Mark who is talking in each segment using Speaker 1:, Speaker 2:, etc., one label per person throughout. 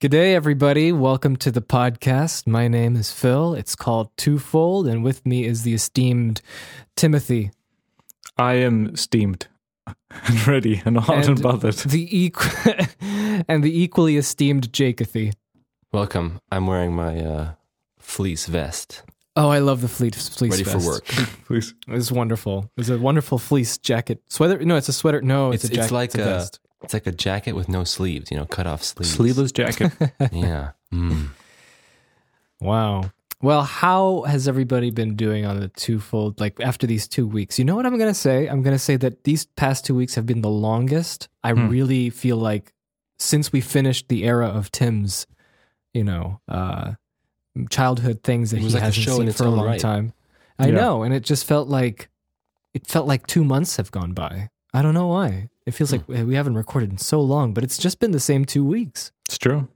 Speaker 1: G'day, everybody. Welcome to the podcast. My name is Phil. It's called Twofold, and with me is the esteemed Timothy,
Speaker 2: I am steamed and ready and hot and,
Speaker 1: And-
Speaker 2: bothered.
Speaker 1: the equ- and the equally esteemed Jacothy.
Speaker 3: Welcome. I'm wearing my uh, fleece vest,
Speaker 1: Oh, I love the fleet fleece
Speaker 3: ready
Speaker 1: vest.
Speaker 3: for work.
Speaker 2: Please.
Speaker 1: It's wonderful. It's a wonderful fleece jacket. Sweater? No, it's a sweater. No, it's,
Speaker 3: It's-
Speaker 1: a jacket.
Speaker 3: it's like
Speaker 1: a
Speaker 3: a-
Speaker 1: vest.
Speaker 3: It's like a jacket with no sleeves, you know, cut off sleeves.
Speaker 2: Sleeveless jacket.
Speaker 3: Yeah. Mm.
Speaker 1: Wow. Well, how has everybody been doing on the twofold, like after these two weeks? You know what I'm going to say? I'm going to say that these past two weeks have been the longest. I
Speaker 2: Hmm.
Speaker 1: really feel like since we finished the era of Tim's, you know, uh, childhood things that
Speaker 3: It
Speaker 1: he
Speaker 3: was like a
Speaker 1: hasn't
Speaker 3: show in
Speaker 1: seen
Speaker 3: its
Speaker 1: for a
Speaker 3: own
Speaker 1: long
Speaker 3: right.
Speaker 1: time. I
Speaker 2: Yeah.
Speaker 1: know. And it just felt like, it felt like two months have gone by. I don't know why. It feels
Speaker 3: Hmm.
Speaker 1: like uh, we haven't recorded in so long, but it's just been the same two weeks.
Speaker 2: It's true.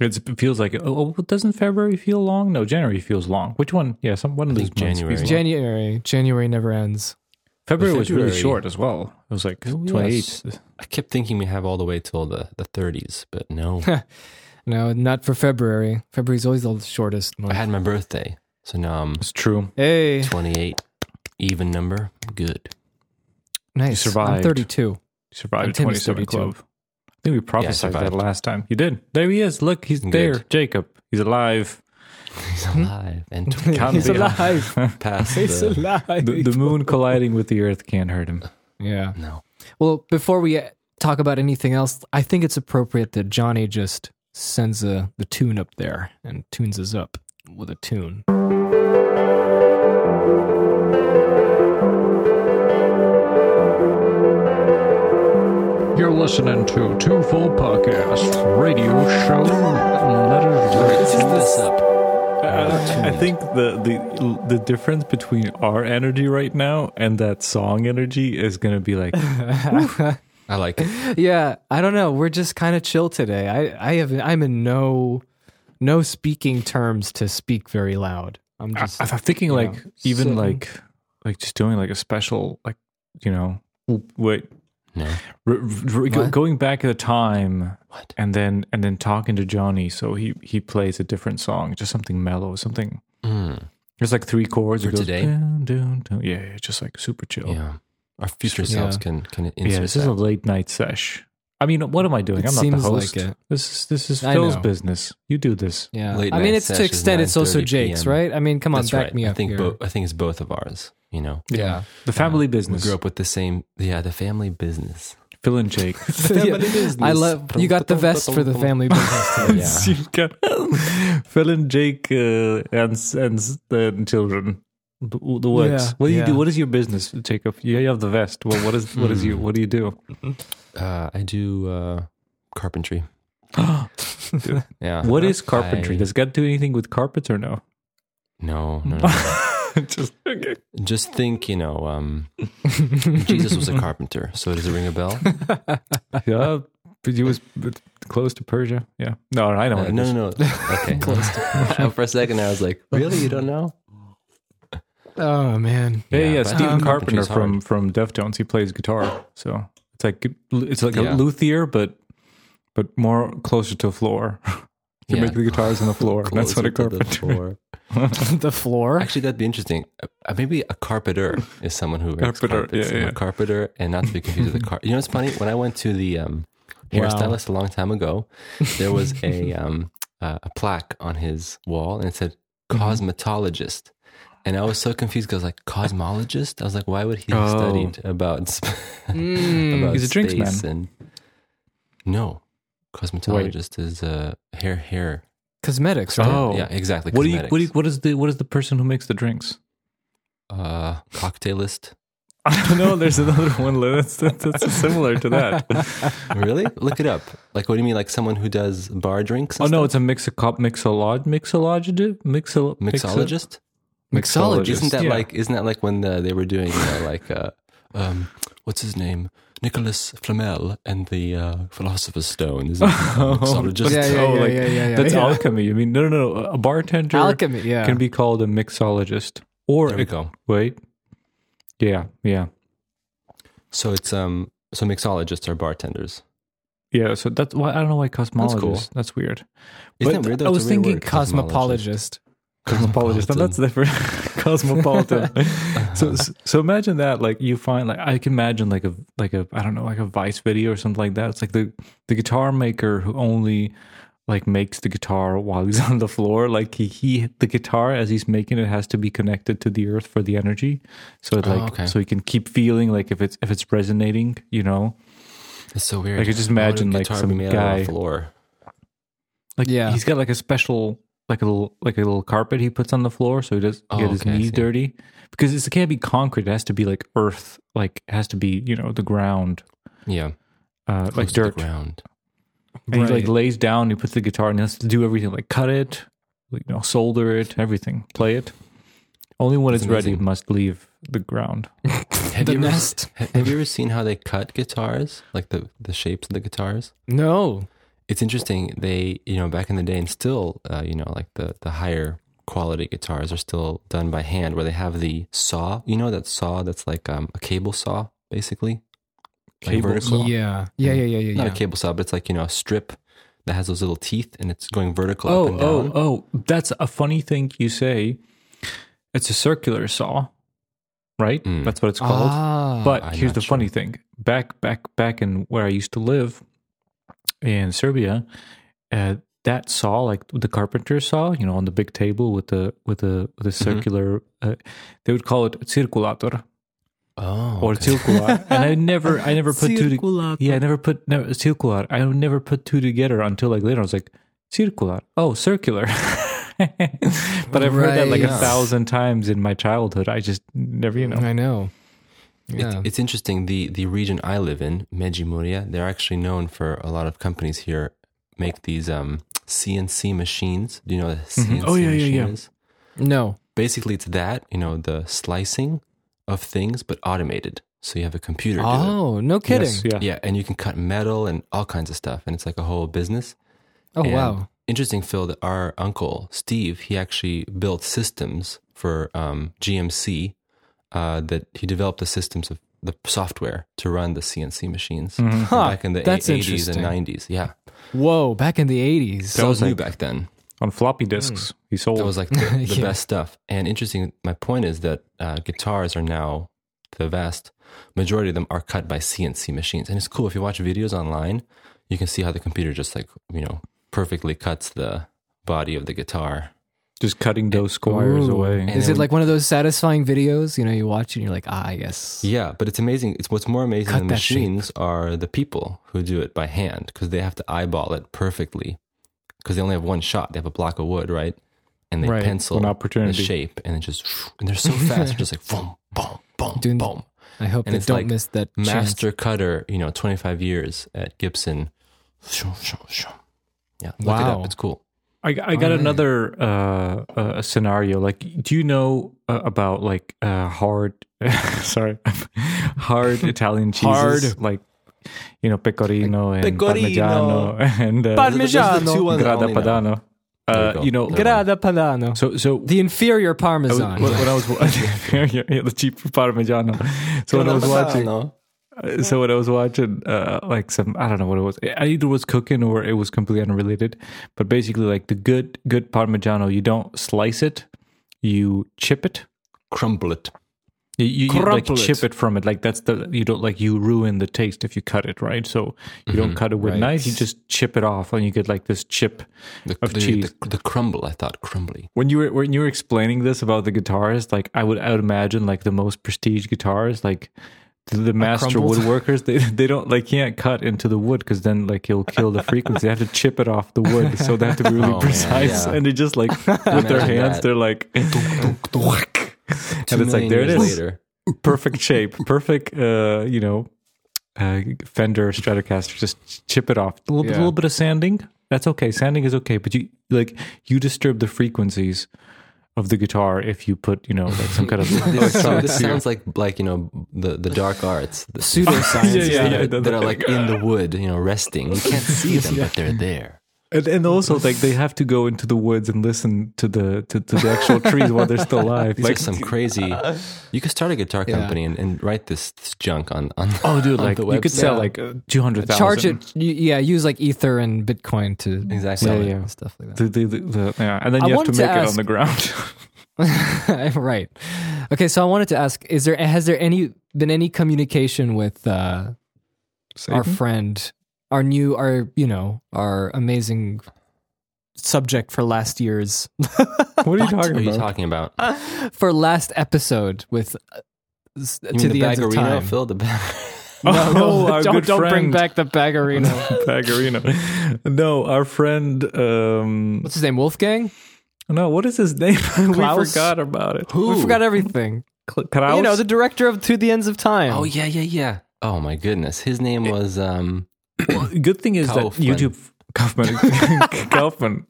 Speaker 2: It's, it feels like, oh, oh, doesn't February feel long? No, January feels long. Which one? Yeah, some one of
Speaker 3: I
Speaker 2: these
Speaker 3: think
Speaker 2: months
Speaker 3: January.
Speaker 2: feels long.
Speaker 1: January, January never ends.
Speaker 2: February was really
Speaker 3: February-
Speaker 2: short as well. It was like
Speaker 3: Oh,
Speaker 2: 28.
Speaker 3: I kept thinking we have all the way till the, the 30s, but no.
Speaker 1: No, not for February. February's always the shortest month.
Speaker 3: I had my birthday, so now I'm
Speaker 2: It's true.
Speaker 1: hey,
Speaker 3: 28. Even number. Good.
Speaker 1: nice. I'm
Speaker 2: survived.
Speaker 1: 32.
Speaker 2: You survived
Speaker 1: And
Speaker 2: the
Speaker 1: Tim is 32.
Speaker 2: 27 Club. I think we prophesied that
Speaker 3: survived.
Speaker 2: last time. You did. There he is. Look, he's
Speaker 3: Good.
Speaker 2: there. Jacob. He's alive.
Speaker 3: He's alive. And t-
Speaker 2: Can't
Speaker 1: Hmm? He's
Speaker 2: be
Speaker 1: alive.
Speaker 3: past
Speaker 1: He's
Speaker 3: the-
Speaker 1: alive.
Speaker 2: The, the moon colliding with the earth can't hurt him.
Speaker 1: yeah.
Speaker 3: No.
Speaker 1: Well, before we uh, talk about anything else, I think it's appropriate that Johnny just sends uh the tune up there and tunes us up with a tune.
Speaker 2: You're listening to Two Full Podcast Radio Show.
Speaker 3: Tune this up.
Speaker 2: I, I think the, the the difference between our energy right now and that song energy is gonna be like
Speaker 3: I like it.
Speaker 1: Yeah, I don't know. We're just kind of chill today. I, I have I'm in no no speaking terms to speak very loud.
Speaker 3: Ah,
Speaker 1: I'm
Speaker 2: I,
Speaker 1: just
Speaker 2: I'm thinking
Speaker 1: you
Speaker 2: like
Speaker 1: know,
Speaker 2: even
Speaker 1: sitting.
Speaker 2: like like just doing like a special like you know wait
Speaker 3: No.
Speaker 2: r- r- go-
Speaker 1: What?
Speaker 2: going back at the time
Speaker 3: What?
Speaker 2: and then and then talking to Johnny so he he plays a different song just something mellow something
Speaker 3: Mm.
Speaker 2: there's like three chords
Speaker 3: For
Speaker 2: it goes
Speaker 3: today?
Speaker 2: dun, dun, dun. yeah yeah, just like super chill
Speaker 3: Yeah. Our future selves can, can insert
Speaker 2: Yeah, this is
Speaker 3: that.
Speaker 2: a late night sesh. I mean, what am I doing?
Speaker 1: It
Speaker 2: I'm not
Speaker 1: seems
Speaker 2: the host.
Speaker 1: like it.
Speaker 2: This is this is
Speaker 1: I
Speaker 2: Phil's
Speaker 1: know.
Speaker 2: business. You do this.
Speaker 1: Yeah,
Speaker 3: Late
Speaker 1: I mean
Speaker 3: night
Speaker 1: it's to
Speaker 3: sessions,
Speaker 1: extent it's also
Speaker 3: 9:30
Speaker 1: Jake's,
Speaker 3: PM.
Speaker 1: right? I mean, come on,
Speaker 3: That's
Speaker 1: back
Speaker 3: right.
Speaker 1: me up
Speaker 3: I think
Speaker 1: here.
Speaker 3: both. I think it's both of ours. You know,
Speaker 1: yeah,
Speaker 2: The family
Speaker 3: we
Speaker 2: business.
Speaker 3: grew up with the same. Yeah, the family business.
Speaker 2: Phil and Jake.
Speaker 1: Yeah. I love you got the vest for the family business. today.
Speaker 3: Yeah.
Speaker 2: You got- Phil and Jake uh, and s- and s- the children. The, the works.
Speaker 1: Yeah,
Speaker 2: what do you do?
Speaker 1: yeah.
Speaker 2: What is your business, Jacob? You you have the vest. Well, what is what is
Speaker 3: Hmm.
Speaker 2: you? What do you do?
Speaker 3: Uh, I do uh, carpentry. Yeah.
Speaker 2: What is carpentry?
Speaker 3: Uh, I-
Speaker 2: Does God do anything with carpets or no?
Speaker 3: no, no, no, no.
Speaker 2: Just okay.
Speaker 3: Just think, you know, um, Jesus was a carpenter. So does it ring a bell?
Speaker 2: Yeah, but he was close to Persia. Yeah. No, I know.
Speaker 3: Uh,
Speaker 2: what it
Speaker 3: no,
Speaker 2: is.
Speaker 3: no, no. Okay. for a second, I was like, really? You don't know?
Speaker 1: oh man,
Speaker 2: Yeah, yeah.
Speaker 3: Yeah, but
Speaker 2: Stephen
Speaker 1: um,
Speaker 2: Carpenter
Speaker 3: carpentry's
Speaker 2: from from Deftones. He plays guitar, so it's like it's like a
Speaker 3: Yeah.
Speaker 2: luthier, but but more closer to floor. you
Speaker 3: Yeah.
Speaker 2: make the guitars on the floor. That's what
Speaker 3: Closer
Speaker 2: a
Speaker 3: to the
Speaker 2: carpenter.
Speaker 3: floor.
Speaker 1: the floor.
Speaker 3: Actually, that'd be interesting. Uh, maybe a carpenter is someone who makes
Speaker 2: Carpenter,
Speaker 3: carpets.
Speaker 2: yeah,
Speaker 3: I'm
Speaker 2: yeah.
Speaker 3: a carpenter, and not to be confused with a car. You know what's funny? When I went to the um, hairstylist a long time ago, there was a um, uh, a plaque on his wall, and it said
Speaker 2: Mm-hmm.
Speaker 3: cosmetologist. And I was so confused because, like, cosmologist. I was like, why would he have
Speaker 2: Oh.
Speaker 3: studied about, sp-
Speaker 1: Mm.
Speaker 3: about
Speaker 2: He's a drinks
Speaker 3: space and no cosmetologist is uh, hair hair.
Speaker 1: Cosmetics. Right?
Speaker 2: Oh,
Speaker 3: yeah, exactly.
Speaker 2: What do you? What do you,
Speaker 3: cosmetics.
Speaker 2: What is the? What is the person who makes the drinks?
Speaker 3: uh, cocktailist?
Speaker 2: I don't know. There's another one that's that's, that's similar to that.
Speaker 3: really? Look it up. Like, what do you mean? Like someone who does bar drinks?
Speaker 2: oh
Speaker 3: and
Speaker 2: no, it's a mixolog mixolog mixologist mixol
Speaker 3: stuff? mixologist.
Speaker 1: Mixologist.
Speaker 3: Isn't that
Speaker 2: yeah.
Speaker 3: like? Isn't that like when uh they were doing uh, like, uh, um, what's his name, Nicholas Flamel and the uh, Philosopher's Stone? Isn't it? mixologist.
Speaker 1: Yeah, yeah,
Speaker 2: oh,
Speaker 1: yeah,
Speaker 2: like,
Speaker 1: yeah, yeah, yeah,
Speaker 2: That's
Speaker 1: yeah.
Speaker 2: alchemy. You mean no, no, no. A bartender
Speaker 1: alchemy. Yeah,
Speaker 2: can be called a mixologist or
Speaker 3: There
Speaker 2: a
Speaker 3: we go.
Speaker 2: Wait. Yeah, yeah.
Speaker 3: So it's um, so mixologists are bartenders.
Speaker 2: Yeah, so that's why I don't know why cosmologist. That's,
Speaker 3: cool.
Speaker 2: weird.
Speaker 3: Isn't
Speaker 1: But
Speaker 3: that weird? though?
Speaker 1: I
Speaker 3: It's a
Speaker 1: was
Speaker 3: weird
Speaker 1: thinking
Speaker 3: word,
Speaker 1: cosmopologist.
Speaker 2: Cosmologist, and that's different. Cosmopolitan. so so imagine that like you find like I can imagine like a like a I don't know like a Vice video or something like that. It's like the the guitar maker who only like makes the guitar while he's on the floor. Like he, he the guitar as he's making it has to be connected to the earth for the energy. So it
Speaker 3: Oh,
Speaker 2: like
Speaker 3: okay.
Speaker 2: so he can keep feeling like if it's if it's resonating, you know.
Speaker 3: It's so weird.
Speaker 2: I could just
Speaker 3: Why would a
Speaker 2: imagine, like,
Speaker 3: guitar be
Speaker 2: some
Speaker 3: made out of
Speaker 2: guy-
Speaker 3: a floor.
Speaker 2: Like
Speaker 1: Yeah.
Speaker 2: he's got like a special like a little like a little carpet he puts on the floor so he doesn't
Speaker 3: Oh,
Speaker 2: get his
Speaker 3: okay, I
Speaker 2: knees
Speaker 3: see.
Speaker 2: dirty. Because it's, it can't be concrete, it has to be like earth, like it has to be, you know, the ground.
Speaker 3: Yeah,
Speaker 2: Uh,
Speaker 3: close
Speaker 2: like
Speaker 3: to the
Speaker 2: dirt.
Speaker 3: ground.
Speaker 2: And he like
Speaker 1: Right.
Speaker 2: lays down, he puts the guitar and he has to do everything, like cut it, like, you know, solder it, everything. Play it. Only when
Speaker 3: That's
Speaker 2: it's ready it
Speaker 3: amazing.
Speaker 2: must leave the ground.
Speaker 3: Have
Speaker 1: the
Speaker 3: you, ever,
Speaker 1: nest.
Speaker 3: ha- have you ever seen how they cut guitars, like the the shapes of the guitars?
Speaker 1: No.
Speaker 3: it's interesting they you know back in the day and still uh, you know like the the higher quality guitars are still done by hand where they have the saw you know that saw that's like um, a cable saw basically Like
Speaker 2: Cable
Speaker 3: vertical?
Speaker 2: saw?
Speaker 1: Yeah. Yeah. Yeah. Yeah. Yeah.
Speaker 3: not
Speaker 1: yeah.
Speaker 3: a cable saw but it's like you know a strip that has those little teeth and it's going vertical up
Speaker 2: Oh,
Speaker 3: and down
Speaker 2: oh, oh, that's a funny thing you say. It's a circular saw, right?
Speaker 3: Mm.
Speaker 2: That's what it's called.
Speaker 1: Ah.
Speaker 2: But
Speaker 3: I'm
Speaker 2: here's
Speaker 3: not
Speaker 2: the funny thing: back, back, back in where I used to live in Serbia, uh, that saw, like the carpenter saw, you know, on the big table with the with the with the circular, uh, they would call it circulator
Speaker 3: oh
Speaker 2: or
Speaker 3: okay.
Speaker 2: circular. and I never, I never put two. To, yeah, I never put never, circular. I never put two together until like later. I was like circular. Oh, circular. but I've heard that like a
Speaker 1: Right. Mm-hmm.
Speaker 2: thousand times in my childhood. I just never, you know.
Speaker 1: I know.
Speaker 3: It's-
Speaker 1: Yeah.
Speaker 3: It's interesting. The the region I live in, Međimurje, they're actually known for a lot of companies here make these um, CNC machines. Do you know what a CNC
Speaker 2: Oh, yeah, yeah,
Speaker 3: machine
Speaker 2: yeah.
Speaker 3: is?
Speaker 1: no.
Speaker 3: Basically, it's that you know the slicing of things, but automated. So you have a computer. do it.
Speaker 1: Oh, no kidding.
Speaker 2: Yes, yeah.
Speaker 3: yeah, and you can cut metal and all kinds of stuff, and it's like a whole business.
Speaker 1: Oh,
Speaker 3: And
Speaker 1: wow.
Speaker 3: Interesting, Phil. That our uncle Steve, he actually built systems for um, GMC. Uh, that he developed the systems of the software to run the CNC machines
Speaker 2: Mhm.
Speaker 1: Mm-hmm. Huh,
Speaker 3: back in the
Speaker 1: that's
Speaker 3: eighties and
Speaker 1: interesting.
Speaker 3: nineties. Yeah,
Speaker 1: Whoa. Back in the 80s.
Speaker 3: that was new
Speaker 2: like-
Speaker 3: back then.
Speaker 2: on floppy disks. He sold.
Speaker 3: That was like the, the
Speaker 1: Yeah.
Speaker 3: best stuff. And interesting. My point is that uh, guitars are now the vast majority of them are cut by CNC machines, and it's cool. If you watch videos online, you can see how the computer just like you know perfectly cuts the body of the guitar.
Speaker 2: just cutting those squires
Speaker 1: Ooh.
Speaker 2: away.
Speaker 3: And
Speaker 1: Is it
Speaker 3: then-
Speaker 1: like one of those satisfying videos? You know, you watch it and you're like, ah, yes.
Speaker 3: Yeah, but it's amazing. It's what's more amazing
Speaker 1: Cut
Speaker 3: than
Speaker 1: that shape.
Speaker 3: machines are the people who do it by hand because they have to eyeball it perfectly because they only have one shot. They have a block of wood, right? And they
Speaker 1: Right.
Speaker 3: pencil
Speaker 2: An
Speaker 3: the
Speaker 2: opportunity.
Speaker 3: shape, and it just and they're so fast. they're just like boom, boom, boom,
Speaker 1: Doing-
Speaker 3: boom.
Speaker 1: I hope
Speaker 3: And
Speaker 1: they
Speaker 3: it's
Speaker 1: don't
Speaker 3: like
Speaker 1: miss that chance.
Speaker 3: Master cutter, you know, twenty five years at Gibson. Shoo, shoo, shoo. Yeah, look it
Speaker 1: Wow.
Speaker 3: up. It's cool.
Speaker 2: I, I got
Speaker 1: Alright.
Speaker 2: another uh, uh, scenario. Like, do you know uh, about like uh, hard, sorry, hard Italian cheeses?
Speaker 1: Hard.
Speaker 2: Like, you know, pecorino and
Speaker 3: pecorino.
Speaker 2: parmigiano and uh,
Speaker 1: Parmigiano.
Speaker 3: Those are the two ones I
Speaker 2: grana
Speaker 3: only know.
Speaker 2: padano.
Speaker 3: There you
Speaker 2: Uh,
Speaker 3: go.
Speaker 2: you know,
Speaker 3: There you go.
Speaker 1: Grada Padano.
Speaker 2: so so
Speaker 1: The inferior
Speaker 2: I was,
Speaker 1: Parmesan.
Speaker 2: when when I was yeah, yeah, yeah, the cheap Parmigiano. So when I was watching, Uh, so when I was watching, uh, like some, I don't know what it was. It either was cooking or it was completely unrelated. But basically, like the good, good Parmigiano, you don't slice it, you chip it.
Speaker 3: crumble it.
Speaker 2: You, you, you, like
Speaker 1: Crumple it.
Speaker 2: chip it from it. Like that's the you don't like you ruin the taste if you cut it right. So you don't cut it with
Speaker 1: Mm-hmm. right.
Speaker 2: knife. You just chip it off, and you get like this chip
Speaker 3: The,
Speaker 2: of
Speaker 3: the-
Speaker 2: cheese.
Speaker 3: the- the crumble. I thought crumbly.
Speaker 2: When you were when you were explaining this about the guitarist, like I would I would imagine like the most prestige guitars, like the, the master
Speaker 1: crumbled.
Speaker 2: woodworkers, they they don't like can't cut into the wood because then like it'll kill the frequency. they have to chip it off the wood, so they have to be really
Speaker 3: Oh, man,
Speaker 2: precise.
Speaker 3: yeah.
Speaker 2: And they just like with their
Speaker 3: Imagine
Speaker 2: hands,
Speaker 3: that.
Speaker 2: they're like
Speaker 3: Two
Speaker 2: it's like,
Speaker 3: million
Speaker 2: there it
Speaker 3: years
Speaker 2: is.
Speaker 3: Later.
Speaker 2: perfect shape, perfect. Uh, you know, uh, Fender Stratocaster, just chip it off. A little,
Speaker 1: Yeah.
Speaker 2: little bit of sanding. That's okay. Sanding is okay, but you like you disturb the frequencies of the guitar if you put you know like some kind of
Speaker 3: this, so
Speaker 2: electronic
Speaker 3: this sounds like like you know the the dark arts the
Speaker 1: Pseudoscience.
Speaker 2: Yeah, yeah,
Speaker 3: that,
Speaker 2: yeah.
Speaker 3: are, that are like in the wood you know resting you can't see them but they're there
Speaker 2: And, and also, like they have to go into the woods and listen to the to, to the actual trees while they're still alive.
Speaker 3: These
Speaker 2: like
Speaker 3: are some crazy. You could start a guitar
Speaker 1: Yeah.
Speaker 3: company and, and write this, this junk on on.
Speaker 2: oh, dude,
Speaker 3: on
Speaker 2: like
Speaker 3: the
Speaker 2: you could sell
Speaker 3: website.
Speaker 2: like uh, two hundred thousand.
Speaker 1: Charge it. y- Yeah, use like Ether and Bitcoin to
Speaker 3: Exactly.
Speaker 1: sell
Speaker 2: Yeah,
Speaker 1: it
Speaker 2: yeah.
Speaker 1: and stuff like that.
Speaker 2: The, the, the, the, yeah, and then
Speaker 1: I
Speaker 2: you have
Speaker 1: wanted
Speaker 2: to
Speaker 1: to
Speaker 2: make it on
Speaker 1: ask-
Speaker 2: the ground.
Speaker 1: right. Okay, so I wanted to ask: Is there has there any been any communication with uh, our
Speaker 2: Satan?
Speaker 1: friend, our new, our you know, our amazing subject for last year's
Speaker 2: what are you
Speaker 3: What
Speaker 2: talking
Speaker 3: are you
Speaker 2: about? Uh,
Speaker 3: talking about?
Speaker 1: for last episode with uh, s-
Speaker 3: You
Speaker 1: to
Speaker 3: mean
Speaker 1: the,
Speaker 3: the
Speaker 1: end of
Speaker 3: Baggerino?
Speaker 1: time.
Speaker 3: Phil the bag.
Speaker 1: No, no,
Speaker 2: Oh, our
Speaker 1: don't,
Speaker 2: good
Speaker 1: don't bring
Speaker 2: friend.
Speaker 1: back the Baggerino.
Speaker 2: Pagarino. No, our friend. Um,
Speaker 1: What's his name? Wolfgang.
Speaker 2: no, what is his name? we
Speaker 1: Klaus?
Speaker 2: forgot about it.
Speaker 1: We forgot everything.
Speaker 2: Cl- Klaus?
Speaker 1: You know, the director of To the Ends of Time.
Speaker 3: Oh yeah, yeah, yeah. Oh my goodness, his name was um.
Speaker 2: good thing is
Speaker 3: Kaufman.
Speaker 2: that YouTube Kaufman Kaufman.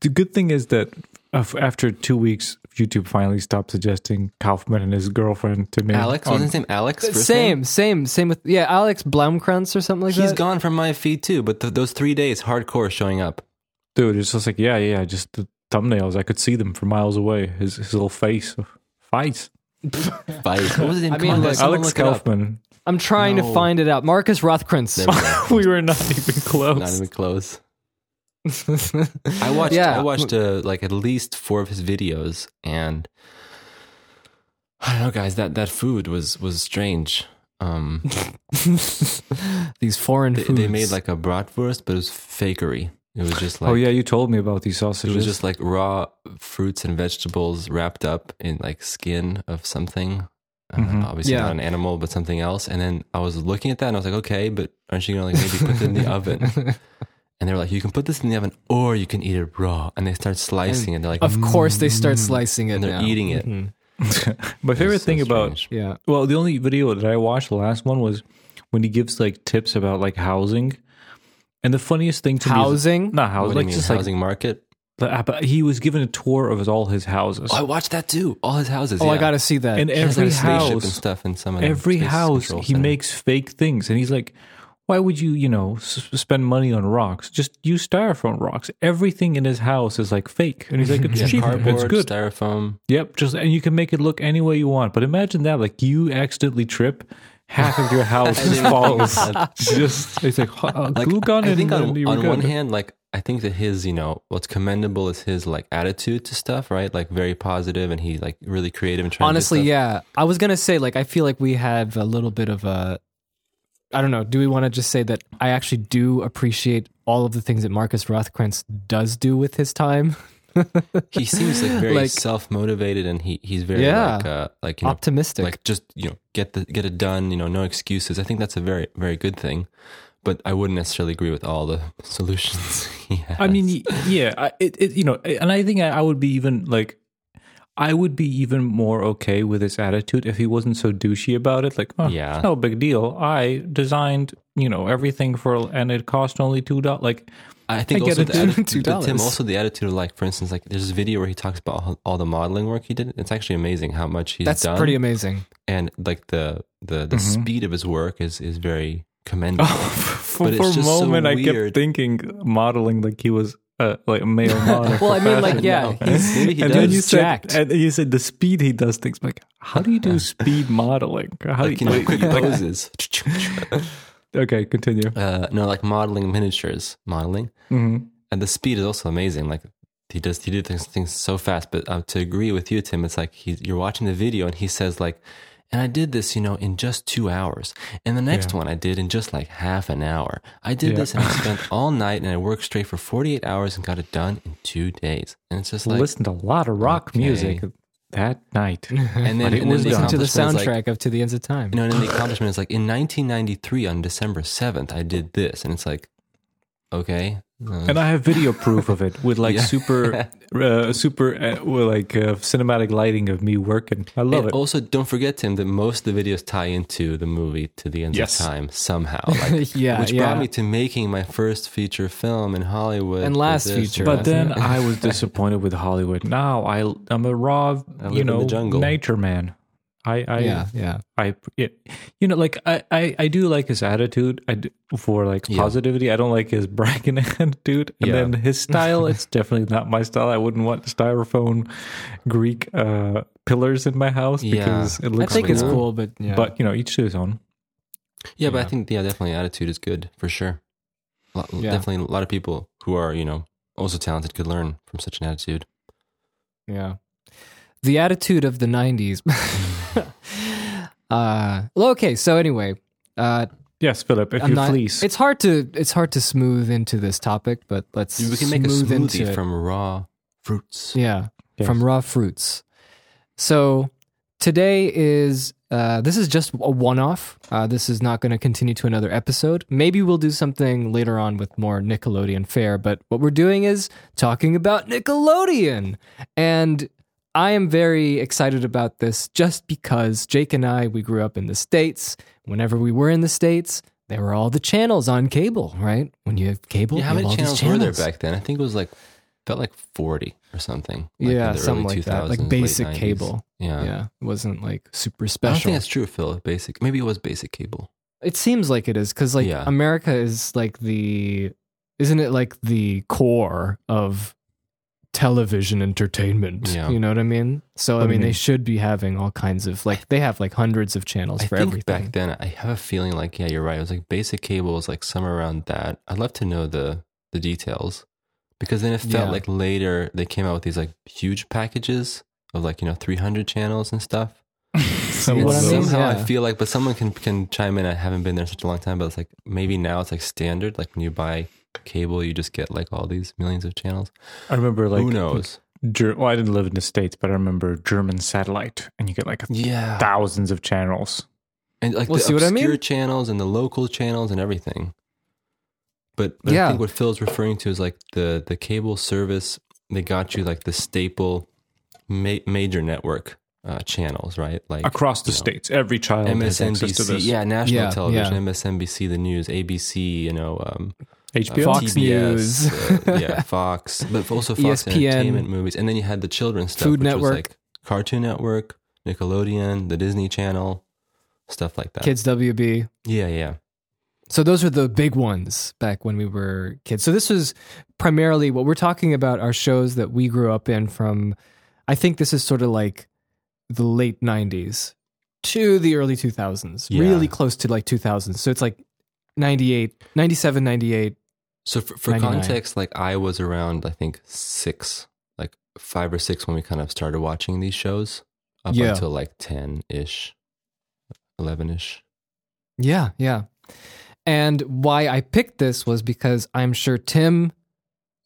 Speaker 2: The good thing is that af- after two weeks, YouTube finally stopped suggesting Kaufman and his girlfriend to me.
Speaker 3: Alex
Speaker 2: on-
Speaker 3: wasn't his name Alex? first name?
Speaker 1: Same, same, same with yeah, Alex Blomkrantz or something like
Speaker 3: He's
Speaker 1: that.
Speaker 3: gone from my feed too, but th- those three days hardcore showing up.
Speaker 2: dude, it's just like yeah, yeah, just the thumbnails. I could see them from miles away. His his little face, face.
Speaker 3: Vice. What was his name?
Speaker 1: I mean,
Speaker 3: Come on,
Speaker 1: look-
Speaker 3: someone
Speaker 2: Alex
Speaker 3: look it up.
Speaker 2: Kaufman.
Speaker 1: I'm trying
Speaker 3: No.
Speaker 1: to find it out. Marcus Rothkrantz.
Speaker 3: There we go.
Speaker 2: we were not even close.
Speaker 3: Not even close. I watched.
Speaker 1: Yeah.
Speaker 3: I watched uh, like at least four of his videos, and I don't know, guys. That that food was was strange. Um,
Speaker 1: These foreign
Speaker 3: they,
Speaker 1: foods.
Speaker 3: they made like a bratwurst, but it was fakery. It was just like
Speaker 2: oh yeah, you told me about these
Speaker 3: it
Speaker 2: sausages.
Speaker 3: was just like raw fruits and vegetables wrapped up in like skin of something. Uh,
Speaker 2: Mhm.
Speaker 3: Obviously
Speaker 1: Yeah.
Speaker 3: not an animal, but something else. And then I was looking at that and I was like, okay, but aren't you gonna like maybe put it in the oven? And they were like, you can put this in the oven or you can eat it raw. And they start slicing and, they're like, "Mm,
Speaker 1: of course, they start slicing it.
Speaker 3: And they're
Speaker 1: now.
Speaker 3: eating it.
Speaker 1: Mhm.
Speaker 2: My favorite
Speaker 3: so
Speaker 2: thing about
Speaker 3: strange.
Speaker 1: Yeah.
Speaker 2: Well, the only video that I watched, the last one was when he gives like tips about like housing, and the funniest thing to me,
Speaker 1: Housing?
Speaker 2: is, not housing,
Speaker 3: what do you
Speaker 2: like
Speaker 3: mean,
Speaker 2: just
Speaker 3: housing market.
Speaker 2: like the- but he was given a tour of his- all his houses,
Speaker 3: Oh, I watched that too. All his houses.
Speaker 1: Oh, I
Speaker 3: yeah.
Speaker 1: gotta see that.
Speaker 2: and
Speaker 3: He has, like,
Speaker 2: every
Speaker 3: a spaceship and
Speaker 2: house,
Speaker 3: stuff, and some of them,
Speaker 2: every
Speaker 3: space
Speaker 2: house,
Speaker 3: control
Speaker 2: he
Speaker 3: center.
Speaker 2: makes fake things, and he's like, why would you, you know, s- spend money on rocks? Just use styrofoam rocks. Everything in his house is like fake, and he's like, it's
Speaker 3: yeah,
Speaker 2: cheap,
Speaker 3: cardboard,
Speaker 2: it's good.
Speaker 3: styrofoam.
Speaker 2: Yep, just and you can make it look any way you want. But imagine that, like you accidentally trip, half of your house
Speaker 3: I didn't
Speaker 2: just
Speaker 3: think
Speaker 2: falls.
Speaker 3: that.
Speaker 2: just it's like, uh,
Speaker 3: Like,
Speaker 2: glue gun
Speaker 3: I
Speaker 2: and
Speaker 3: think
Speaker 2: and
Speaker 3: on,
Speaker 2: you were
Speaker 3: on one
Speaker 2: good.
Speaker 3: hand, like I think that his, you know, what's commendable is his like attitude to stuff, right? Like very positive, and he like really creative and trying.
Speaker 1: Honestly,
Speaker 3: to do stuff.
Speaker 1: yeah. I was gonna say, like, I feel like we have a little bit of a. I don't know. Do we want to just say that I actually do appreciate all of the things that Marcus Rothkrantz does do with his time?
Speaker 3: he seems like very
Speaker 1: Like-
Speaker 3: self motivated, and he he's very
Speaker 1: Yeah.
Speaker 3: like uh, like you know
Speaker 1: Optimistic.
Speaker 3: like just you know get the get it done. You know, no excuses. I think that's a very very good thing, but I wouldn't necessarily agree with all the solutions. he has.
Speaker 2: I mean, y- yeah, I, it, it, you know, and I think I, I would be even like, I would be even more okay with his attitude if he wasn't so douchey about it. Like, oh,
Speaker 3: Yeah.
Speaker 2: yeah, no big deal. I designed, you know, everything for, and it cost only two dollars. Like,
Speaker 3: I think
Speaker 2: I get
Speaker 3: also
Speaker 2: it,
Speaker 3: the
Speaker 2: dude.
Speaker 3: attitude, but
Speaker 1: $2.
Speaker 3: Tim, also the attitude of like, for instance, like there's this video where he talks about all, all the modeling work he did. It's actually amazing how much he's
Speaker 1: That's
Speaker 3: done,
Speaker 1: pretty amazing.
Speaker 3: and like the the the
Speaker 1: Mm-hmm.
Speaker 3: speed of his work is is very commendable.
Speaker 1: Oh,
Speaker 2: for,
Speaker 3: But it's
Speaker 2: for a
Speaker 3: just so
Speaker 2: moment, I
Speaker 3: weird.
Speaker 2: kept thinking modeling like he was uh, like a male model.
Speaker 1: Well,
Speaker 2: for
Speaker 1: I mean, like,
Speaker 2: fashion.
Speaker 1: yeah,
Speaker 3: No. Maybe he
Speaker 2: and
Speaker 3: does.
Speaker 2: then you said,
Speaker 1: jacked.
Speaker 2: and you said the speed he does things. Like, how do you do speed modeling? How
Speaker 3: like,
Speaker 2: do
Speaker 3: you
Speaker 2: you,
Speaker 3: know, he
Speaker 2: like-
Speaker 3: poses.
Speaker 2: okay, continue.
Speaker 3: uh, no, like modeling miniatures, modeling,
Speaker 1: Mm-hmm.
Speaker 3: and the speed is also amazing. Like he does, he did things, things so fast. But uh, to agree with you, Tim, it's like he, you're watching the video and he says like, and I did this, you know, in just two hours. And the next one I did in just like half an hour. I did
Speaker 2: Yeah.
Speaker 3: this and I spent all night and I worked straight for 48 hours and got it done in two days. And it's just like,
Speaker 2: Listened to a lot of rock
Speaker 3: okay.
Speaker 2: music that night.
Speaker 3: and then,
Speaker 2: But it
Speaker 3: and then
Speaker 2: was
Speaker 3: the
Speaker 2: done.
Speaker 1: Listen to the
Speaker 3: accomplishment is,
Speaker 1: soundtrack
Speaker 3: like,
Speaker 1: of To the Ends of Time.
Speaker 3: you know, and then the accomplishment is like in 1993 on December 7th, I did this, and it's like, okay, uh,
Speaker 2: and I have video proof of it with like
Speaker 3: Yeah.
Speaker 2: super, uh, super, uh, well, like uh, cinematic lighting of me working. I love
Speaker 3: and
Speaker 2: it.
Speaker 3: also, don't forget, Tim, that most of the videos tie into the movie to the end
Speaker 2: Yes.
Speaker 3: of time somehow. Like,
Speaker 1: yeah,
Speaker 3: which
Speaker 1: Uh, yeah.
Speaker 3: brought me to making my first feature film in Hollywood
Speaker 1: And
Speaker 3: with
Speaker 1: last
Speaker 3: this
Speaker 1: feature.
Speaker 3: and
Speaker 2: But
Speaker 3: that.
Speaker 2: then I was disappointed with Hollywood. Now I I'm a raw,
Speaker 3: live
Speaker 2: you
Speaker 3: in the
Speaker 2: know,
Speaker 3: jungle.
Speaker 2: nature man. I, I,
Speaker 1: yeah, yeah.
Speaker 2: I, yeah. you know, like I, I, I do like his attitude. I do, for like
Speaker 3: Yeah.
Speaker 2: positivity. I don't like his bragging attitude. And
Speaker 3: Yeah.
Speaker 2: then his style. it's definitely not my style. I wouldn't want styrofoam Greek uh, pillars in my house
Speaker 3: Yeah.
Speaker 2: because it
Speaker 1: I
Speaker 2: looks.
Speaker 1: think it's
Speaker 3: cool.
Speaker 1: cool, but yeah.
Speaker 2: But you know, each to his own.
Speaker 3: Yeah, but I
Speaker 2: Yeah.
Speaker 3: think yeah, definitely attitude is good for sure. Lo-
Speaker 1: Yeah.
Speaker 3: Definitely a lot of people who are you know also talented could learn from such an attitude.
Speaker 1: Yeah. The attitude of the 90s. uh, well, okay, so anyway, uh,
Speaker 2: Yes, Philip. If
Speaker 1: I'm
Speaker 2: you
Speaker 1: not-
Speaker 2: please,
Speaker 1: it's hard to it's hard to smooth into this topic, but let's
Speaker 3: We can make a
Speaker 1: into
Speaker 3: smoothie
Speaker 1: it.
Speaker 3: from raw fruits.
Speaker 1: yeah,
Speaker 2: Yes.
Speaker 1: from raw fruits. So today is uh, this is just a one-off. Uh, this is not going to continue to another episode. Maybe we'll do something later on with more Nickelodeon fare. But what we're doing is talking about Nickelodeon, and I am very excited about this just because Jake and I we grew up in the states. Whenever we were in the states. There were all the channels on cable, right? When you have cable,
Speaker 3: Yeah, how
Speaker 1: you have
Speaker 3: many
Speaker 1: all these
Speaker 3: channels, were there back then? I think it was like felt like forty or something. like, in
Speaker 1: yeah,
Speaker 3: the
Speaker 1: something
Speaker 3: early
Speaker 1: like that,
Speaker 3: 2000s,
Speaker 1: like
Speaker 3: late
Speaker 1: basic
Speaker 3: 90s.
Speaker 1: cable.
Speaker 3: Yeah.
Speaker 1: Yeah, it wasn't like super
Speaker 3: I don't
Speaker 1: special.
Speaker 3: think that's true, Phil. Basic, maybe it was basic cable.
Speaker 1: It seems like it is because like
Speaker 3: Yeah.
Speaker 1: America is like the isn't it like the core of television entertainment?
Speaker 3: Yeah.
Speaker 1: You know what I mean? So
Speaker 2: What
Speaker 1: I
Speaker 2: do you
Speaker 1: mean, they
Speaker 2: mean?
Speaker 1: should be having all kinds of like they have like hundreds of channels
Speaker 3: I
Speaker 1: for
Speaker 3: think
Speaker 1: everything.
Speaker 3: back then, I have a feeling like yeah, you're right. It was like basic cable was like somewhere around that. I'd love to know the the details because then it felt
Speaker 1: Yeah.
Speaker 3: like later they came out with these like huge packages of like you know 300 channels and stuff.
Speaker 2: some
Speaker 1: It's-
Speaker 2: of
Speaker 1: what I mean?
Speaker 2: those.
Speaker 3: Somehow
Speaker 1: Yeah.
Speaker 3: I feel like, but someone can can chime in. I haven't been there in such a long time, but it's like maybe now it's like standard. Like when you buy cable, you just get like all these millions of channels.
Speaker 2: I remember like
Speaker 3: Who knows?
Speaker 2: Ger- well, I didn't live in the states, but I remember German satellite, and you get like
Speaker 3: Yeah,
Speaker 2: thousands of channels.
Speaker 3: and like
Speaker 1: Well,
Speaker 3: the
Speaker 1: see what I
Speaker 3: obscure
Speaker 1: mean?
Speaker 3: channels and the local channels and everything. But, but
Speaker 1: Yeah.
Speaker 3: I think what Phil's referring to is like the the cable service. They got you like the staple ma- major network uh, channels, right? Like
Speaker 2: across the
Speaker 3: you know,
Speaker 2: states. Every child has access to
Speaker 3: MSNBC,
Speaker 2: this.
Speaker 3: yeah, national
Speaker 1: Yeah,
Speaker 3: television,
Speaker 1: yeah.
Speaker 3: MSNBC, the news, ABC, you know, um, uh,
Speaker 2: HBO.
Speaker 1: Fox
Speaker 3: TBS,
Speaker 1: News. E
Speaker 3: uh, yeah, Fox, but also Fox
Speaker 1: ESPN.
Speaker 3: Entertainment movies, and then you had the children's stuff,
Speaker 1: Food
Speaker 3: which
Speaker 1: Network.
Speaker 3: was like Cartoon Network, Nickelodeon, the Disney Channel, stuff like that.
Speaker 1: Kids WB.
Speaker 3: yeah, yeah,
Speaker 1: So those were the big ones back when we were kids. So this was primarily what we're talking about are shows that we grew up in from I think this is sort of like the late 90s to the early 2000s.
Speaker 3: Yeah.
Speaker 1: Really close to like 2000s. So it's like 98, 97, 98.
Speaker 3: So for, for
Speaker 1: 99.
Speaker 3: context, like I was around, I think six, like five or six, when we kind of started watching these shows up
Speaker 1: Yeah.
Speaker 3: until like ten ish, eleven ish.
Speaker 1: Yeah, yeah. And why I picked this was because I'm sure Tim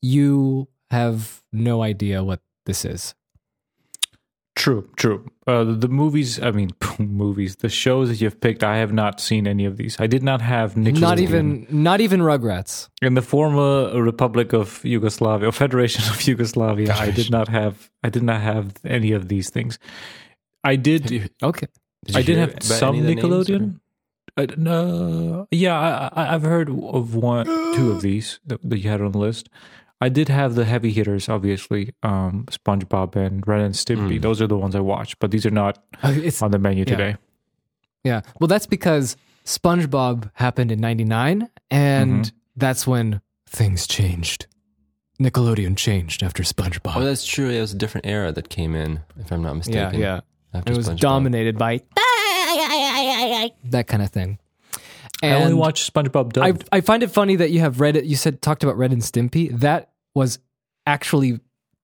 Speaker 1: you have no idea what this is.
Speaker 2: True, true. Uh, the, the movies, I mean, movies, the shows that you've picked, I have not seen any of these. I did not have Nickelodeon.
Speaker 1: Not even not even Rugrats.
Speaker 2: in the former Republic of Yugoslavia or Federation of Yugoslavia. I did not have. I did not have any of these things. I did.
Speaker 1: Okay.
Speaker 3: Did
Speaker 2: I did
Speaker 3: hear
Speaker 2: have
Speaker 3: about
Speaker 2: some
Speaker 3: any of the names, or-
Speaker 2: Nickelodeon. I d- no, yeah, I, I- I've heard of one, two of these that, that you had on the list. I did have the heavy hitters, obviously, um, SpongeBob and Ren and Stimpy.
Speaker 3: Mm.
Speaker 2: Those are the ones I watched, but these are not
Speaker 1: Uh, It's
Speaker 2: on the
Speaker 1: Yeah.
Speaker 2: menu today.
Speaker 1: Yeah. Well, that's because SpongeBob happened in 99, and
Speaker 3: Mm-hmm.
Speaker 1: that's when things changed. Nickelodeon changed after SpongeBob.
Speaker 3: Oh, that's true. It was a different era that came in, if I'm not
Speaker 1: yeah,
Speaker 3: mistaken.
Speaker 1: yeah.
Speaker 3: After
Speaker 1: It was
Speaker 3: SpongeBob.
Speaker 1: dominated by that kind of thing. And
Speaker 2: I only watched SpongeBob
Speaker 1: I,
Speaker 2: dubbed.
Speaker 1: I find it funny that you have read it. You said talked about Red and Stimpy. That was actually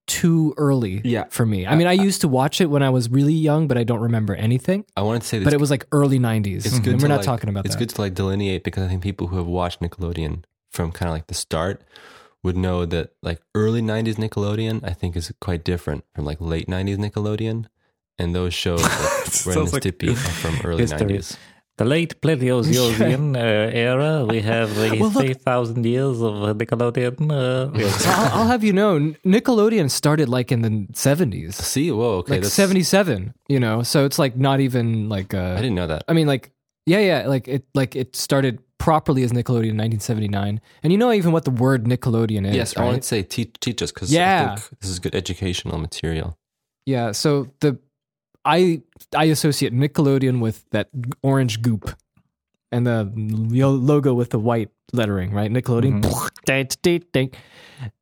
Speaker 1: too early
Speaker 3: Yeah.
Speaker 1: for me. I mean, I used to watch it when I was really young, but I don't remember anything.
Speaker 3: I wanted to say this.
Speaker 1: But it was like early 90s.
Speaker 3: it's good.
Speaker 1: Mm-hmm. and we're
Speaker 3: to,
Speaker 1: not
Speaker 3: like-
Speaker 1: talking about
Speaker 3: It's
Speaker 1: that.
Speaker 3: good to like delineate because I think people who have watched Nickelodeon from kind of like the start would know that like early '90s Nickelodeon, I think, is quite different from like late '90s Nickelodeon, and those shows like Ren and
Speaker 2: Sounds like
Speaker 3: Stimpy are from early
Speaker 2: history.
Speaker 3: '90s.
Speaker 4: The late Plesiozean uh, era, we have uh,
Speaker 1: Well, look-
Speaker 4: 3,000 years of uh, Nickelodeon. Uh,
Speaker 1: So I'll, I'll have you know, N- Nickelodeon started like in the 70s,
Speaker 3: See, whoa, okay,
Speaker 1: like
Speaker 3: that's
Speaker 1: 77, you know? So it's like not even like,
Speaker 3: I
Speaker 1: uh,
Speaker 3: didn't know that.
Speaker 1: I mean, like, yeah, yeah, like it, like it started properly as Nickelodeon in 1979. And you know even what the word Nickelodeon is,
Speaker 3: Yes, I
Speaker 1: right?
Speaker 3: wanted to say teach, teach us because
Speaker 1: Yeah.
Speaker 3: I think this is good educational material.
Speaker 1: Yeah. So the I I associate Nickelodeon with that orange goop and the yo- logo with the white lettering, right? Nickelodeon. Ding, ding, ding.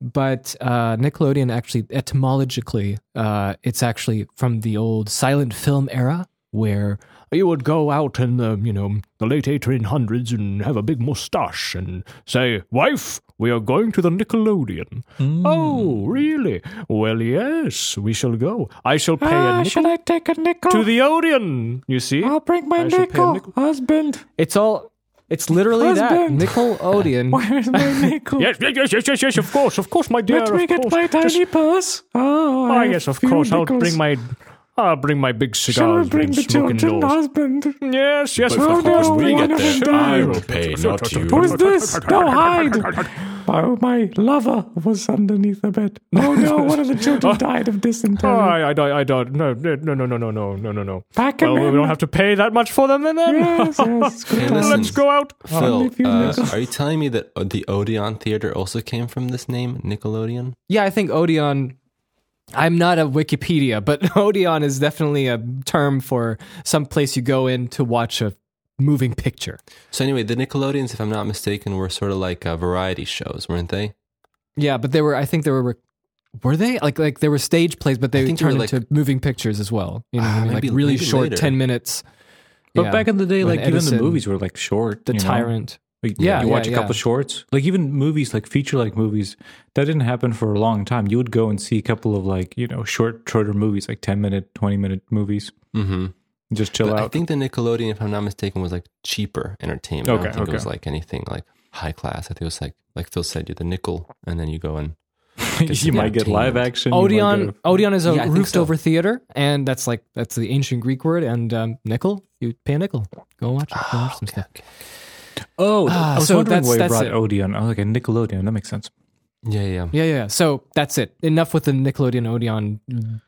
Speaker 1: But uh, Nickelodeon actually etymologically, uh, it's actually from the old silent film era where you would go out in the you know the late 1800s and have a big mustache and say, "Wife, we are going to the Nickelodeon."
Speaker 2: Hmm.
Speaker 1: Oh, really? Well, yes, we shall go. I shall pay a nickel
Speaker 2: Ah, I take a nickel?
Speaker 1: to the Odeon. You see,
Speaker 2: bring my
Speaker 1: I should pay a nickel. nickel.
Speaker 2: husband.
Speaker 1: it's all. It's literally that
Speaker 2: Husband.
Speaker 1: Nickelodeon.
Speaker 2: Where's my nickel?
Speaker 1: Yes, yes, yes, yes, yes, yes, of course, of course, my dear.
Speaker 2: Let
Speaker 1: of
Speaker 2: me get
Speaker 1: course.
Speaker 2: my tiny
Speaker 1: Just-
Speaker 2: purse. Oh,
Speaker 1: ah,
Speaker 2: I have
Speaker 1: yes, of
Speaker 2: few
Speaker 1: course. I'll
Speaker 2: nickels.
Speaker 1: bring my, I'll bring my big cigars.
Speaker 2: Shall we
Speaker 1: we
Speaker 2: bring
Speaker 1: can
Speaker 2: the
Speaker 1: smoke
Speaker 2: children,
Speaker 1: indoors.
Speaker 2: husband?
Speaker 1: Yes, yes,
Speaker 2: Well,
Speaker 1: of course.
Speaker 2: no,
Speaker 1: bring
Speaker 2: one
Speaker 1: it
Speaker 2: of
Speaker 1: there.
Speaker 2: them died.
Speaker 5: I will pay, not you.
Speaker 2: Who is this? No, hide! Oh, my lover was underneath the bed. Oh no, one of the
Speaker 1: Ah.
Speaker 2: children died of
Speaker 1: Oh,
Speaker 2: dysentery.
Speaker 1: I, I, don't- I don't. No, no, no, no, no, no, no, no, no, no.
Speaker 2: Pack him
Speaker 1: Well, we
Speaker 2: in.
Speaker 1: don't have to pay that much for them, then. then.
Speaker 2: Yes, yes. Good
Speaker 3: Hey,
Speaker 2: times.
Speaker 3: listen.
Speaker 1: Let's go out.
Speaker 3: Phil,
Speaker 2: if you
Speaker 3: uh,
Speaker 2: know.
Speaker 3: are you telling me that uh, the Odeon Theater also came from this name, Nickelodeon?
Speaker 1: Yeah, I think Odeon. I'm not a Wikipedia, but Odeon is definitely a term for some place you go in to watch a moving picture.
Speaker 3: So anyway, the Nickelodeons, if I'm not mistaken, were sort of like uh, variety shows, weren't they?
Speaker 1: Yeah, but they were. I think they were. Were they like like there were stage plays, but
Speaker 3: I
Speaker 1: they
Speaker 3: think they were,
Speaker 1: turned
Speaker 3: like-
Speaker 1: into moving pictures as well. You know, what I
Speaker 3: Ah,
Speaker 1: mean?
Speaker 3: maybe-
Speaker 1: like really
Speaker 3: maybe
Speaker 1: short,
Speaker 3: later.
Speaker 1: ten minutes.
Speaker 2: But
Speaker 1: Yeah.
Speaker 2: back in the day,
Speaker 1: When
Speaker 2: like even
Speaker 1: Edison-
Speaker 2: the movies were like short.
Speaker 1: the
Speaker 2: you know?
Speaker 1: tyrant.
Speaker 2: Like,
Speaker 1: Yeah,
Speaker 2: you
Speaker 1: yeah,
Speaker 2: watch a couple
Speaker 1: yeah.
Speaker 2: shorts. Like even movies, like feature like movies, that didn't happen for a long time. You would go and see a couple of like you know short, shorter movies, like ten minute, twenty minute movies.
Speaker 3: Mm-hmm.
Speaker 2: and Just chill
Speaker 3: But
Speaker 2: out.
Speaker 3: I think the Nickelodeon, if I'm not mistaken, was like cheaper entertainment. I
Speaker 2: Okay,
Speaker 3: don't think
Speaker 2: okay.
Speaker 3: it was like anything like high class. I think it was like like Phil said, you the nickel, and then you go and
Speaker 2: you might get live
Speaker 3: entertainment.
Speaker 2: action. you might
Speaker 1: Odeon.
Speaker 2: get-
Speaker 1: Odeon is a
Speaker 3: Yeah, I think
Speaker 1: roofed
Speaker 3: so.
Speaker 1: over theater, and that's like that's the ancient Greek word. And um, nickel, you pay a nickel, go watch, it, go watch some stuff.
Speaker 2: Oh,
Speaker 1: Ah,
Speaker 2: I was
Speaker 1: so
Speaker 2: wondering
Speaker 1: that's-
Speaker 2: why you
Speaker 1: that's
Speaker 2: brought
Speaker 1: it.
Speaker 2: Odeon. Oh, like a Nickelodeon. That makes sense.
Speaker 3: yeah, yeah.
Speaker 1: Yeah, yeah. yeah. So that's it. Enough with the Nickelodeon Odeon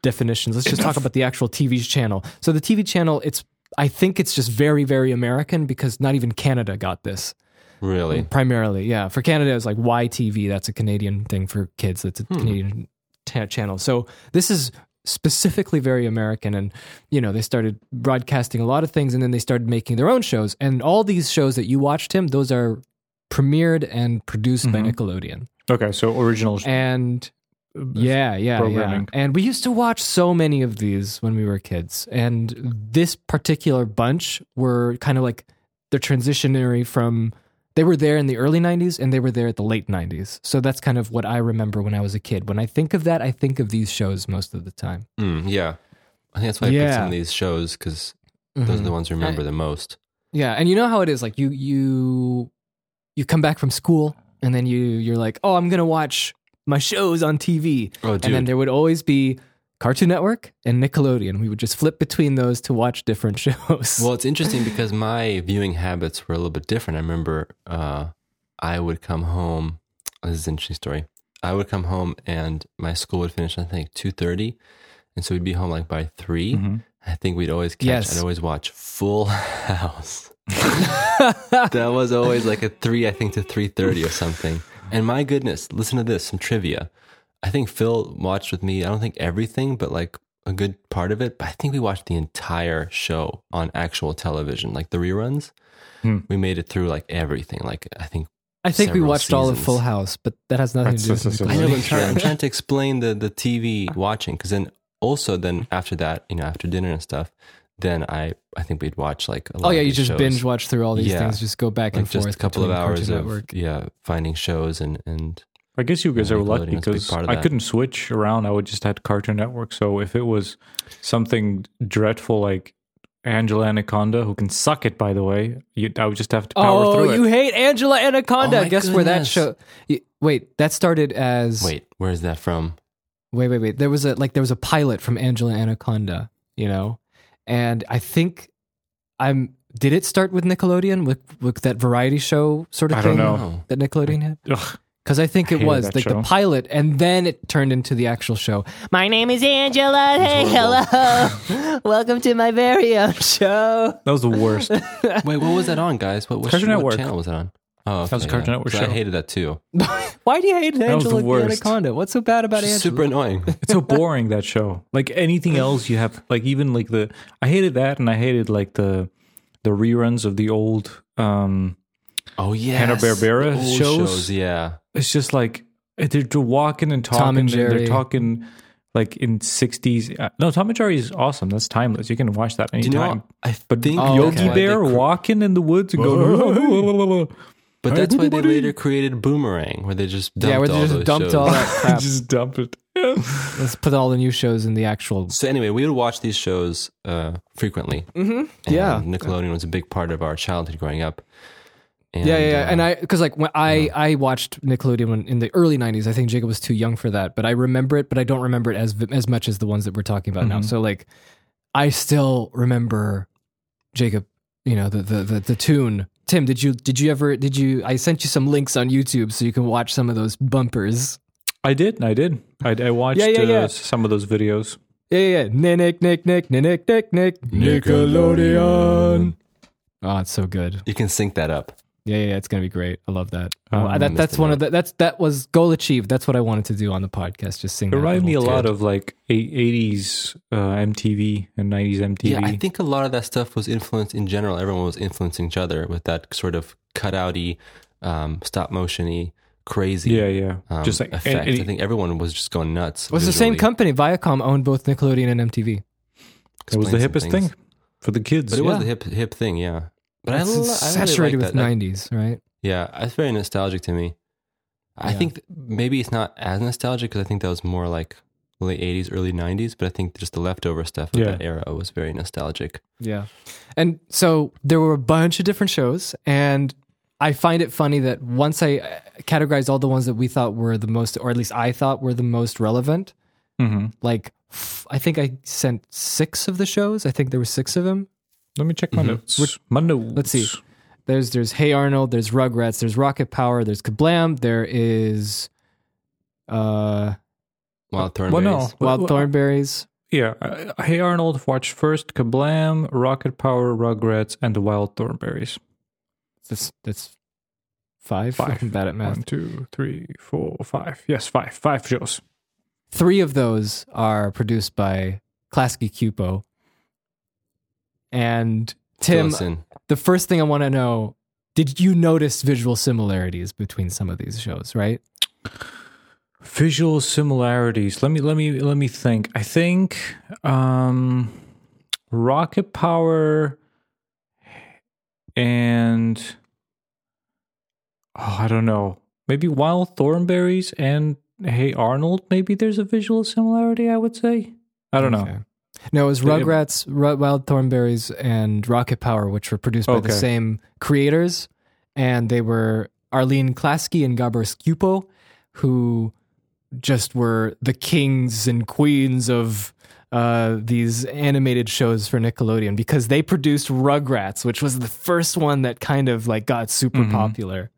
Speaker 1: definitions. Let's just talk about the actual TV channel. So the TV channel, it's I think it's just very, very American because not even Canada got this
Speaker 3: Really?
Speaker 1: primarily. Yeah, for Canada it's like YTV. That's a Canadian thing for kids. That's a Canadian ta- channel. So this is specifically very American, and you know they started broadcasting a lot of things, and then they started making their own shows. And all these shows that you watched him, those are premiered and produced by Nickelodeon.
Speaker 2: Okay, so original.
Speaker 1: And yeah, yeah,
Speaker 2: programming.
Speaker 1: yeah. And we used to watch so many of these when we were kids. And this particular bunch were kind of like they're transitionary from they were there in the early 90s and they were there at the late 90s. So that's kind of what I remember when I was a kid. When I think of that, I think of these shows most of the time.
Speaker 3: Mm, yeah. I think that's why I picked some
Speaker 1: Yeah.
Speaker 3: of these shows because those are
Speaker 1: Mm-hmm.
Speaker 3: the ones I remember the most.
Speaker 1: Yeah, and you know how it is like you you you come back from school and then you you're like, "Oh, I'm going to watch my shows on TV."
Speaker 3: Oh,
Speaker 1: And then
Speaker 3: dude.
Speaker 1: there would always be Cartoon Network and Nickelodeon. We would just flip between those to watch different shows.
Speaker 3: Well, it's interesting because my viewing habits were a little bit different. I remember uh, I would come home. This is an interesting story. I would come home and my school would finish, I think, two thirty, and so we'd be home like by 3 I think we'd always catch.
Speaker 1: Yes.
Speaker 3: I'd always watch Full House. that was always like a three, I think, to three thirty or something. And my goodness, listen to this. Some trivia. I think Phil watched with me. I don't think everything, but like a good part of it. But I think we watched the entire show on actual television, like the reruns.
Speaker 2: Hmm.
Speaker 3: We made it through like everything. Like I think
Speaker 1: I think we
Speaker 3: several
Speaker 1: watched all of
Speaker 3: seasons.
Speaker 1: Full House, but that has nothing to do
Speaker 2: That's-
Speaker 1: with
Speaker 2: that's-
Speaker 3: I
Speaker 1: Nickelodeon.
Speaker 3: know. But I'm, trying, I'm trying to explain the the TV watching because then also then after that, you know, after dinner and stuff, then I I think we'd watch like a lot
Speaker 1: Oh yeah,
Speaker 3: of
Speaker 1: you
Speaker 3: these
Speaker 1: just
Speaker 3: shows.
Speaker 1: binge watch through all these
Speaker 3: Yeah.
Speaker 1: things. Just go back
Speaker 3: like
Speaker 1: and
Speaker 3: just
Speaker 1: forth.
Speaker 3: a couple of
Speaker 1: between
Speaker 3: hours
Speaker 1: Cartoon
Speaker 3: of
Speaker 1: Network.
Speaker 3: yeah finding shows and and
Speaker 2: I guess you guys
Speaker 3: Yeah,
Speaker 2: are lucky
Speaker 3: Nickelodeon's a big
Speaker 2: because
Speaker 3: part of
Speaker 2: I
Speaker 3: that.
Speaker 2: couldn't switch around. I would just had Cartoon Network. So if it was something dreadful like Angela Anaconda, who can suck it, by the way, you, I would just have to power
Speaker 1: Oh,
Speaker 2: through
Speaker 1: you
Speaker 2: it.
Speaker 1: hate Angela Anaconda?
Speaker 3: Oh, my
Speaker 1: Guess where that
Speaker 3: goodness.
Speaker 1: show? y- Wait, that started as
Speaker 3: wait where is that from?
Speaker 1: wait, wait, wait. There was a like there was a pilot from Angela Anaconda, you know, and I think I'm. Did it start with Nickelodeon with, with that variety show sort of
Speaker 2: I
Speaker 1: thing
Speaker 2: don't know.
Speaker 3: Oh.
Speaker 1: that Nickelodeon had?
Speaker 2: Ugh.
Speaker 1: Because I think it
Speaker 2: Hated
Speaker 1: was
Speaker 2: that
Speaker 1: like the
Speaker 2: show.
Speaker 1: pilot, and then it turned into the actual show. My name is Angela. Hey,
Speaker 3: horrible.
Speaker 1: hello. Welcome to my very own show.
Speaker 2: That was the worst.
Speaker 3: Wait, what was that on, guys? What, what,
Speaker 2: Cartoon
Speaker 3: what
Speaker 2: Network.
Speaker 3: channel was that on? Oh, okay,
Speaker 2: That was a Cartoon
Speaker 3: yeah.
Speaker 2: Network
Speaker 3: So I
Speaker 2: show.
Speaker 3: hated that too.
Speaker 1: Why do you hate
Speaker 2: That was
Speaker 1: Angela
Speaker 2: the
Speaker 1: the,
Speaker 2: worst.
Speaker 1: Anaconda? What's so bad about Angela?
Speaker 3: Super annoying.
Speaker 2: It's so boring that show. Like anything else, you have like even like the I hated that, and I hated like the the reruns of the old. um
Speaker 3: Oh yeah,
Speaker 2: Hanna-Barbera shows?
Speaker 3: Yeah,
Speaker 2: It's just like eh, they're they're walking and talking.
Speaker 1: Tom and
Speaker 2: They're
Speaker 1: Jerry.
Speaker 2: talking like in sixties. Uh, no, Tom and Jerry is awesome. That's timeless. You can watch that
Speaker 3: do you
Speaker 2: anytime.
Speaker 3: know? I
Speaker 2: but
Speaker 3: think
Speaker 1: Oh,
Speaker 3: that's
Speaker 2: Yogi
Speaker 1: okay.
Speaker 3: why they
Speaker 2: Bear
Speaker 3: cr-
Speaker 2: walking in the woods and going.
Speaker 3: But
Speaker 2: Hey,
Speaker 3: that's why they
Speaker 2: everybody.
Speaker 3: later created Boomerang, where they just dumped
Speaker 1: yeah, where they
Speaker 3: all
Speaker 1: just
Speaker 3: those
Speaker 1: dumped
Speaker 3: shows.
Speaker 1: all that crap.
Speaker 2: just dump it.
Speaker 1: Let's put all the new shows in the actual.
Speaker 3: So anyway, we would watch these shows uh, frequently.
Speaker 1: Mm-hmm.
Speaker 3: And
Speaker 1: Yeah.
Speaker 3: Nickelodeon was a big part of our childhood growing up. And,
Speaker 1: yeah, yeah, yeah.
Speaker 3: uh,
Speaker 1: and I because like when I I watched Nickelodeon when, in the early '90s. I think Jacob was too young for that, but I remember it. But I don't remember it as as much as the ones that we're talking about now.
Speaker 2: Mhm.
Speaker 1: So like, I still remember Jacob. You know the, the the the tune. Tim, did you did you ever did you? I sent you some links on YouTube so you can watch some of those bumpers.
Speaker 2: I did. I did. I, I watched
Speaker 1: yeah, yeah.
Speaker 2: Uh, some of those videos.
Speaker 1: Yeah, yeah, yeah. Nick, Nick, Nick, Nick, Nick, Nick, Nick.
Speaker 3: Nickelodeon.
Speaker 1: Oh, it's so good.
Speaker 3: you can sync that up.
Speaker 1: Yeah, yeah, yeah, it's gonna be great. I love that.
Speaker 2: Um,
Speaker 1: Well, that
Speaker 3: missed
Speaker 1: that's
Speaker 3: the
Speaker 1: one of the that's that was goal achieved. That's what I wanted to do on the podcast. Just sing.
Speaker 2: It
Speaker 1: that
Speaker 2: reminded me a
Speaker 1: little
Speaker 2: lot
Speaker 1: tune.
Speaker 2: of like eighties uh, MTV and nineties MTV.
Speaker 3: Yeah, I think a lot of that stuff was influenced in general. Everyone was influencing each other with that sort of cutouty, um, stop motiony, crazy.
Speaker 2: yeah, yeah.
Speaker 3: Um,
Speaker 2: just like and-
Speaker 3: effect.
Speaker 2: and-
Speaker 3: I think everyone was just going nuts.
Speaker 1: It was the same
Speaker 3: visually.
Speaker 1: company. Viacom owned both Nickelodeon and MTV.
Speaker 2: it was the
Speaker 3: Explain some
Speaker 2: hippest
Speaker 3: things.
Speaker 2: thing for the kids.
Speaker 3: But it was
Speaker 1: Yeah.
Speaker 3: the hip hip thing, yeah. But
Speaker 1: It's
Speaker 3: I, lo- I
Speaker 1: saturated
Speaker 3: really
Speaker 1: with
Speaker 3: like that.
Speaker 1: '90s, right?
Speaker 3: Yeah, it's very nostalgic to me. I
Speaker 1: Yeah.
Speaker 3: think th- maybe it's not as nostalgic because I think that was more like late '80s, early '90s. But I think just the leftover stuff of
Speaker 2: Yeah.
Speaker 3: that era was very nostalgic.
Speaker 1: Yeah. And so there were a bunch of different shows, and I find it funny that once I uh, categorized all the ones that we thought were the most, or at least I thought were the most relevant,
Speaker 2: Mhm.
Speaker 1: like f- I think I sent six of the shows. I think there were six of them.
Speaker 2: Let me check my
Speaker 3: Mhm.
Speaker 2: notes. my notes.
Speaker 1: Let's see. There's there's Hey Arnold, there's Rugrats, there's Rocket Power, there's Kablam, there is uh
Speaker 3: Wild
Speaker 2: Uh, Well,
Speaker 3: Thornberries.
Speaker 2: no.
Speaker 1: Wild
Speaker 2: Well,
Speaker 1: Thornberries.
Speaker 2: Yeah. uh, Hey Arnold watched first Kablam, Rocket Power, Rugrats, and the Wild Thornberries.
Speaker 1: That's that's five.
Speaker 2: Five.
Speaker 1: I'm bad at math.
Speaker 2: One, two, three, four, five. Yes, five. Five shows.
Speaker 1: Three of those are produced by Klasky Cupo. And Tim,
Speaker 3: Listen,
Speaker 1: the first thing I want to know, did you notice visual similarities between some of these shows, right?
Speaker 2: Visual similarities. Let me let me let me think. I think um Rocket Power and oh, I don't know. Maybe Wild Thornberries and Hey Arnold, maybe there's a visual similarity, I would say. I don't know.
Speaker 1: Okay. No, it was
Speaker 2: They-
Speaker 1: Rugrats, Ru- Wild Thornberries, and Rocket Power, which were produced by
Speaker 2: Okay.
Speaker 1: the same creators, and they were Arlene Klasky and Gabor Scupo, who just were the kings and queens of uh, these animated shows for Nickelodeon because they produced Rugrats, which was the first one that kind of like got super
Speaker 2: Mhm.
Speaker 1: popular.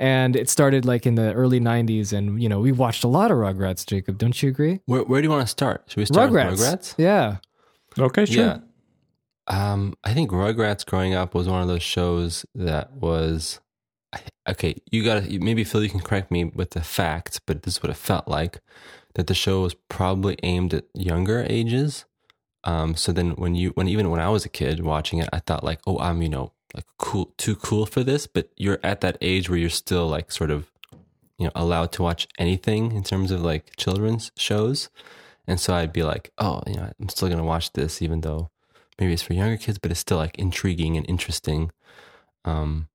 Speaker 1: And it started like in the early '90s, and you know we watched a lot of Rugrats. Jacob, don't you agree?
Speaker 3: where, where do you want to start? Should we start with Rugrats?
Speaker 1: Yeah.
Speaker 2: Okay, sure.
Speaker 3: Yeah. Um, I think Rugrats growing up was one of those shows that was I- okay. You got to maybe Phil, you can correct me with the facts, but this is what it felt like that the show was probably aimed at younger ages. Um, so then when you when even when I was a kid watching it, I thought like, oh, I'm you know like cool too cool for this, but you're at that age where you're still like sort of you know allowed to watch anything in terms of like children's shows. And so I'd be like, oh, you know, I'm still gonna watch this, even though maybe it's for younger kids, but it's still like intriguing and interesting. Um,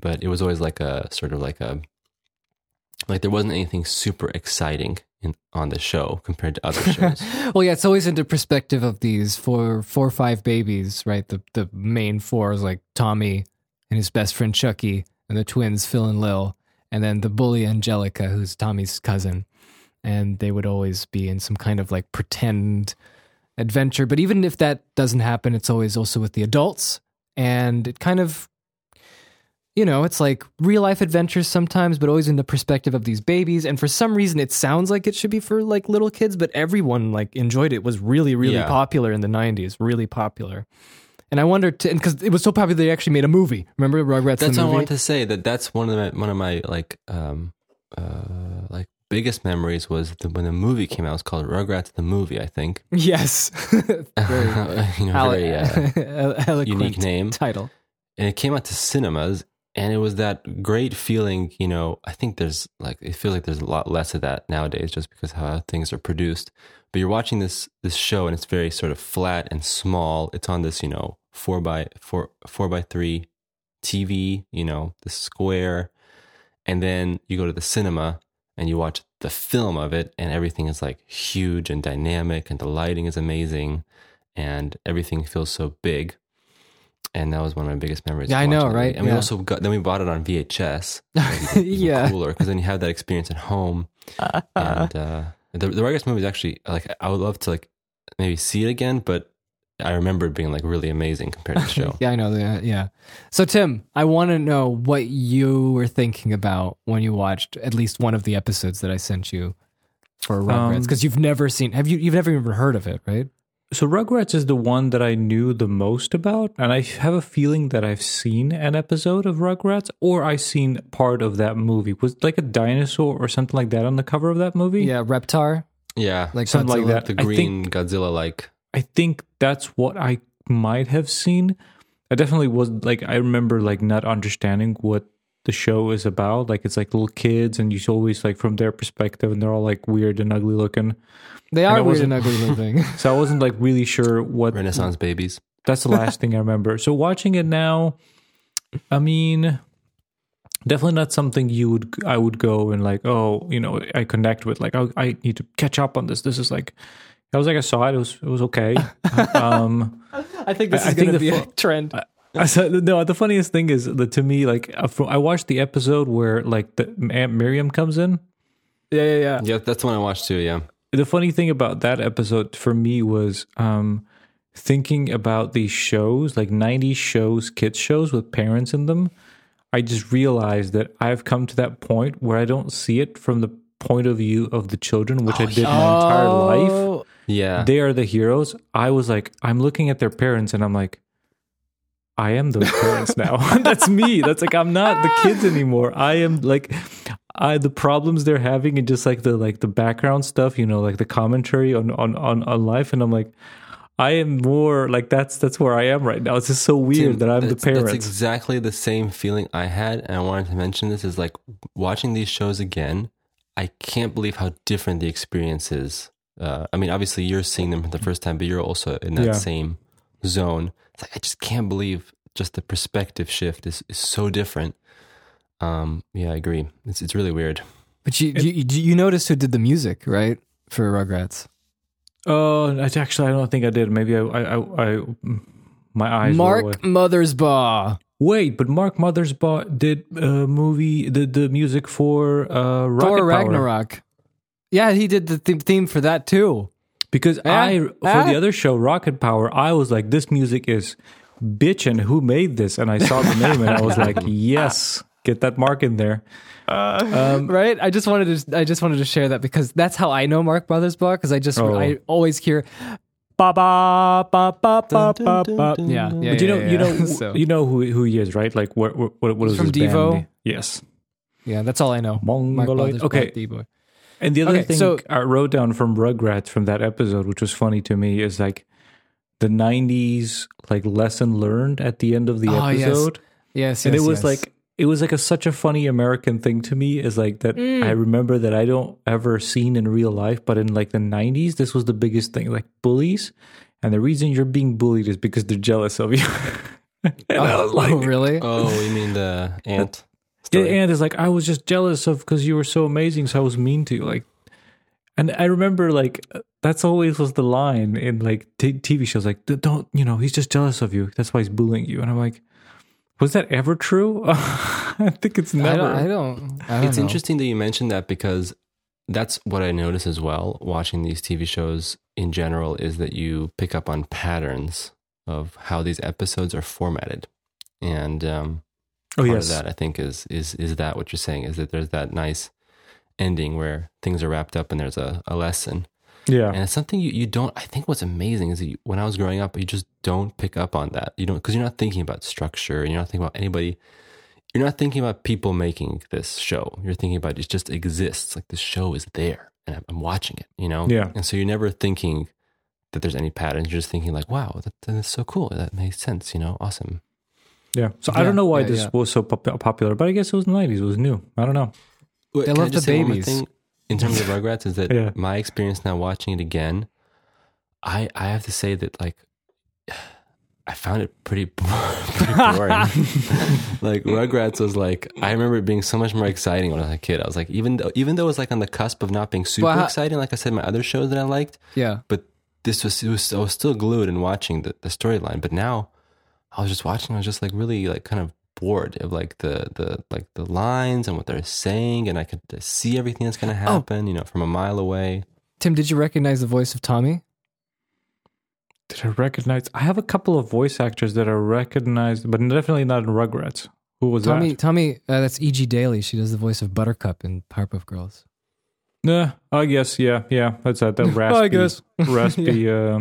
Speaker 3: but it was always like a sort of like a like there wasn't anything super exciting in on the show compared to other shows.
Speaker 1: well, yeah, it's always into perspective of these four, four or five babies, right? The the main four is like Tommy and his best friend Chucky, and the twins Phil and Lil, and then the bully Angelica, who's Tommy's cousin, and they would always be in some kind of like pretend adventure. But even if that doesn't happen, it's always also with the adults, and it kind of. You know, it's like real life adventures sometimes, but always in the perspective of these babies. And for some reason, it sounds like it should be for like little kids, but everyone like enjoyed it. It Was really, really
Speaker 3: Yeah.
Speaker 1: popular in the '90s. Really popular, And I wonder, because it was so popular, they actually made a movie. Remember Rugrats?
Speaker 3: That's
Speaker 1: the
Speaker 3: what I
Speaker 1: movie?
Speaker 3: wanted to say. That that's one of my, one of my like um uh like biggest memories was the, when the movie came out. It was called Rugrats the movie, I think.
Speaker 1: Yes. Very,
Speaker 3: you know, very uh,
Speaker 1: eloquent
Speaker 3: unique name.
Speaker 1: title.
Speaker 3: and it came out to cinemas and it was that great feeling you know i think there's like it feels like there's a lot less of that nowadays just because how things are produced but you're watching this this show and it's very sort of flat and small it's on this you know four by four four by three tv you know the square and then you go to the cinema and you watch the film of it and everything is like huge and dynamic and the lighting is amazing and everything feels so big and that was one of my biggest memories.
Speaker 1: Yeah,
Speaker 3: of
Speaker 1: I know,
Speaker 3: watching the movie.
Speaker 1: right?
Speaker 3: And we
Speaker 1: Yeah.
Speaker 3: also got then we bought it on VHS. Even
Speaker 1: yeah.
Speaker 3: cooler because then you have that experience at home. and uh, the the Rugrats movie is actually like I would love to like maybe see it again, but I remember it being like really amazing compared to the show.
Speaker 1: Yeah, I know that. Yeah. So, Tim, I want to know what you were thinking about when you watched at least one of the episodes that I sent you for Rugrats,
Speaker 2: Um,
Speaker 1: because you've never seen. Have you? You've never even heard of it, right?
Speaker 2: So Rugrats is the one that I knew the most about, and I have a feeling that I've seen an episode of Rugrats or I've seen part of that movie. Was it like a dinosaur or something like that on the cover of that movie?
Speaker 1: Yeah, Reptar,
Speaker 3: Yeah,
Speaker 1: like
Speaker 2: Something like
Speaker 1: Godzilla.
Speaker 2: that.
Speaker 3: the
Speaker 2: I
Speaker 3: green Godzilla like.
Speaker 2: I think that's what I might have seen. I definitely was like I remember like not understanding what the show is about. Like it's like little kids and you always like from their perspective and they're all like weird and ugly looking.
Speaker 1: They
Speaker 2: And
Speaker 1: are
Speaker 2: it
Speaker 1: weird and
Speaker 2: wasn't-
Speaker 1: ugly looking.
Speaker 2: So I wasn't like really sure what
Speaker 3: Renaissance
Speaker 1: Mm.
Speaker 3: babies.
Speaker 2: that's the last thing I remember. So watching it now, I mean, definitely not something you would I would go and like, oh, you know, I connect with like, oh, I need to catch up on this. This is like, I was like, I saw it. It was it was okay. um,
Speaker 1: I think Uh,
Speaker 2: this I- is I think gonna the be a fu-
Speaker 1: trend.
Speaker 2: I said, no, the funniest thing is that to me, like, uh, from, I watched the episode where like the Aunt Miriam comes in.
Speaker 1: yeah, yeah, yeah.
Speaker 3: Yeah, that's the one I watched too. Yeah,
Speaker 2: the funny thing about that episode for me was um thinking about these shows like 90s shows kids shows with parents in them i just realized that i've come to that point where i don't see it from the point of view of the children which i did my entire life
Speaker 1: Oh,
Speaker 3: yeah.
Speaker 2: they are the heroes i was like i'm looking at their parents and i'm like i am those parents now that's me that's like i'm not the kids anymore i am like I, the problems they're having and just like the like the background stuff you know like the commentary on on on, on life and i'm like i am more like that's that's where i am right now it's just so weird
Speaker 3: Tim,
Speaker 2: that i'm the
Speaker 3: that's- that's
Speaker 2: parents
Speaker 3: exactly the same feeling I had, and I wanted to mention this is like watching these shows again. I can't believe how different the experience is. Uh, I mean, obviously you're seeing them for the first time, but you're also in that
Speaker 2: Yeah.
Speaker 3: same zone. It's like I just can't believe just the perspective shift is, is so different. Um, yeah, I agree. It's it's really weird.
Speaker 1: but you, you you you noticed who did the music, right? For Rugrats,
Speaker 2: oh that's actually i don't think i did maybe i i i, I my eyes were away.
Speaker 1: Mark Mothersbaugh.
Speaker 2: Wait, but Mark Mothersbaugh did a movie, did the music for uh, Rocket
Speaker 1: Thor
Speaker 2: Power.
Speaker 1: Ragnarok. Yeah, he did the theme, theme for that too.
Speaker 2: Because I, for
Speaker 1: eh.
Speaker 2: the other show, Rocket Power, I was like, this music is bitchin'. Who made this? And I saw the name and I was like, yes, get that Mark in there. Um,
Speaker 1: right? I just wanted to I just wanted to share that because that's how I know Mark Mothersbaugh because I just
Speaker 2: Oh.
Speaker 1: I always hear ba ba ba ba ba
Speaker 3: Dun,
Speaker 1: ba
Speaker 3: dun,
Speaker 1: ba.
Speaker 3: dun,
Speaker 1: Yeah,
Speaker 3: dun.
Speaker 1: yeah,
Speaker 2: But you
Speaker 1: yeah,
Speaker 2: know,
Speaker 1: yeah,
Speaker 2: you know,
Speaker 1: so,
Speaker 2: you know who who he is, right? Like, what what what was
Speaker 1: From
Speaker 2: his
Speaker 1: Devo?
Speaker 2: band? Yes,
Speaker 1: yeah, that's all I know. Mark
Speaker 2: Mongoloid.
Speaker 1: Mothersbaugh,
Speaker 2: Okay,
Speaker 1: D-boy.
Speaker 2: And the other
Speaker 1: Okay,
Speaker 2: thing
Speaker 1: so-
Speaker 2: I wrote down from Rugrats from that episode, which was funny to me, is like the '90s like lesson learned at the end of the
Speaker 1: Oh, yes.
Speaker 2: episode,
Speaker 1: Yes, yes,
Speaker 2: and it was
Speaker 1: yes.
Speaker 2: like it was like a such a funny American thing to me is like that
Speaker 1: Mm.
Speaker 2: I remember that I don't ever seen in real life, but in like the '90s, this was the biggest thing, like bullies, and the reason you're being bullied is because they're jealous of you. and I was like, uh,
Speaker 1: oh really?
Speaker 3: Oh, you mean the ant?
Speaker 2: yeah,
Speaker 3: story?
Speaker 2: and it's like I was just jealous of because you were so amazing, so I was mean to you. Like, and I remember like that's always was the line in like t- TV shows, like "D- don't you know he's just jealous of you. That's why he's bullying you. And I'm like, was that ever true? I think it's
Speaker 1: I
Speaker 2: never.
Speaker 1: don't, I don't. I don't
Speaker 3: it's
Speaker 1: know.
Speaker 3: interesting that you mentioned that because that's what I notice as well watching these TV shows in general is that you pick up on patterns of how these episodes are formatted. And um,
Speaker 2: oh
Speaker 3: part
Speaker 2: yes,
Speaker 3: of that I think is is is that what you're saying is that there's that nice ending where things are wrapped up and there's a, a lesson.
Speaker 2: Yeah.
Speaker 3: And it's something you, you don't, I think what's amazing is that you, when I was growing up, you just don't pick up on that. You don't, because you're not thinking about structure and you're not thinking about anybody. You're not thinking about people making this show. You're thinking about it just exists. Like the show is there and I'm, I'm watching it, you know?
Speaker 2: Yeah.
Speaker 3: And so you're never thinking that there's any patterns. You're just thinking, like, wow, that, that's so cool. That makes sense, you know? Awesome.
Speaker 2: Yeah. So I
Speaker 1: Yeah,
Speaker 2: don't know why
Speaker 1: yeah,
Speaker 2: this
Speaker 1: yeah.
Speaker 2: was so pop- popular, but I guess it was in the 90s. It was new. I don't know.
Speaker 3: Wait,
Speaker 1: They
Speaker 3: can I
Speaker 1: love
Speaker 3: just
Speaker 1: the
Speaker 3: say one more
Speaker 1: babies.
Speaker 3: thing in terms of Rugrats, is that
Speaker 2: Yeah.
Speaker 3: my experience now watching it again, I I have to say that like I found it pretty, bo- pretty boring. like Rugrats was like I remember it being so much more exciting when I was a kid. I was like even though even though it was like on the cusp of not being super
Speaker 1: Well, how-
Speaker 3: exciting, like I said, my other shows that I liked,
Speaker 1: Yeah.
Speaker 3: but this was, it was I was still glued and watching the, the storyline. But now I was just watching. I was just like really like kind of bored of like the the like the lines and what they're saying, and I could see everything that's going to
Speaker 2: Oh.
Speaker 3: happen. You know, from a mile away.
Speaker 1: Tim, did you recognize the voice of Tommy?
Speaker 2: Did I recognize? I have a couple of voice actors that are recognized, but definitely not in Rugrats. Who was
Speaker 1: Tommy,
Speaker 2: that?
Speaker 1: Tommy, uh, that's E.G. Daly. She does the voice of Buttercup in Powerpuff Girls.
Speaker 2: Yeah, I guess. Yeah, yeah. That's that. That raspy,
Speaker 1: guess.
Speaker 2: raspy. uh,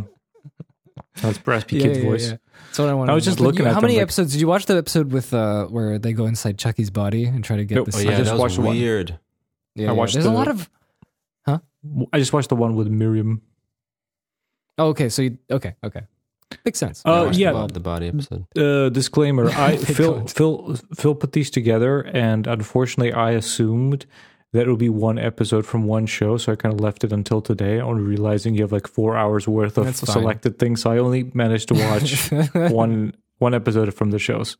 Speaker 2: that's raspy kid's voice.
Speaker 1: That's what I wanted.
Speaker 2: I was
Speaker 1: to know.
Speaker 2: just
Speaker 1: But
Speaker 2: looking
Speaker 1: you-
Speaker 2: at
Speaker 1: How
Speaker 2: them,
Speaker 1: many
Speaker 2: like-
Speaker 1: episodes did you watch? The episode with uh, where they go inside Chucky's body and try to get
Speaker 2: Nope.
Speaker 1: this.
Speaker 3: Oh
Speaker 1: the.
Speaker 3: yeah,
Speaker 2: I just
Speaker 3: that was
Speaker 2: watched one.
Speaker 3: weird.
Speaker 1: yeah,
Speaker 2: I watched
Speaker 1: There's a
Speaker 2: the-
Speaker 1: lot of.
Speaker 2: I just watched the one with Miriam.
Speaker 1: Oh, okay, so you okay, okay, makes sense.
Speaker 2: Uh,
Speaker 3: I watched
Speaker 2: yeah.
Speaker 3: the, bod- the body episode.
Speaker 2: Uh, disclaimer: I
Speaker 1: They
Speaker 2: Phil
Speaker 1: don't.
Speaker 2: Phil Phil put these together, and unfortunately, I assumed that it would be one episode from one show, so I kind of left it until today. Only realizing you have like four hours worth of
Speaker 1: That's fine.
Speaker 2: selected things, so I only managed to watch one one episode from the shows.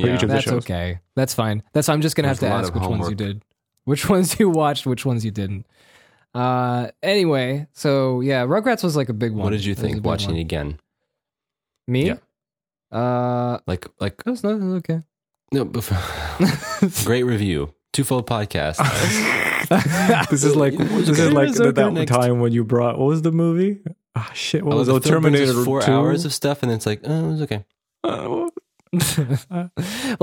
Speaker 2: For each of the
Speaker 1: that's
Speaker 2: shows.
Speaker 1: okay. That's fine. That's I'm just gonna
Speaker 3: There's
Speaker 1: have to
Speaker 3: a lot
Speaker 1: ask
Speaker 3: of
Speaker 1: which ones you
Speaker 3: homework.
Speaker 1: did, which ones you watched, which ones you didn't. Uh, anyway, so yeah, Rugrats was like a big one.
Speaker 3: What did you
Speaker 1: It was a
Speaker 3: think
Speaker 1: big
Speaker 3: watching
Speaker 1: one.
Speaker 3: it again?
Speaker 1: Me?
Speaker 3: Yeah.
Speaker 1: Uh,
Speaker 3: Like like
Speaker 2: Oh.
Speaker 1: it was not it was okay.
Speaker 3: no, before, great review. Twofold podcast.
Speaker 2: this is like this is
Speaker 3: Okay.
Speaker 2: like the, that
Speaker 3: Next.
Speaker 2: time when you brought what was the movie? Ah, shit, what
Speaker 3: I
Speaker 2: was
Speaker 3: love
Speaker 2: it?
Speaker 3: that Phil brings us
Speaker 2: Terminator
Speaker 3: Oh, Four
Speaker 2: 2?
Speaker 3: hours of stuff, and it's like, oh, it's okay.
Speaker 2: Uh,
Speaker 1: well,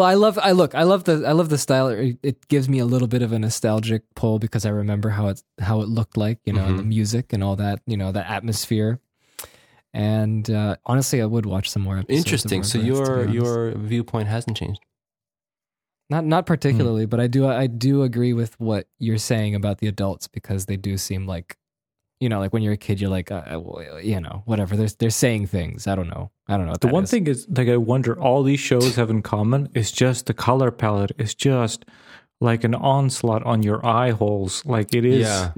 Speaker 1: I love I look I love the I love the style. It, it gives me a little bit of a nostalgic pull because I remember how it how it looked like, you know, and
Speaker 3: Mm-hmm.
Speaker 1: the music and all that, you know, the atmosphere. And uh, honestly, I would watch some more. Episodes of
Speaker 3: Interesting.
Speaker 1: Rugrats, to
Speaker 3: So
Speaker 1: be
Speaker 3: your
Speaker 1: honest.
Speaker 3: your viewpoint hasn't changed.
Speaker 1: not not
Speaker 3: Hmm.
Speaker 1: particularly, but I do I do agree with what you're saying about the adults because they do seem like, you know, like when you're a kid, you're like, uh, uh, well, you know, whatever. They're they're saying things. I don't know. I don't know. What
Speaker 2: the
Speaker 1: that
Speaker 2: one
Speaker 1: is.
Speaker 2: thing is like I wonder all these shows have in common is just the color palette. It's just like an onslaught on your eye holes. Like it is
Speaker 3: Yeah.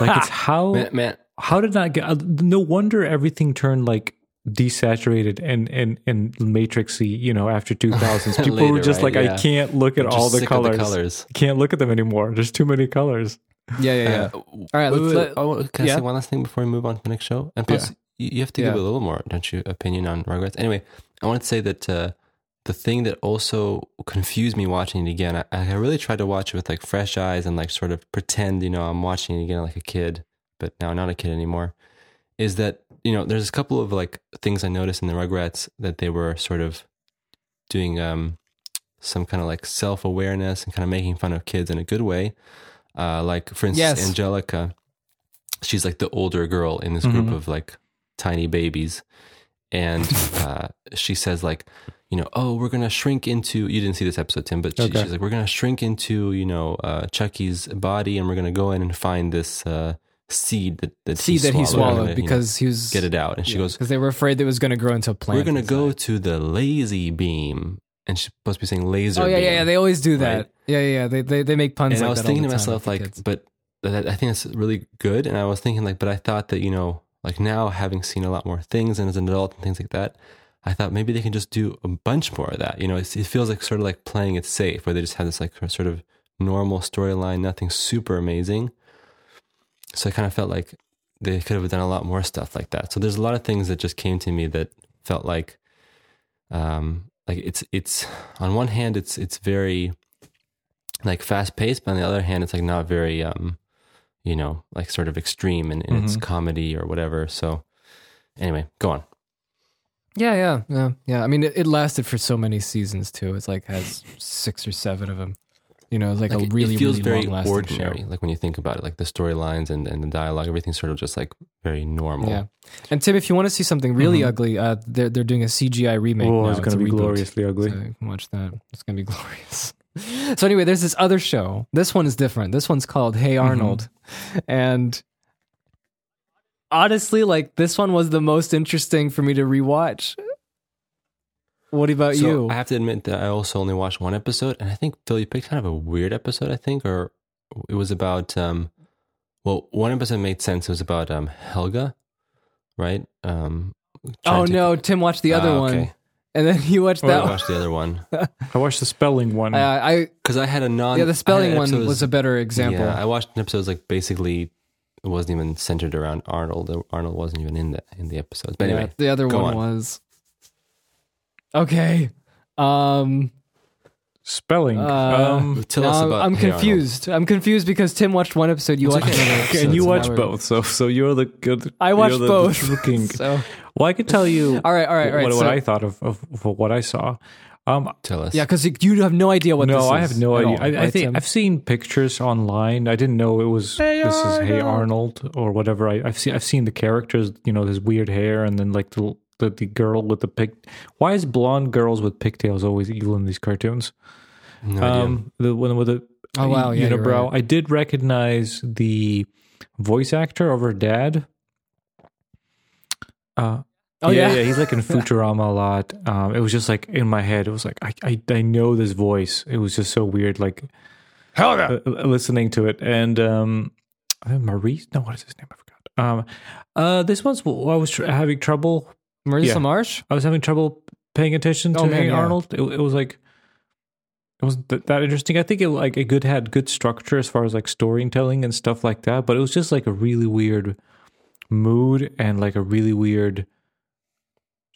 Speaker 2: like it's how
Speaker 3: Man, man,
Speaker 2: how did that get uh, no wonder everything turned like desaturated and and and matrixy you know after 2000s people were
Speaker 3: Later,
Speaker 2: just like
Speaker 3: right? Yeah.
Speaker 2: i can't look at
Speaker 3: I'm
Speaker 2: all
Speaker 3: just
Speaker 2: the
Speaker 3: sick of
Speaker 2: colors.
Speaker 3: colors.
Speaker 2: can't look at them anymore there's too many colors
Speaker 1: Yeah, yeah, yeah.
Speaker 3: Uh,
Speaker 1: all right,
Speaker 3: wait,
Speaker 1: let's,
Speaker 3: wait,
Speaker 1: let,
Speaker 3: oh, can I
Speaker 1: yeah.
Speaker 3: say one last thing before we move on to the next show? And plus, you, you have to give
Speaker 1: Yeah.
Speaker 3: a little more, don't you, opinion on Rugrats? Anyway, I wanted to say that uh, the thing that also confused me watching it again, I, I really tried to watch it with like fresh eyes and like sort of pretend, you know, I'm watching it again like a kid, but now I'm not a kid anymore, is that, you know, there's a couple of like things I noticed in the Rugrats that they were sort of doing um, some kind of like self awareness and kind of making fun of kids in a good way. Uh, like, for instance,
Speaker 1: Yes.
Speaker 3: Angelica, she's like the older girl in this
Speaker 2: Mhm.
Speaker 1: Mm-hmm.
Speaker 3: group of like tiny babies. And uh, she says, like, you know, oh, we're going to shrink into, you didn't see this episode, Tim, but she,
Speaker 2: Okay.
Speaker 3: she's like, we're going to shrink into, you know, uh, Chucky's body and we're going to go in and find this uh, seed that, that
Speaker 1: see that he
Speaker 3: We're
Speaker 1: swallowed
Speaker 3: gonna, you know,
Speaker 1: because he was
Speaker 3: get it out. And she goes,
Speaker 1: because they were afraid that it was going to grow into a plant.
Speaker 3: we're going to go
Speaker 1: inside.
Speaker 3: to the lazy beam. And she's supposed to be saying laser
Speaker 1: Oh yeah,
Speaker 3: beam.
Speaker 1: yeah, yeah. They always do that.
Speaker 3: right?
Speaker 1: Yeah, yeah, yeah. They, they they make puns.
Speaker 3: and
Speaker 1: like
Speaker 3: I was
Speaker 1: that all
Speaker 3: thinking
Speaker 1: the
Speaker 3: to
Speaker 1: time with
Speaker 3: myself,
Speaker 1: the
Speaker 3: like,
Speaker 1: kids.
Speaker 3: but that, I think that's really good. And I was thinking, like, but I thought that you know, like now having seen a lot more things and as an adult and things like that, I thought maybe they can just do a bunch more of that. You know, it's, it feels like sort of like playing it safe, where they just have this like sort of normal storyline, nothing super amazing. So I kind of felt like they could have done a lot more stuff like that. So there's a lot of things that just came to me that felt like, um, like it's it's on one hand it's it's very like fast paced, but on the other hand, it's like not very, um, you know, like sort of extreme in, in its
Speaker 1: Mm-hmm.
Speaker 2: Mhm.
Speaker 3: comedy or whatever. So, anyway, go on.
Speaker 1: yeah, yeah, yeah, yeah. I mean, it, it lasted for so many seasons too. It's like has six or seven of them. You know, it's like,
Speaker 3: Like,
Speaker 1: a really
Speaker 3: it feels
Speaker 1: really
Speaker 3: very
Speaker 1: long-lasting
Speaker 3: ordinary.
Speaker 1: show.
Speaker 3: Like when you think about it, like the storylines and, and the dialogue, everything's sort of just like very normal.
Speaker 1: Yeah. And Tim, if you want to see something really
Speaker 3: Mm-hmm.
Speaker 1: ugly,
Speaker 2: Mhm.
Speaker 1: uh, they're they're doing a CGI remake.
Speaker 2: oh,
Speaker 1: now.
Speaker 2: it's gonna
Speaker 1: a
Speaker 2: be
Speaker 1: reboot.
Speaker 2: gloriously ugly.
Speaker 1: So you can watch that. It's gonna be glorious. So anyway, there's this other show. This one is different. This one's called Hey
Speaker 3: Mm-hmm.
Speaker 1: Arnold, and honestly, like this one was the most interesting for me to rewatch. What about
Speaker 3: So
Speaker 1: you?
Speaker 3: I have to admit that I also only watched one episode, and I think Phil, you picked kind of a weird episode. I think, or it was about. um Well, one episode made sense. It was about um Helga, right? Um
Speaker 1: oh
Speaker 3: trying to-
Speaker 1: no, Tim watched the other
Speaker 3: Ah,
Speaker 1: one,
Speaker 3: okay.
Speaker 1: and then he watched
Speaker 2: Oh,
Speaker 1: that.
Speaker 3: I
Speaker 1: one.
Speaker 3: watched the other one
Speaker 2: I watched the spelling one.
Speaker 1: I, I
Speaker 3: because I uh, had a non.
Speaker 1: yeah, the
Speaker 3: I had
Speaker 1: spelling
Speaker 3: an
Speaker 1: one
Speaker 3: episode-
Speaker 1: was a better example.
Speaker 3: Yeah, I watched an episode like basically it wasn't even centered around Arnold. Arnold wasn't even in the in the episode. But
Speaker 1: Yeah,
Speaker 3: anyway,
Speaker 1: the other
Speaker 3: go
Speaker 1: one
Speaker 3: on.
Speaker 1: was okay. Um,
Speaker 2: spelling.
Speaker 1: Uh,
Speaker 2: um,
Speaker 3: tell
Speaker 1: now
Speaker 3: us
Speaker 1: I'm-
Speaker 3: about.
Speaker 1: I'm
Speaker 3: Hey Arnold.
Speaker 1: confused. I'm confused because Tim watched one episode, you
Speaker 3: It's
Speaker 1: watched
Speaker 3: okay.
Speaker 1: another.
Speaker 3: Okay,
Speaker 2: Okay,
Speaker 1: episode,
Speaker 2: and you
Speaker 1: so
Speaker 2: watch
Speaker 1: now we're-
Speaker 2: both, so so you're the good.
Speaker 1: I
Speaker 2: you're
Speaker 1: watched
Speaker 2: the- the
Speaker 1: both.
Speaker 2: true king.
Speaker 1: So
Speaker 2: Well, I can tell you.
Speaker 1: all right, all right, all right.
Speaker 2: what,
Speaker 1: so,
Speaker 2: what I thought of, of, of what I saw. Um,
Speaker 3: Tell us.
Speaker 1: yeah, because you have no idea what.
Speaker 2: no,
Speaker 1: this is
Speaker 2: I have no
Speaker 1: at
Speaker 2: idea.
Speaker 1: all,
Speaker 2: I, I
Speaker 1: right,
Speaker 2: think
Speaker 1: Tim?
Speaker 2: I've seen pictures online. I didn't know it was this is Hey Arnold or whatever. I, I've seen I've seen the characters. You know, this weird hair and then like the the, the girl with the pig. Why is blonde girls with pigtails always evil in these cartoons?
Speaker 3: No idea.
Speaker 2: Um, the one with the
Speaker 1: Oh, wow, yeah, you're
Speaker 2: unibrow.
Speaker 1: right.
Speaker 2: I did recognize the voice actor of her dad. Uh,
Speaker 1: Oh,
Speaker 2: yeah,
Speaker 1: yeah.
Speaker 2: yeah, he's like in Futurama a lot. Um, it was just like in my head. It was like I, I, I know this voice. It was just so weird, like Helga, listening to it. And um, I think Maurice, no, what is his name? I forgot. Um, uh, this one's I was tr- having trouble.
Speaker 1: Marissa
Speaker 2: yeah.
Speaker 1: Marsh.
Speaker 2: I was having trouble paying attention to
Speaker 1: Oh, man,
Speaker 2: Hey
Speaker 1: yeah.
Speaker 2: Arnold. It, it was like it wasn't th- that interesting. I think it like it good had good structure as far as like storytelling and stuff like that, but it was just like a really weird mood and like a really weird,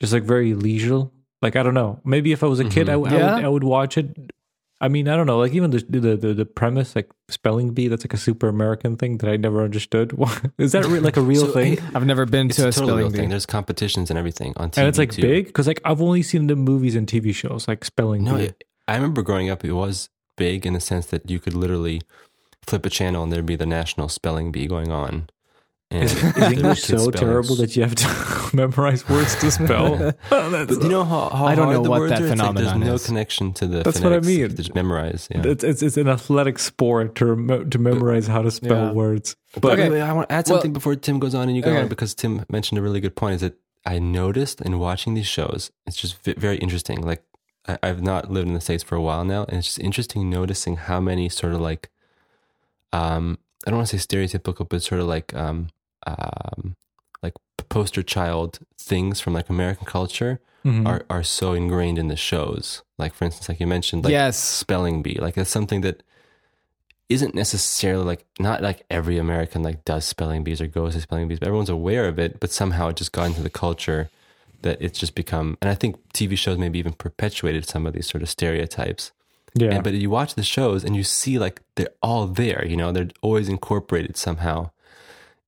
Speaker 2: just like very leisure. Like I don't know. Maybe if I was a kid, I, w- I
Speaker 1: Mm-hmm. Yeah.
Speaker 2: would I would watch it. I mean, I don't know. Like even the the the, the premise, like spelling bee, that's like a super American thing that I never understood. Is that re- like a real
Speaker 3: So,
Speaker 2: thing?
Speaker 3: hey,
Speaker 1: I've never been
Speaker 3: It's
Speaker 1: to
Speaker 3: a
Speaker 1: a
Speaker 3: totally real
Speaker 1: spelling
Speaker 3: thing.
Speaker 1: bee.
Speaker 3: There's competitions and everything on TV.
Speaker 2: and it's like
Speaker 3: too.
Speaker 2: big because like I've only seen the movies and TV shows like spelling
Speaker 3: No,
Speaker 2: bee.
Speaker 3: it, I remember growing up, it was big in the sense that you could literally flip a channel and there'd be the national spelling bee going on. And
Speaker 2: Is,
Speaker 3: there
Speaker 2: is
Speaker 3: were
Speaker 2: English so
Speaker 3: kids spelling-
Speaker 2: terrible that you have to memorize words to spell?
Speaker 3: But do you know how, how
Speaker 1: I don't
Speaker 3: hard
Speaker 1: know
Speaker 3: the
Speaker 1: what
Speaker 3: words
Speaker 1: that
Speaker 3: are? It's like
Speaker 1: phenomenon
Speaker 3: there's
Speaker 1: is.
Speaker 3: no connection to the.
Speaker 2: That's what I
Speaker 3: phonetics. You
Speaker 2: mean.
Speaker 3: just memorize. Yeah.
Speaker 2: It's, it's it's an athletic sport to remo- to memorize how to spell
Speaker 1: Yeah.
Speaker 2: words.
Speaker 3: But
Speaker 1: Okay.
Speaker 3: wait, wait, I want to add
Speaker 1: Well-
Speaker 3: something before Tim goes on and you go
Speaker 1: Okay.
Speaker 3: on because Tim mentioned a really good point. Is that I noticed in watching these shows, it's just v- very interesting. Like I, I've not lived in the states for a while now, and it's just interesting noticing how many sort of like, um, I don't want to say stereotypical, but sort of like, um, um, like poster child things from like American culture
Speaker 1: Mm-hmm.
Speaker 2: Mhm.
Speaker 3: are are so ingrained in the shows. Like for instance, like you mentioned, like
Speaker 1: Yes.
Speaker 3: spelling bee. Like that's something that isn't necessarily like not like every American like does spelling bees or goes to spelling bees, but everyone's aware of it. But somehow it just got into the culture that it's just become. And I think TV shows maybe even perpetuated some of these sort of stereotypes.
Speaker 2: Yeah,
Speaker 3: And, but you watch the shows and you see like they're all there. You know, they're always incorporated somehow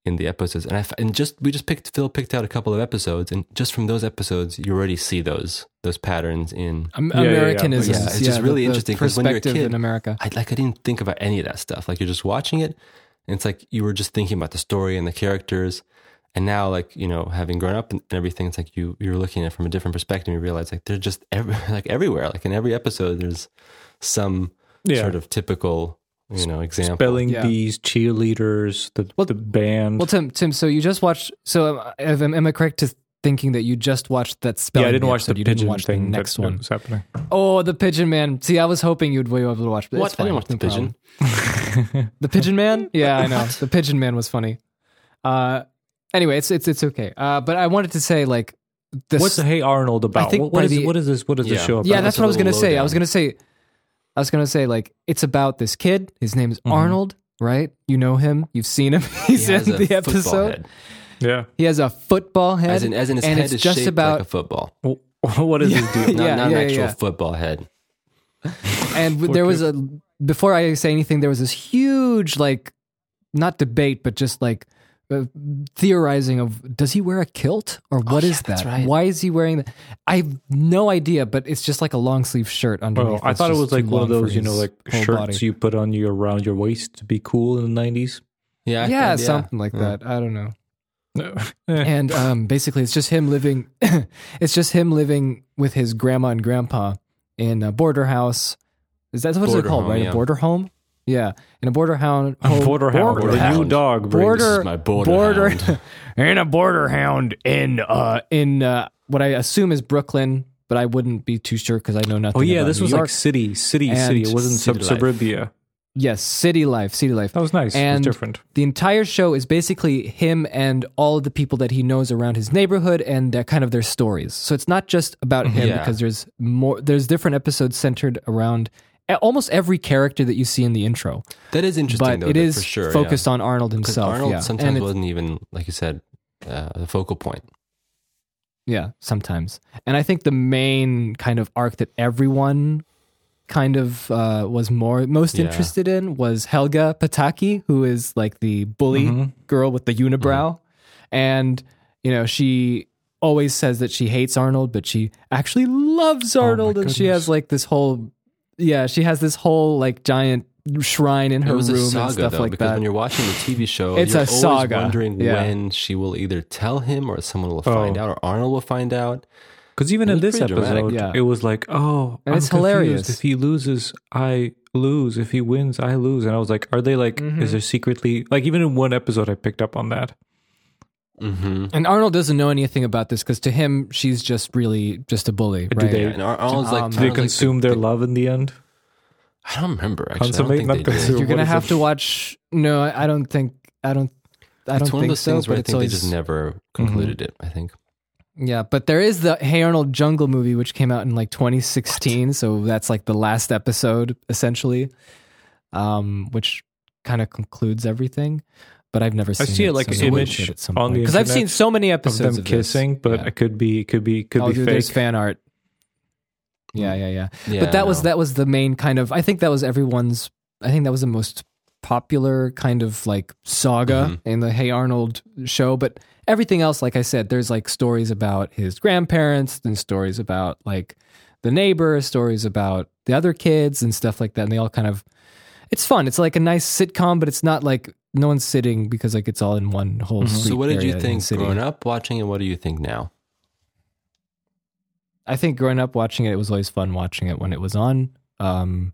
Speaker 3: in the episodes. And I f- and just we just picked Phil picked out a couple of episodes, and just from those episodes, you already see those those patterns in
Speaker 1: Am-
Speaker 2: Yeah, yeah, yeah.
Speaker 1: Americanisms.
Speaker 3: Yeah, it's just
Speaker 1: the-
Speaker 3: really
Speaker 1: the
Speaker 3: interesting 'cause when you're a
Speaker 1: perspective
Speaker 3: kid-
Speaker 1: in America.
Speaker 3: I like I didn't think about any of that stuff. Like you're just watching it and it's like you were just thinking about the story and the characters. And now like, you know, having grown up and and everything, it's like you you're looking at it from a different perspective and you realize like they're just ev- like everywhere. Like in every episode there's some
Speaker 2: yeah.
Speaker 3: sort of typical, you know, example.
Speaker 2: spelling
Speaker 1: Yeah.
Speaker 2: bees, cheerleaders, the
Speaker 1: Well-
Speaker 2: the band.
Speaker 1: Well, Tim, Tim, so you just watched. So am, am am I correct to thinking that you just watched that spelling?
Speaker 2: yeah, I didn't
Speaker 1: bee
Speaker 2: watch the
Speaker 1: episode, you didn't
Speaker 2: pigeon
Speaker 1: watch
Speaker 2: thing. um,
Speaker 1: The next
Speaker 2: that
Speaker 1: one.
Speaker 2: was happening.
Speaker 1: Oh, the Pigeon Man. See, I was hoping you'd be able to watch. But
Speaker 3: What?
Speaker 1: it's
Speaker 3: I
Speaker 1: fine,
Speaker 3: didn't watch
Speaker 1: no
Speaker 3: the pigeon.
Speaker 1: problem. The Pigeon Man. Yeah, I know. The Pigeon Man was funny. Uh, anyway, it's it's it's okay. Uh, but I wanted to say like this.
Speaker 2: What's the Hey Arnold about?
Speaker 1: I think
Speaker 2: What-
Speaker 1: by
Speaker 2: what is
Speaker 1: the-
Speaker 2: what is this? What is
Speaker 3: Yeah.
Speaker 2: this show about?
Speaker 1: yeah, that's
Speaker 3: a
Speaker 1: what I was
Speaker 3: little
Speaker 1: gonna say. I was
Speaker 3: lowdown.
Speaker 1: gonna say, I was gonna say like it's about this kid. His name's Arnold, right? You know him. You've seen him. He's
Speaker 3: Mm-hmm. He
Speaker 1: in
Speaker 3: has a
Speaker 1: the
Speaker 3: football
Speaker 1: episode.
Speaker 3: head.
Speaker 2: yeah.
Speaker 1: He has a football head,
Speaker 3: As in as in his
Speaker 1: and
Speaker 3: head
Speaker 1: it's
Speaker 3: is
Speaker 1: just
Speaker 3: shaped
Speaker 1: about
Speaker 3: like a football.
Speaker 2: what is this deal?
Speaker 3: Not,
Speaker 1: Yeah,
Speaker 3: not
Speaker 1: yeah,
Speaker 3: an actual
Speaker 1: yeah.
Speaker 3: football head.
Speaker 1: and w- there was a before I say anything, there was this huge like not debate, but just like uh, theorizing of does he wear a kilt or
Speaker 2: Oh,
Speaker 1: what is
Speaker 3: yeah, that's
Speaker 1: that?
Speaker 3: right.
Speaker 1: Why is he wearing that? I have no idea, but it's just like a long sleeve shirt underneath.
Speaker 2: Well, I
Speaker 1: It's
Speaker 2: thought it
Speaker 1: just
Speaker 2: was like
Speaker 1: too
Speaker 2: one of
Speaker 1: long for
Speaker 2: those, you know,
Speaker 1: his
Speaker 2: like
Speaker 1: whole
Speaker 2: shirts
Speaker 1: body.
Speaker 2: you put on you around your waist to be cool in the nineties.
Speaker 3: Yeah, I
Speaker 1: yeah,
Speaker 3: thought-
Speaker 1: something like
Speaker 3: Yeah.
Speaker 1: that. I don't know.
Speaker 2: No.
Speaker 1: and um, basically, it's just him living. it's just him living with his grandma and grandpa in a border house. Is that what it's
Speaker 3: Border
Speaker 1: called?
Speaker 3: home,
Speaker 1: right,
Speaker 3: yeah.
Speaker 1: a border home. Yeah, in a border hound. home-
Speaker 2: border hound,
Speaker 1: border
Speaker 2: the new
Speaker 1: hound.
Speaker 2: dog breed.
Speaker 1: Border-
Speaker 3: This is my border.
Speaker 1: border-
Speaker 3: hound.
Speaker 1: in a border hound in uh in uh what I assume is Brooklyn, but I wouldn't be too sure because I know nothing.
Speaker 2: Oh yeah,
Speaker 1: about
Speaker 2: this
Speaker 1: New
Speaker 2: was
Speaker 1: York.
Speaker 2: like city, city,
Speaker 1: and
Speaker 2: city. It wasn't
Speaker 3: city
Speaker 2: sub-
Speaker 3: life.
Speaker 2: suburbia.
Speaker 1: yes, city life, city life.
Speaker 2: That was nice.
Speaker 1: And-
Speaker 2: it was different.
Speaker 1: The entire show is basically him and all of the people that he knows around his neighborhood and their, kind of their stories. So it's not just about
Speaker 2: Mm-hmm.
Speaker 1: him
Speaker 3: Yeah.
Speaker 1: because there's more. There's different episodes centered around a- almost every character that you see in the intro,
Speaker 3: That is interesting,
Speaker 1: but
Speaker 3: though.
Speaker 1: it
Speaker 3: that
Speaker 1: is
Speaker 3: for sure, yeah.
Speaker 1: focused on Arnold
Speaker 3: 'Cause
Speaker 1: himself.
Speaker 3: Arnold
Speaker 1: yeah,
Speaker 3: sometimes
Speaker 1: it-
Speaker 3: wasn't even, like you said, uh, the focal point.
Speaker 1: Yeah, sometimes. And I think the main kind of arc that everyone kind of uh, was more most
Speaker 3: Yeah.
Speaker 1: interested in was Helga Pataki, who is like the bully
Speaker 3: Mm-hmm.
Speaker 2: Mhm.
Speaker 1: girl with the unibrow, and you know she always says that she hates Arnold, but she actually
Speaker 3: Oh
Speaker 1: loves
Speaker 2: my
Speaker 1: Arnold, and she
Speaker 2: goodness.
Speaker 1: has like this whole yeah, she has this whole like giant shrine in her
Speaker 3: it was
Speaker 1: room
Speaker 3: a saga,
Speaker 1: and stuff
Speaker 3: though,
Speaker 1: like
Speaker 3: because
Speaker 1: that.
Speaker 3: when you're watching the TV show,
Speaker 1: It's
Speaker 3: you're
Speaker 1: a
Speaker 3: always
Speaker 1: saga,
Speaker 3: wondering
Speaker 1: yeah. Oh.
Speaker 3: when she will either tell him or someone will find out or Arnold will find out.
Speaker 2: Because even
Speaker 3: It
Speaker 2: in
Speaker 3: was
Speaker 2: this
Speaker 3: pretty
Speaker 2: episode,
Speaker 3: dramatic,
Speaker 1: yeah.
Speaker 2: it was like, oh,
Speaker 1: And
Speaker 2: I'm
Speaker 1: it's
Speaker 2: confused.
Speaker 1: hilarious.
Speaker 2: If he loses, I lose. If he wins, I lose. And I was like, are they like? Is there secretly like? Even in one episode, I picked up on that.
Speaker 3: Mm-hmm.
Speaker 1: and Arnold doesn't know anything about this because to him she's just really just a bully.
Speaker 2: Do
Speaker 1: Right?
Speaker 2: they-
Speaker 3: And Ar- Arnold's like,
Speaker 1: Um,
Speaker 2: Did they
Speaker 3: Arnold's like the-
Speaker 2: consume their love in the end?
Speaker 3: I don't remember actually.
Speaker 2: Consummate,
Speaker 3: I
Speaker 2: not
Speaker 3: don't think they did.
Speaker 2: consume.
Speaker 1: You're
Speaker 2: What
Speaker 1: gonna
Speaker 2: is
Speaker 1: have
Speaker 2: it?
Speaker 1: to watch. No, I I don't think. I don't. I don't
Speaker 3: It's one of
Speaker 1: think
Speaker 3: those
Speaker 1: so.
Speaker 3: things
Speaker 1: but
Speaker 3: where I
Speaker 1: it's
Speaker 3: think they
Speaker 1: always Mm-hmm.
Speaker 3: just never concluded it. I think.
Speaker 1: yeah. But there is the Hey Arnold Jungle movie, which came out in like 2016. So that's like the last episode, essentially, um, which kind of concludes everything. But I've never seen.
Speaker 2: see it like
Speaker 1: so
Speaker 2: an
Speaker 1: maybe we
Speaker 2: image
Speaker 1: should at some
Speaker 2: on
Speaker 1: point.
Speaker 2: the
Speaker 1: I've seen
Speaker 2: internet
Speaker 1: so many
Speaker 2: Of
Speaker 1: episodes of this.
Speaker 2: them kissing, but
Speaker 1: Yeah.
Speaker 2: it could be, could be, could
Speaker 1: Oh,
Speaker 2: be
Speaker 1: dude,
Speaker 2: fake.
Speaker 1: there's fan art. Yeah, yeah, yeah.
Speaker 3: Yeah,
Speaker 1: but that was
Speaker 3: no.
Speaker 1: that was the main kind of i think that was everyone's i think that was the most popular kind of like saga in the hey arnold show but everything else like i said there's like stories about his grandparents and stories about like the neighbor stories about the other kids and stuff like that and they all kind of it's fun it's like a nice sitcom but it's not like no one's sitting because like it's all in one whole
Speaker 3: So what did you think growing
Speaker 1: growing up?
Speaker 3: up watching it? What do you think now?
Speaker 1: I think growing up watching it, it was always fun watching it when it was on. Um,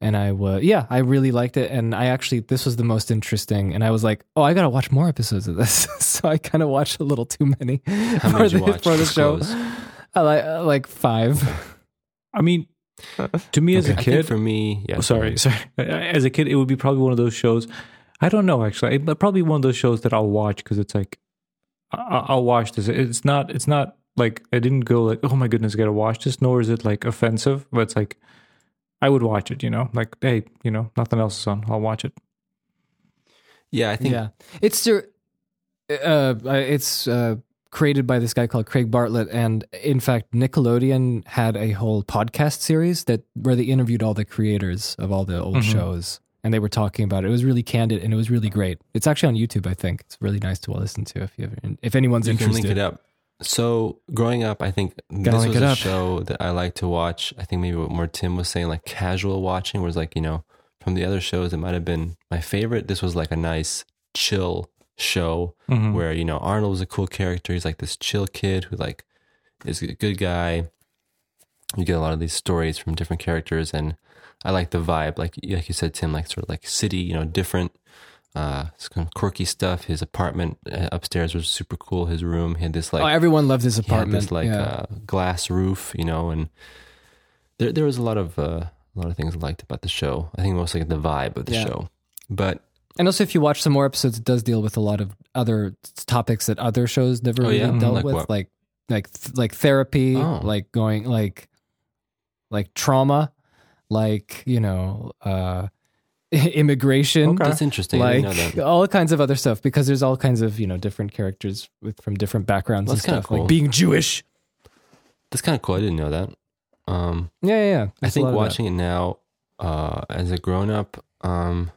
Speaker 1: and I was, yeah, I really liked it. And I actually, this was the most interesting. And I was like, oh, I got to watch more episodes of this. so I kind of watched a little too many
Speaker 3: How many
Speaker 1: for,
Speaker 3: did you
Speaker 1: the,
Speaker 3: watch?
Speaker 1: for the show.
Speaker 3: Disclose.
Speaker 1: I like, I like five.
Speaker 2: I mean, to me as
Speaker 3: Okay,
Speaker 2: a
Speaker 3: I think
Speaker 2: kid,
Speaker 3: for me, yeah.
Speaker 2: Oh, sorry, sorry. As a kid, it would be probably one of those shows. I don't know actually. It, but probably one of those shows that I'll watch because it's like I- I, I'll watch this. It's not. It's not like I didn't go like, oh my goodness, I gotta watch this. Nor is it like offensive, but it's like I would watch it. You know, like hey, you know, nothing else is on. I'll watch it.
Speaker 3: Yeah, I think.
Speaker 1: yeah. It's your, uh, it's, uh, created by this guy called Craig Bartlett and in fact Nickelodeon had a whole podcast series that where they interviewed all the creators of all the old
Speaker 2: Mhm.
Speaker 3: Mm-hmm.
Speaker 1: shows and they were talking about it. It was really candid and it was really great. It's actually on YouTube I think. It's really nice to listen to if you ever, if anyone's
Speaker 3: you can
Speaker 1: interested.
Speaker 3: link it up. So growing up, I think this
Speaker 1: link
Speaker 3: was
Speaker 1: it
Speaker 3: a
Speaker 1: up.
Speaker 3: show that I like to watch. I think maybe what more Tim was saying, like casual watching, was like you know from the other shows it might have been my favorite. This was like a nice chill show
Speaker 1: Mm-hmm.
Speaker 2: Mhm.
Speaker 3: where you know Arnold was a cool character. He's like this chill kid who like is a good guy. You get a lot of these stories from different characters, and I like the vibe. Like like you said, Tim, like sort of like city, you know, different, uh, it's kind of quirky stuff. His apartment uh, upstairs was super cool. His room he had this like
Speaker 1: oh, everyone loved his
Speaker 3: he had
Speaker 1: apartment.
Speaker 3: this like
Speaker 1: yeah.
Speaker 3: uh, glass roof, you know, and there there was a lot of uh, a lot of things I liked about the show. I think mostly the vibe of the
Speaker 1: Yeah.
Speaker 3: show, but
Speaker 1: and also if you watch some more episodes it does deal with a lot of other s- topics that other shows never
Speaker 3: Oh,
Speaker 1: really
Speaker 3: yeah?
Speaker 1: dealt
Speaker 3: Like
Speaker 1: with
Speaker 3: what?
Speaker 1: like like th- like therapy,
Speaker 3: Oh.
Speaker 1: like going like like trauma, like, you know, uh immigration,
Speaker 2: Okay.
Speaker 3: that's interesting. I didn't know that.
Speaker 1: Uh, like all kinds of other stuff because there's all kinds of, you know, different characters with from different backgrounds
Speaker 3: That's
Speaker 1: and
Speaker 3: kinda
Speaker 1: stuff
Speaker 3: cool.
Speaker 1: like being Jewish.
Speaker 3: That's kind of cool. I didn't know that. Um,
Speaker 1: Yeah, yeah, yeah.
Speaker 3: I
Speaker 1: There's a
Speaker 3: think
Speaker 1: lot of that.
Speaker 3: watching it now uh, as a grown up, um,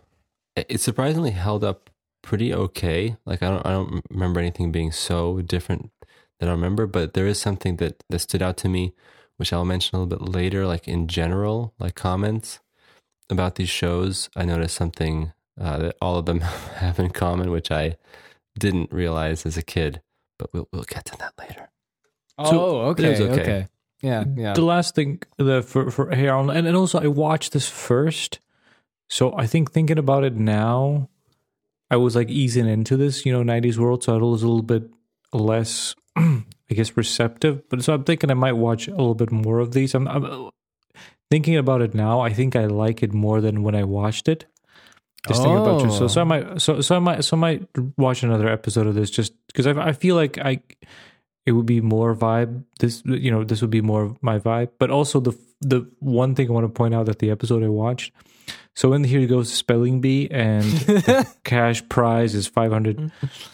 Speaker 3: it, it surprisingly held up pretty okay. Like I don't I don't remember anything being so different that I remember, but there is something that that stood out to me, which I'll mention a little bit later. Like in general, like comments about these shows, I noticed something uh, that all of them have in common, which I didn't realize as a kid. But we'll we'll get to that later. So,
Speaker 1: oh, okay,
Speaker 3: it was okay.
Speaker 1: okay. Yeah, yeah.
Speaker 2: The last thing the, for for Hey Arnold, and, and also I watched this first, so I think thinking about it now, I was like easing into this, you know, '90s world, so I was a little bit less, I guess, receptive. But so I'm thinking I might watch a little bit more of these. I'm, I'm thinking about it now. I think I like it more than when I watched it. Just thinking about you. So so I might so so I might so I might watch another episode of this just because I I feel like I it would be more vibe this you know this would be more of my vibe but also the the one thing i want to point out that the episode i watched so in here goes spelling bee and the cash prize is $500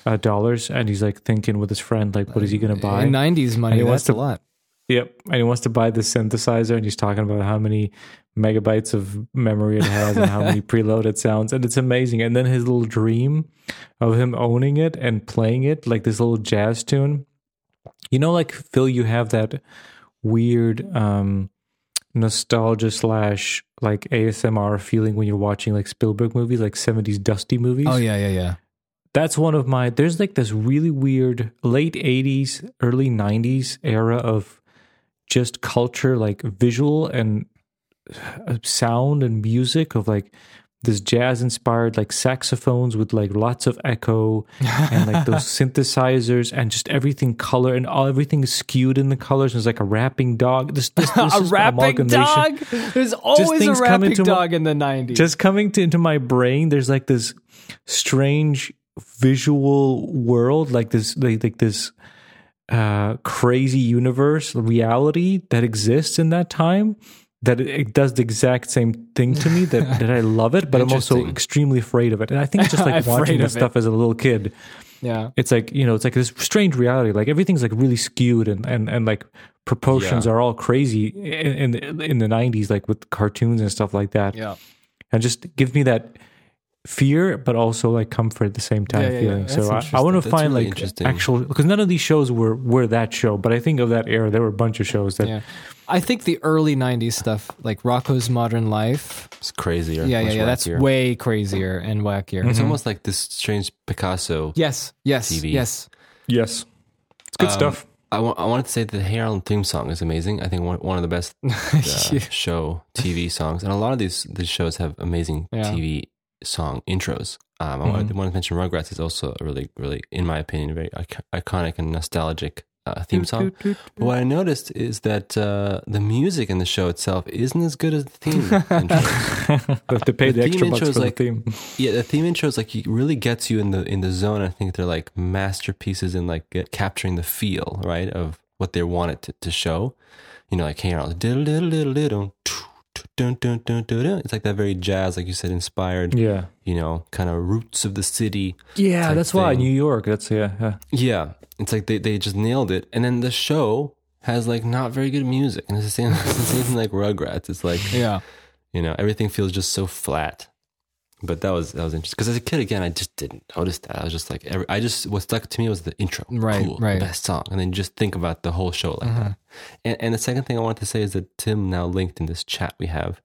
Speaker 2: uh, dollars, and he's like thinking with his friend like what is he going to buy
Speaker 1: In 90s money,
Speaker 2: And he
Speaker 1: that's
Speaker 2: wants
Speaker 1: a
Speaker 2: to-
Speaker 1: lot.
Speaker 2: Yep, and he wants to buy the synthesizer, and he's talking about how many megabytes of memory it has and how many preloaded sounds, and it's amazing. And then his little dream of him owning it and playing it like this little jazz tune. You know, like Phil, you have that weird um, nostalgia slash like ASMR feeling when you're watching like Spielberg movies, like '70s dusty movies
Speaker 1: Oh yeah, yeah, yeah.
Speaker 2: that's one of my there's like this really weird late 80s early 90s era of just culture like visual and uh, sound and music of like this jazz inspired like saxophones with like lots of echo and like those synthesizers and just everything color and all everything is skewed in the colors there's like a rapping dog this, this, this
Speaker 1: A
Speaker 2: is
Speaker 1: rapping
Speaker 2: amalgamation
Speaker 1: dog. There's always a
Speaker 2: things come
Speaker 1: rapping
Speaker 2: into my-
Speaker 1: dog in the 90s.
Speaker 2: just coming to, into my brain there's like this strange visual world like this like, like this uh crazy universe reality that exists in that time that it, it does the exact same thing to me that, that i love it but i'm also
Speaker 3: Interesting.
Speaker 2: extremely afraid of it and i think just like
Speaker 1: Afraid
Speaker 2: watching this
Speaker 1: of it.
Speaker 2: stuff as a little kid
Speaker 1: yeah.
Speaker 2: it's like you know it's like this strange reality like everything's like really skewed and and, and like proportions
Speaker 3: Yeah.
Speaker 2: are all crazy in, in in the 90s like with cartoons and stuff like that
Speaker 1: Yeah.
Speaker 2: and just give me that fear but also like comfort at the same time
Speaker 1: Yeah, yeah, yeah.
Speaker 2: feeling
Speaker 1: That's
Speaker 2: so I, I
Speaker 1: interesting.
Speaker 2: want to
Speaker 3: That's
Speaker 2: find
Speaker 3: really
Speaker 2: like
Speaker 3: interesting.
Speaker 2: actual because none of these shows were were that show but i think of that era there were a bunch of shows that
Speaker 1: Yeah. I think the early 90s stuff like Rocco's Modern Life.
Speaker 3: It's crazier.
Speaker 1: Yeah, yeah,
Speaker 3: much
Speaker 1: yeah. That's
Speaker 3: wackier.
Speaker 1: way Mm-hmm. crazier and wackier.
Speaker 3: It's almost like this strange Picasso.
Speaker 1: Yes, yes,
Speaker 3: TV.
Speaker 1: yes.
Speaker 2: yes it's good
Speaker 3: Um,
Speaker 2: stuff
Speaker 3: I wa- I wanted to say that the Hey Arnold theme song is amazing. I think one, one of the best uh, show TV songs, and a lot of these these shows have amazing
Speaker 1: Yeah.
Speaker 3: TV song intros. Um, I
Speaker 2: Mm-hmm.
Speaker 3: wanted, wanted to mention Rugrats is also a really, really, in my opinion, very ic- iconic and nostalgic uh, theme song. But what I noticed is that uh, the music in the show itself isn't as good as the theme. intros.
Speaker 2: they have to pay
Speaker 3: the
Speaker 2: the,
Speaker 3: theme
Speaker 2: extra bucks
Speaker 3: intro
Speaker 2: for
Speaker 3: is like-
Speaker 2: the theme
Speaker 3: yeah, the theme intros like it really gets you in the in the zone. I think they're like masterpieces in like get, capturing the feel right of what they wanted to, to show. You know, like hey Arnold, diddle, diddle, diddle, diddle, dun, dun, dun, dun, dun. it's like that very jazz, like you said, inspired.
Speaker 2: yeah
Speaker 3: You know, kind of roots of the city.
Speaker 2: yeah
Speaker 3: Type
Speaker 2: that's why
Speaker 3: thing.
Speaker 2: new york that's yeah, yeah.
Speaker 3: Yeah, it's like they, they just nailed it. And then the show has like not very good music, and it's the same it's the same thing like Rugrats. It's like
Speaker 1: Yeah.
Speaker 3: you know everything feels just so flat. But that was that was interesting because as a kid again, I just didn't notice that. I was just like every, I just what stuck to me was the intro,
Speaker 1: Right,
Speaker 3: cool,
Speaker 1: right. Mm-hmm.
Speaker 3: the best song, and then just think about the whole show like that. And, and the second thing I wanted to say is that Tim now linked in this chat we have,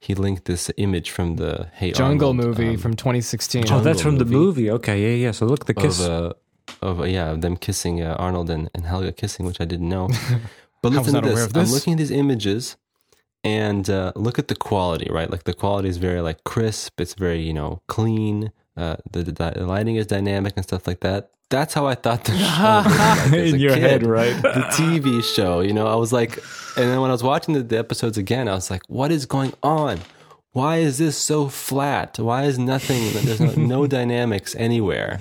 Speaker 3: he linked this image from the Hey
Speaker 1: Jungle
Speaker 3: Arnold,
Speaker 1: movie
Speaker 3: um,
Speaker 1: from 2016.
Speaker 2: oh that's from the
Speaker 3: movie.
Speaker 2: movie okay yeah yeah so look the kiss
Speaker 3: of uh, of uh, yeah of them kissing uh, Arnold and, and Helga kissing, which I didn't know. But
Speaker 1: I was
Speaker 3: listen to
Speaker 1: not aware of
Speaker 3: this. I'm
Speaker 1: this.
Speaker 3: looking at these images and uh, look at the quality, right? Like the quality is very like crisp. It's very you know clean. Uh, the, the, the lighting is dynamic and stuff like that. That's how I thought the show was like as
Speaker 2: in
Speaker 3: a
Speaker 2: your
Speaker 3: kid.
Speaker 2: head right
Speaker 3: The TV show, you know, I was like, and then when I was watching the, the episodes again, I was like, what is going on? Why is this so flat? Why is nothing? There's no, no dynamics anywhere.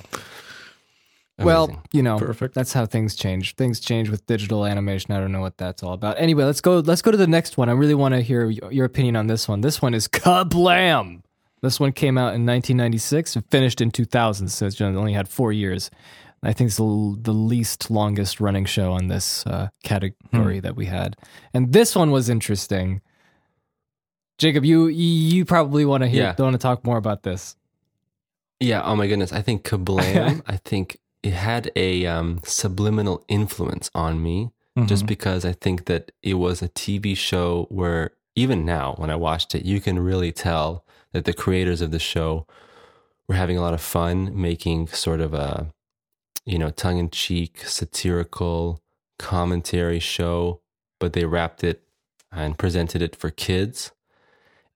Speaker 1: Well,
Speaker 3: Amazing.
Speaker 1: you know,
Speaker 2: Perfect.
Speaker 1: that's how things change. Things change with digital animation. I don't know what that's all about. Anyway, let's go. Let's go to the next one. I really want to hear y- your opinion on this one. This one is Kablam. This one came out in 1996 and finished in 2000, so it's only had four years. And I think it's the, l- the least longest running show on this uh, category that we had. And this one was interesting. Jacob, you you probably want to hear,
Speaker 3: Yeah.
Speaker 1: want to talk more about this.
Speaker 3: Yeah. Oh my goodness. I think Kablam. I think it had a um, subliminal influence on me, just because I think that it was a TV show where even now when I watched it, you can really tell that the creators of the show were having a lot of fun making sort of a you know tongue in cheek satirical commentary show, but they wrapped it and presented it for kids.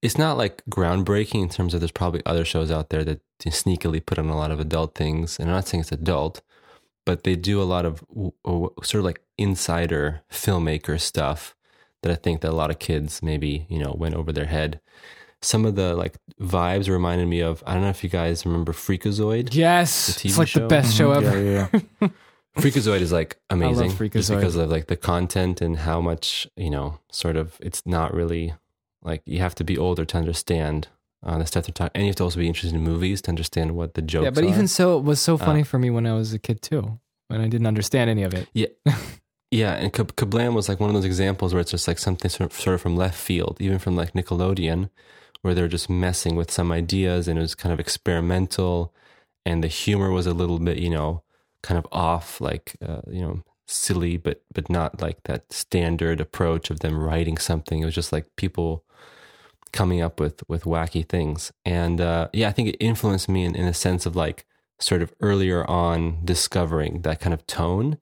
Speaker 3: It's not like groundbreaking in terms of there's probably other shows out there that sneakily put on a lot of adult things. And I'm not saying it's adult, but they do a lot of w- w- sort of like insider filmmaker stuff that I think that a lot of kids maybe, you know, went over their head. Some of the like vibes reminded me of, I don't know if you guys remember Freakazoid.
Speaker 1: Yes,
Speaker 3: The
Speaker 1: it's
Speaker 3: TV
Speaker 1: like the
Speaker 3: show?
Speaker 1: best show ever.
Speaker 2: Yeah, yeah.
Speaker 3: Freakazoid is like amazing just
Speaker 1: Freakazoid.
Speaker 3: because of like the content and how much you know sort of it's not really like you have to be older to understand uh, the stuff they're talking, and you have to also be interested in movies to understand what the jokes. Uh,
Speaker 1: Yeah, but
Speaker 3: are.
Speaker 1: even so, it was so funny for me when I was a kid too, when I didn't understand any of it.
Speaker 3: yeah, and Kab- Kablam was like one of those examples where it's just like something sort of, sort of from left field, even from like Nickelodeon, where they're just messing with some ideas and it was kind of experimental, and the humor was a little bit you know kind of off, like uh, you know silly, but but not like that standard approach of them writing something. It was just like people coming up with with wacky things, and uh, yeah, I think it influenced me in, in a sense of like sort of earlier on discovering that kind of tone,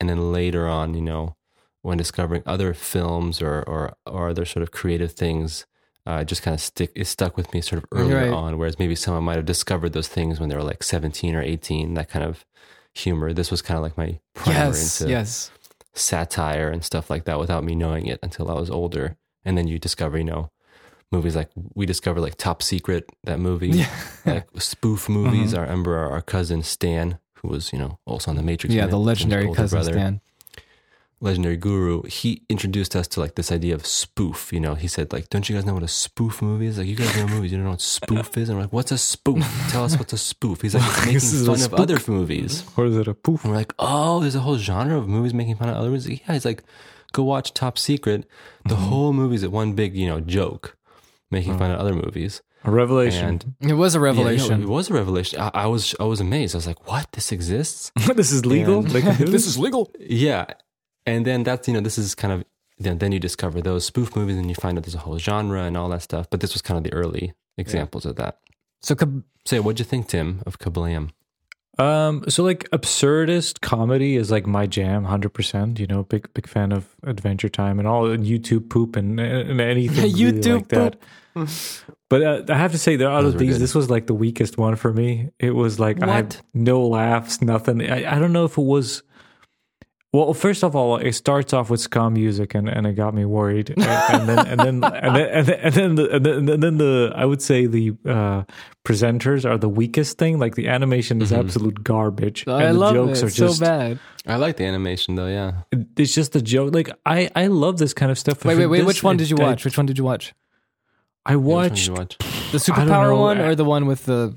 Speaker 3: and then later on, you know, when discovering other films or or, or other sort of creative things. Uh, it just kind of stick. It stuck with me sort of earlier
Speaker 1: Right.
Speaker 3: on, whereas maybe someone might have discovered those things when they were like seventeen or eighteen. That kind of humor. This was kind of like my primer
Speaker 1: Yes,
Speaker 3: into
Speaker 1: yes.
Speaker 3: satire and stuff like that without me knowing it until I was older. And then you discover, you know, movies like we discovered like Top Secret, that movie, like spoof movies.
Speaker 1: Mm-hmm.
Speaker 3: I remember our, our cousin Stan, who was, you know, also on The Matrix.
Speaker 1: Yeah,
Speaker 3: with
Speaker 1: the
Speaker 3: him,
Speaker 1: legendary
Speaker 3: older
Speaker 1: cousin
Speaker 3: brother,
Speaker 1: Stan.
Speaker 3: Legendary guru. He introduced us to like this idea of spoof. You know, he said, like, don't you guys know what a spoof movie is? Like, you guys know movies, you don't know what spoof is? And we're like, what's a spoof? Tell us what's a spoof. He's like, it's
Speaker 2: is a
Speaker 3: making fun of
Speaker 2: spook.
Speaker 3: other movies.
Speaker 2: Or is it a poof?
Speaker 3: And we're like, oh, there's a whole genre of movies making fun of other movies. Yeah, it's like, go watch Top Secret. The
Speaker 2: Mm-hmm.
Speaker 3: whole movie's at one big, you know, joke making
Speaker 2: Oh.
Speaker 3: fun of other movies.
Speaker 2: A revelation.
Speaker 3: And
Speaker 1: It was a
Speaker 3: Yeah,
Speaker 1: revelation.
Speaker 3: no, it was a revelation. I, I was I was amazed. I was like, what? This exists?
Speaker 2: this is legal.
Speaker 3: And-
Speaker 2: They can do this.
Speaker 1: is legal.
Speaker 3: yeah. And then that's you know, this is kind of then then you discover those spoof movies and you find out there's a whole genre and all that stuff. But this was kind of the early examples of that.
Speaker 1: So Kab-
Speaker 3: So yeah, what'd you think, Tim, of Kablam?
Speaker 2: Um, so like absurdist comedy is like my jam, hundred percent. You know, big big fan of Adventure Time and all YouTube poop and, and anything really
Speaker 1: YouTube
Speaker 2: like that. But uh, I have to say, there out
Speaker 3: Those
Speaker 2: of
Speaker 3: were
Speaker 2: these,
Speaker 3: good.
Speaker 2: this was like the weakest one for me. It was like I had
Speaker 3: What?
Speaker 2: no laughs, nothing. I, I don't know if it was. Well, first of all, it starts off with ska music, and, and it got me worried. And, and then and then and then and then and then, the, and then and then the I would say the uh, presenters are the weakest thing. Like the animation is absolute garbage,
Speaker 1: Mm-hmm. I
Speaker 2: and the
Speaker 1: love
Speaker 2: jokes
Speaker 1: it
Speaker 2: are just
Speaker 1: so bad.
Speaker 3: I like the animation though, yeah.
Speaker 2: it's just a joke. Like I I love this kind of stuff.
Speaker 1: Wait,
Speaker 2: If
Speaker 1: wait,
Speaker 2: it-
Speaker 1: wait.
Speaker 2: this-
Speaker 1: Which one
Speaker 2: it-
Speaker 1: did you
Speaker 2: I-
Speaker 1: watch? Which one did you watch?
Speaker 2: I
Speaker 3: Which one did
Speaker 2: watched
Speaker 3: you watch?
Speaker 1: The
Speaker 2: don't
Speaker 1: superpower
Speaker 2: know.
Speaker 1: one or the one with the?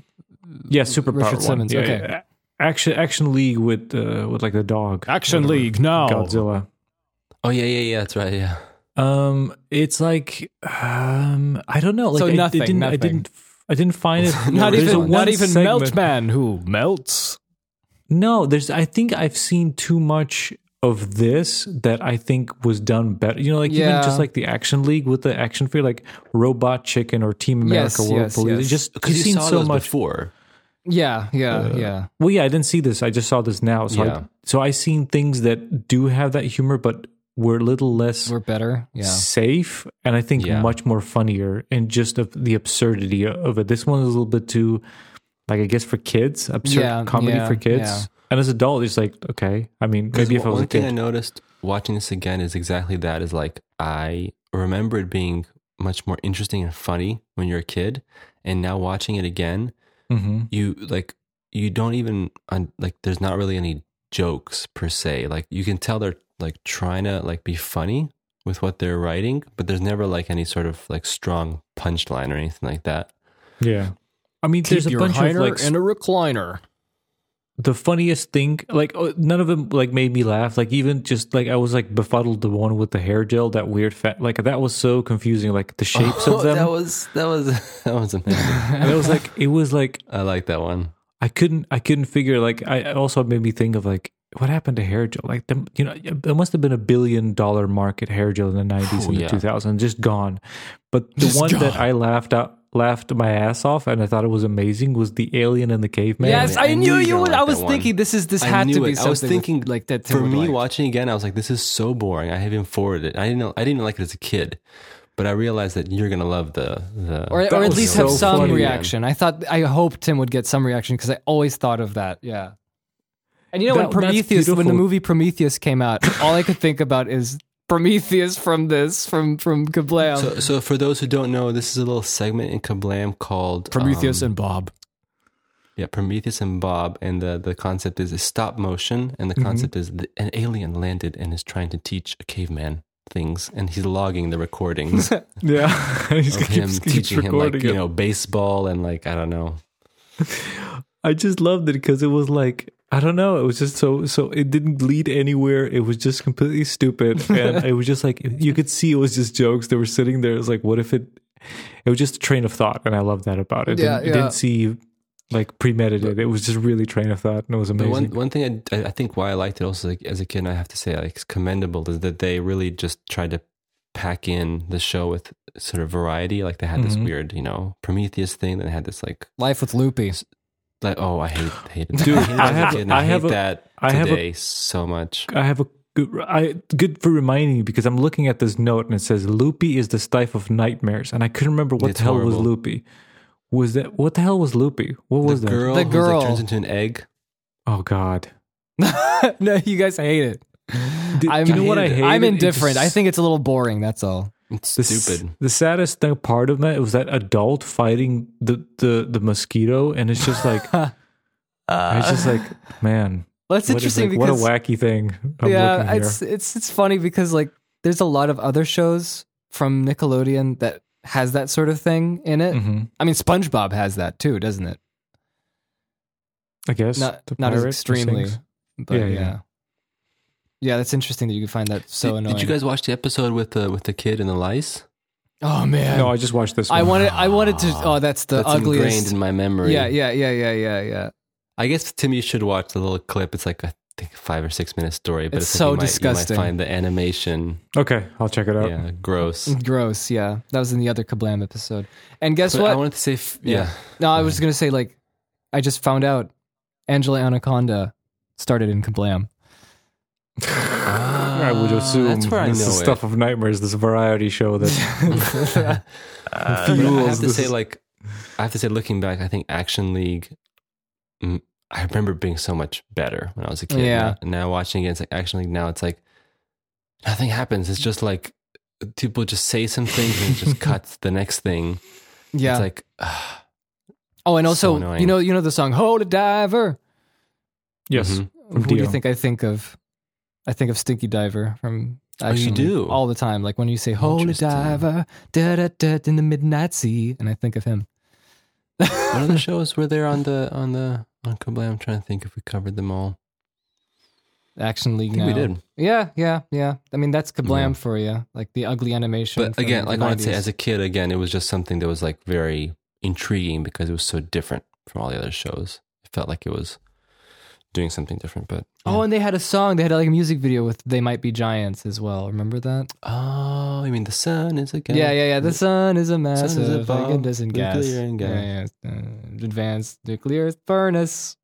Speaker 2: yeah, superpower
Speaker 1: Richard
Speaker 2: one.
Speaker 1: Simmons,
Speaker 2: Yeah,
Speaker 1: okay.
Speaker 2: yeah. Action Action League with uh, with like the dog.
Speaker 1: Action
Speaker 2: Whatever.
Speaker 1: League, now.
Speaker 2: Godzilla.
Speaker 3: Oh yeah, yeah, yeah, that's right, yeah.
Speaker 2: Um, it's like um, I don't know. Like
Speaker 1: So
Speaker 2: I,
Speaker 1: nothing,
Speaker 2: I didn't, I
Speaker 1: nothing.
Speaker 2: didn't, I didn't find it.
Speaker 1: Not
Speaker 2: there's a
Speaker 1: even, not
Speaker 2: one
Speaker 1: even
Speaker 2: segment-
Speaker 1: Meltman who melts.
Speaker 2: No, there's. I think I've seen too much of this that I think was done better. You know, like
Speaker 1: Yeah.
Speaker 2: even just like the Action League with the action figure, like Robot Chicken or Team America
Speaker 1: Yes,
Speaker 2: World
Speaker 1: yes,
Speaker 2: Police.
Speaker 1: yes.
Speaker 2: It Just
Speaker 3: Because
Speaker 2: you've
Speaker 3: you
Speaker 2: seen
Speaker 3: saw
Speaker 2: so
Speaker 3: those
Speaker 2: much.
Speaker 3: before.
Speaker 1: Yeah, yeah,
Speaker 3: Uh,
Speaker 1: yeah.
Speaker 2: Well, yeah, I didn't see this. I just saw this now. So
Speaker 3: Yeah.
Speaker 2: I, so I seen things that do have that humor, but were a little less.
Speaker 1: We're better. Yeah.
Speaker 2: safe and I think
Speaker 3: Yeah.
Speaker 2: much more funnier and just of the absurdity of it. This one is a little bit too like I guess for kids, absurd
Speaker 1: Yeah,
Speaker 2: comedy
Speaker 1: yeah,
Speaker 2: for kids.
Speaker 1: yeah.
Speaker 2: And as an adult, it's like okay. I mean,
Speaker 3: 'Cause
Speaker 2: maybe if I
Speaker 3: one
Speaker 2: was a
Speaker 3: thing I
Speaker 2: kid,
Speaker 3: noticed watching this again is exactly that. Is like I remember it being much more interesting and funny when you're a kid, and now watching it again,
Speaker 2: hmm
Speaker 3: you like you don't even un- like. There's not really any jokes per se. Like you can tell they're like trying to like be funny with what they're writing, but there's never like any sort of like strong punchline or anything like that.
Speaker 2: yeah. I mean, there's a bunch of like
Speaker 1: a recliner.
Speaker 2: the funniest thing like oh, none of them like made me laugh like even just like i was like befuddled the one with the hair gel that weird fat like that was so confusing like the shapes
Speaker 3: Oh,
Speaker 2: of them
Speaker 3: That was that was that was amazing.
Speaker 2: and it was like it was like
Speaker 3: I like that one.
Speaker 2: i couldn't i couldn't figure like i it also made me think of like what happened to hair gel like the, you know there must have been a billion dollar market hair gel in the 90s
Speaker 3: Oh,
Speaker 2: and the
Speaker 3: yeah.
Speaker 2: 2000s just gone but the one that i laughed out laughed my ass off and i thought it was amazing was the alien and the caveman
Speaker 1: yes,
Speaker 3: I
Speaker 1: I,
Speaker 3: knew
Speaker 1: knew,
Speaker 3: you
Speaker 1: you.
Speaker 3: were
Speaker 1: would.
Speaker 3: like
Speaker 1: I was
Speaker 3: that
Speaker 1: thinking
Speaker 3: one.
Speaker 1: this is this
Speaker 3: I
Speaker 1: had to
Speaker 3: knew
Speaker 1: be
Speaker 3: it.
Speaker 1: something
Speaker 3: I was
Speaker 1: with-
Speaker 3: thinking,
Speaker 1: like that. Tim
Speaker 3: For
Speaker 1: would
Speaker 3: me,
Speaker 1: like.
Speaker 3: watching again, I was like, "This is so boring." I even forwarded it. I didn't know. I didn't like it as a kid, but I realized that you're gonna love the the
Speaker 1: or,
Speaker 2: That
Speaker 1: or at
Speaker 2: was
Speaker 1: least
Speaker 2: so
Speaker 1: have some
Speaker 2: funny, man.
Speaker 1: reaction. I thought I hoped Tim would get some reaction because I always thought of that. Yeah. And you know
Speaker 2: That-
Speaker 1: when
Speaker 2: that's
Speaker 1: Prometheus, when the
Speaker 2: beautiful.
Speaker 1: movie Prometheus came out, all I could think about is Prometheus from this from from Kablam.
Speaker 3: So, so for those who don't know, this is a little segment in Kablam called
Speaker 1: Prometheus
Speaker 3: um,
Speaker 1: and Bob.
Speaker 3: yeah, Prometheus and Bob, and the the concept is stop motion, and the
Speaker 2: Mm-hmm.
Speaker 1: Mhm.
Speaker 3: concept is th- an alien landed and is trying to teach a caveman things, and he's logging the recordings of
Speaker 2: yeah and he's
Speaker 3: him
Speaker 2: keeps, keeps
Speaker 3: teaching him
Speaker 2: recording
Speaker 3: like
Speaker 2: it.
Speaker 3: you know baseball and like I don't know.
Speaker 2: I just loved it because it was like I don't know. It was just so so. It didn't lead anywhere. It was just completely stupid, and it was just like you could see it was just jokes. They were sitting there. It was like, what if it? It was just a train of thought, and I love that about it. It
Speaker 1: Yeah,
Speaker 2: didn't, it
Speaker 1: yeah.
Speaker 2: didn't seem like premeditated. It was just really train of thought, and it was
Speaker 3: But
Speaker 2: amazing.
Speaker 3: one one thing I, I think why I liked it also like, as a kid, and I have to say like it's commendable is that they really just tried to pack in the show with sort of variety. Like they had this
Speaker 2: Mhm.
Speaker 3: weird you know Prometheus thing, then they had this like
Speaker 1: Life with Loopy.
Speaker 3: Like, oh, I hate, hated that.
Speaker 2: Dude,
Speaker 3: I,
Speaker 2: I
Speaker 3: hated as a
Speaker 2: have-
Speaker 3: kid, and I
Speaker 2: I have
Speaker 3: hate
Speaker 2: a-
Speaker 3: that
Speaker 2: I have a-
Speaker 3: today so much.
Speaker 2: I have a good, I good for reminding me because I'm looking at this note and it says loopy is the stuff of nightmares, and I couldn't remember what
Speaker 3: It's
Speaker 2: the hell was
Speaker 3: horrible.
Speaker 2: loopy. Was that what the hell was loopy? What was
Speaker 3: the
Speaker 2: that?
Speaker 3: girl,
Speaker 1: The
Speaker 3: who's,
Speaker 1: girl.
Speaker 3: like, turns into an egg.
Speaker 2: Oh God.
Speaker 1: no, you guys hate it.
Speaker 2: Did-
Speaker 1: I'm,
Speaker 2: do you know what I hate?
Speaker 1: I'm
Speaker 2: It- it
Speaker 1: indifferent. I
Speaker 2: just-
Speaker 1: think it's a little boring. That's all.
Speaker 3: It's
Speaker 2: The s-
Speaker 3: stupid.
Speaker 2: The saddest thing part of that was that adult fighting the the the mosquito, and it's just like I was just like, man,
Speaker 1: Well, it's
Speaker 2: Uh, what is,
Speaker 1: interesting
Speaker 2: like,
Speaker 1: because
Speaker 2: what a wacky thing. I'm looking
Speaker 1: yeah,
Speaker 2: here.
Speaker 1: it's it's it's funny because like there's a lot of other shows from Nickelodeon that has that sort of thing in it.
Speaker 2: Mhm.
Speaker 1: I mean, SpongeBob has that too, doesn't it?
Speaker 2: I guess
Speaker 1: Not
Speaker 2: the
Speaker 1: not as
Speaker 2: pirate
Speaker 1: extremely,
Speaker 2: sings.
Speaker 1: but yeah,
Speaker 2: Yeah,
Speaker 1: yeah.
Speaker 2: yeah.
Speaker 1: that's interesting that you can find that so
Speaker 3: did,
Speaker 1: annoying.
Speaker 3: did you guys watch the episode with the with the kid and the lice?
Speaker 1: oh man,
Speaker 2: No, I just watched this.
Speaker 1: I,
Speaker 2: One.
Speaker 1: wanted I wanted to. Oh, that's the
Speaker 3: That's ingrained
Speaker 1: ugliest.
Speaker 3: in my memory.
Speaker 1: Yeah, yeah, yeah, yeah, yeah, yeah.
Speaker 3: I guess Tim, you should watch the little clip. It's like I think a five or six minute story, but
Speaker 1: It's
Speaker 3: it's,
Speaker 1: so
Speaker 3: like you might-
Speaker 1: disgusting.
Speaker 3: You might find the animation,
Speaker 2: Okay, I'll check it out.
Speaker 3: yeah, gross.
Speaker 1: Gross. Yeah, that was in the other Kablam episode. And guess
Speaker 3: But
Speaker 1: what?
Speaker 3: I wanted to say, f- yeah.
Speaker 1: Yeah. No, I was gonna say like I just found out Angela Anaconda started in Kablam.
Speaker 2: I would
Speaker 1: Ah,
Speaker 2: assume
Speaker 3: that's where I
Speaker 2: this
Speaker 3: know
Speaker 2: is stuff of nightmares. This variety show that
Speaker 3: it. I
Speaker 2: fuels
Speaker 3: have to
Speaker 2: this-
Speaker 3: say, like, I have to say, looking back, I think Action League. mm, I remember being so much better when I was a kid.
Speaker 1: Yeah.
Speaker 3: Now, now watching it, it's like Action League. Now it's like nothing happens. It's just like people just say some things and it just cuts the next thing.
Speaker 1: Yeah.
Speaker 3: It's like ah,
Speaker 1: oh, and also
Speaker 3: annoying.
Speaker 1: you know you know the song "Hold a Diver."
Speaker 2: yes,
Speaker 3: mhm.
Speaker 2: From
Speaker 1: What do you
Speaker 2: Dio.
Speaker 1: think I think of? I think of Stinky Diver from.
Speaker 3: Oh, you
Speaker 1: Action League
Speaker 3: do?
Speaker 1: all the time. Like when you say "Hold a
Speaker 3: Interesting.
Speaker 1: Diver," da da da, in the midnight sea, and I think of him.
Speaker 3: What other shows were there on the on the on Kablam? I'm trying to think if we covered them all.
Speaker 1: Action League.
Speaker 3: I think we
Speaker 1: Now.
Speaker 3: did.
Speaker 1: Yeah, yeah, yeah. I mean, that's kablam for you. Like the ugly animation.
Speaker 3: But
Speaker 1: from
Speaker 3: again,
Speaker 1: the
Speaker 3: like I wanted to say,
Speaker 1: 90s.
Speaker 3: as a kid, again, it was just something that was like very intriguing because it was so different from all the other shows. It felt like it was doing something different. But
Speaker 1: Oh, and they had a song. They had like a music video with "They Might Be Giants" as well. Remember that?
Speaker 3: oh, you mean the sun is again?
Speaker 1: Yeah, yeah, yeah. The sun is a
Speaker 3: is
Speaker 1: massive.
Speaker 3: a
Speaker 1: like, it
Speaker 3: bomb,
Speaker 1: doesn't
Speaker 3: nuclear
Speaker 1: gas.
Speaker 3: and gas.
Speaker 1: Yeah, yeah. Uh, advanced nuclear furnace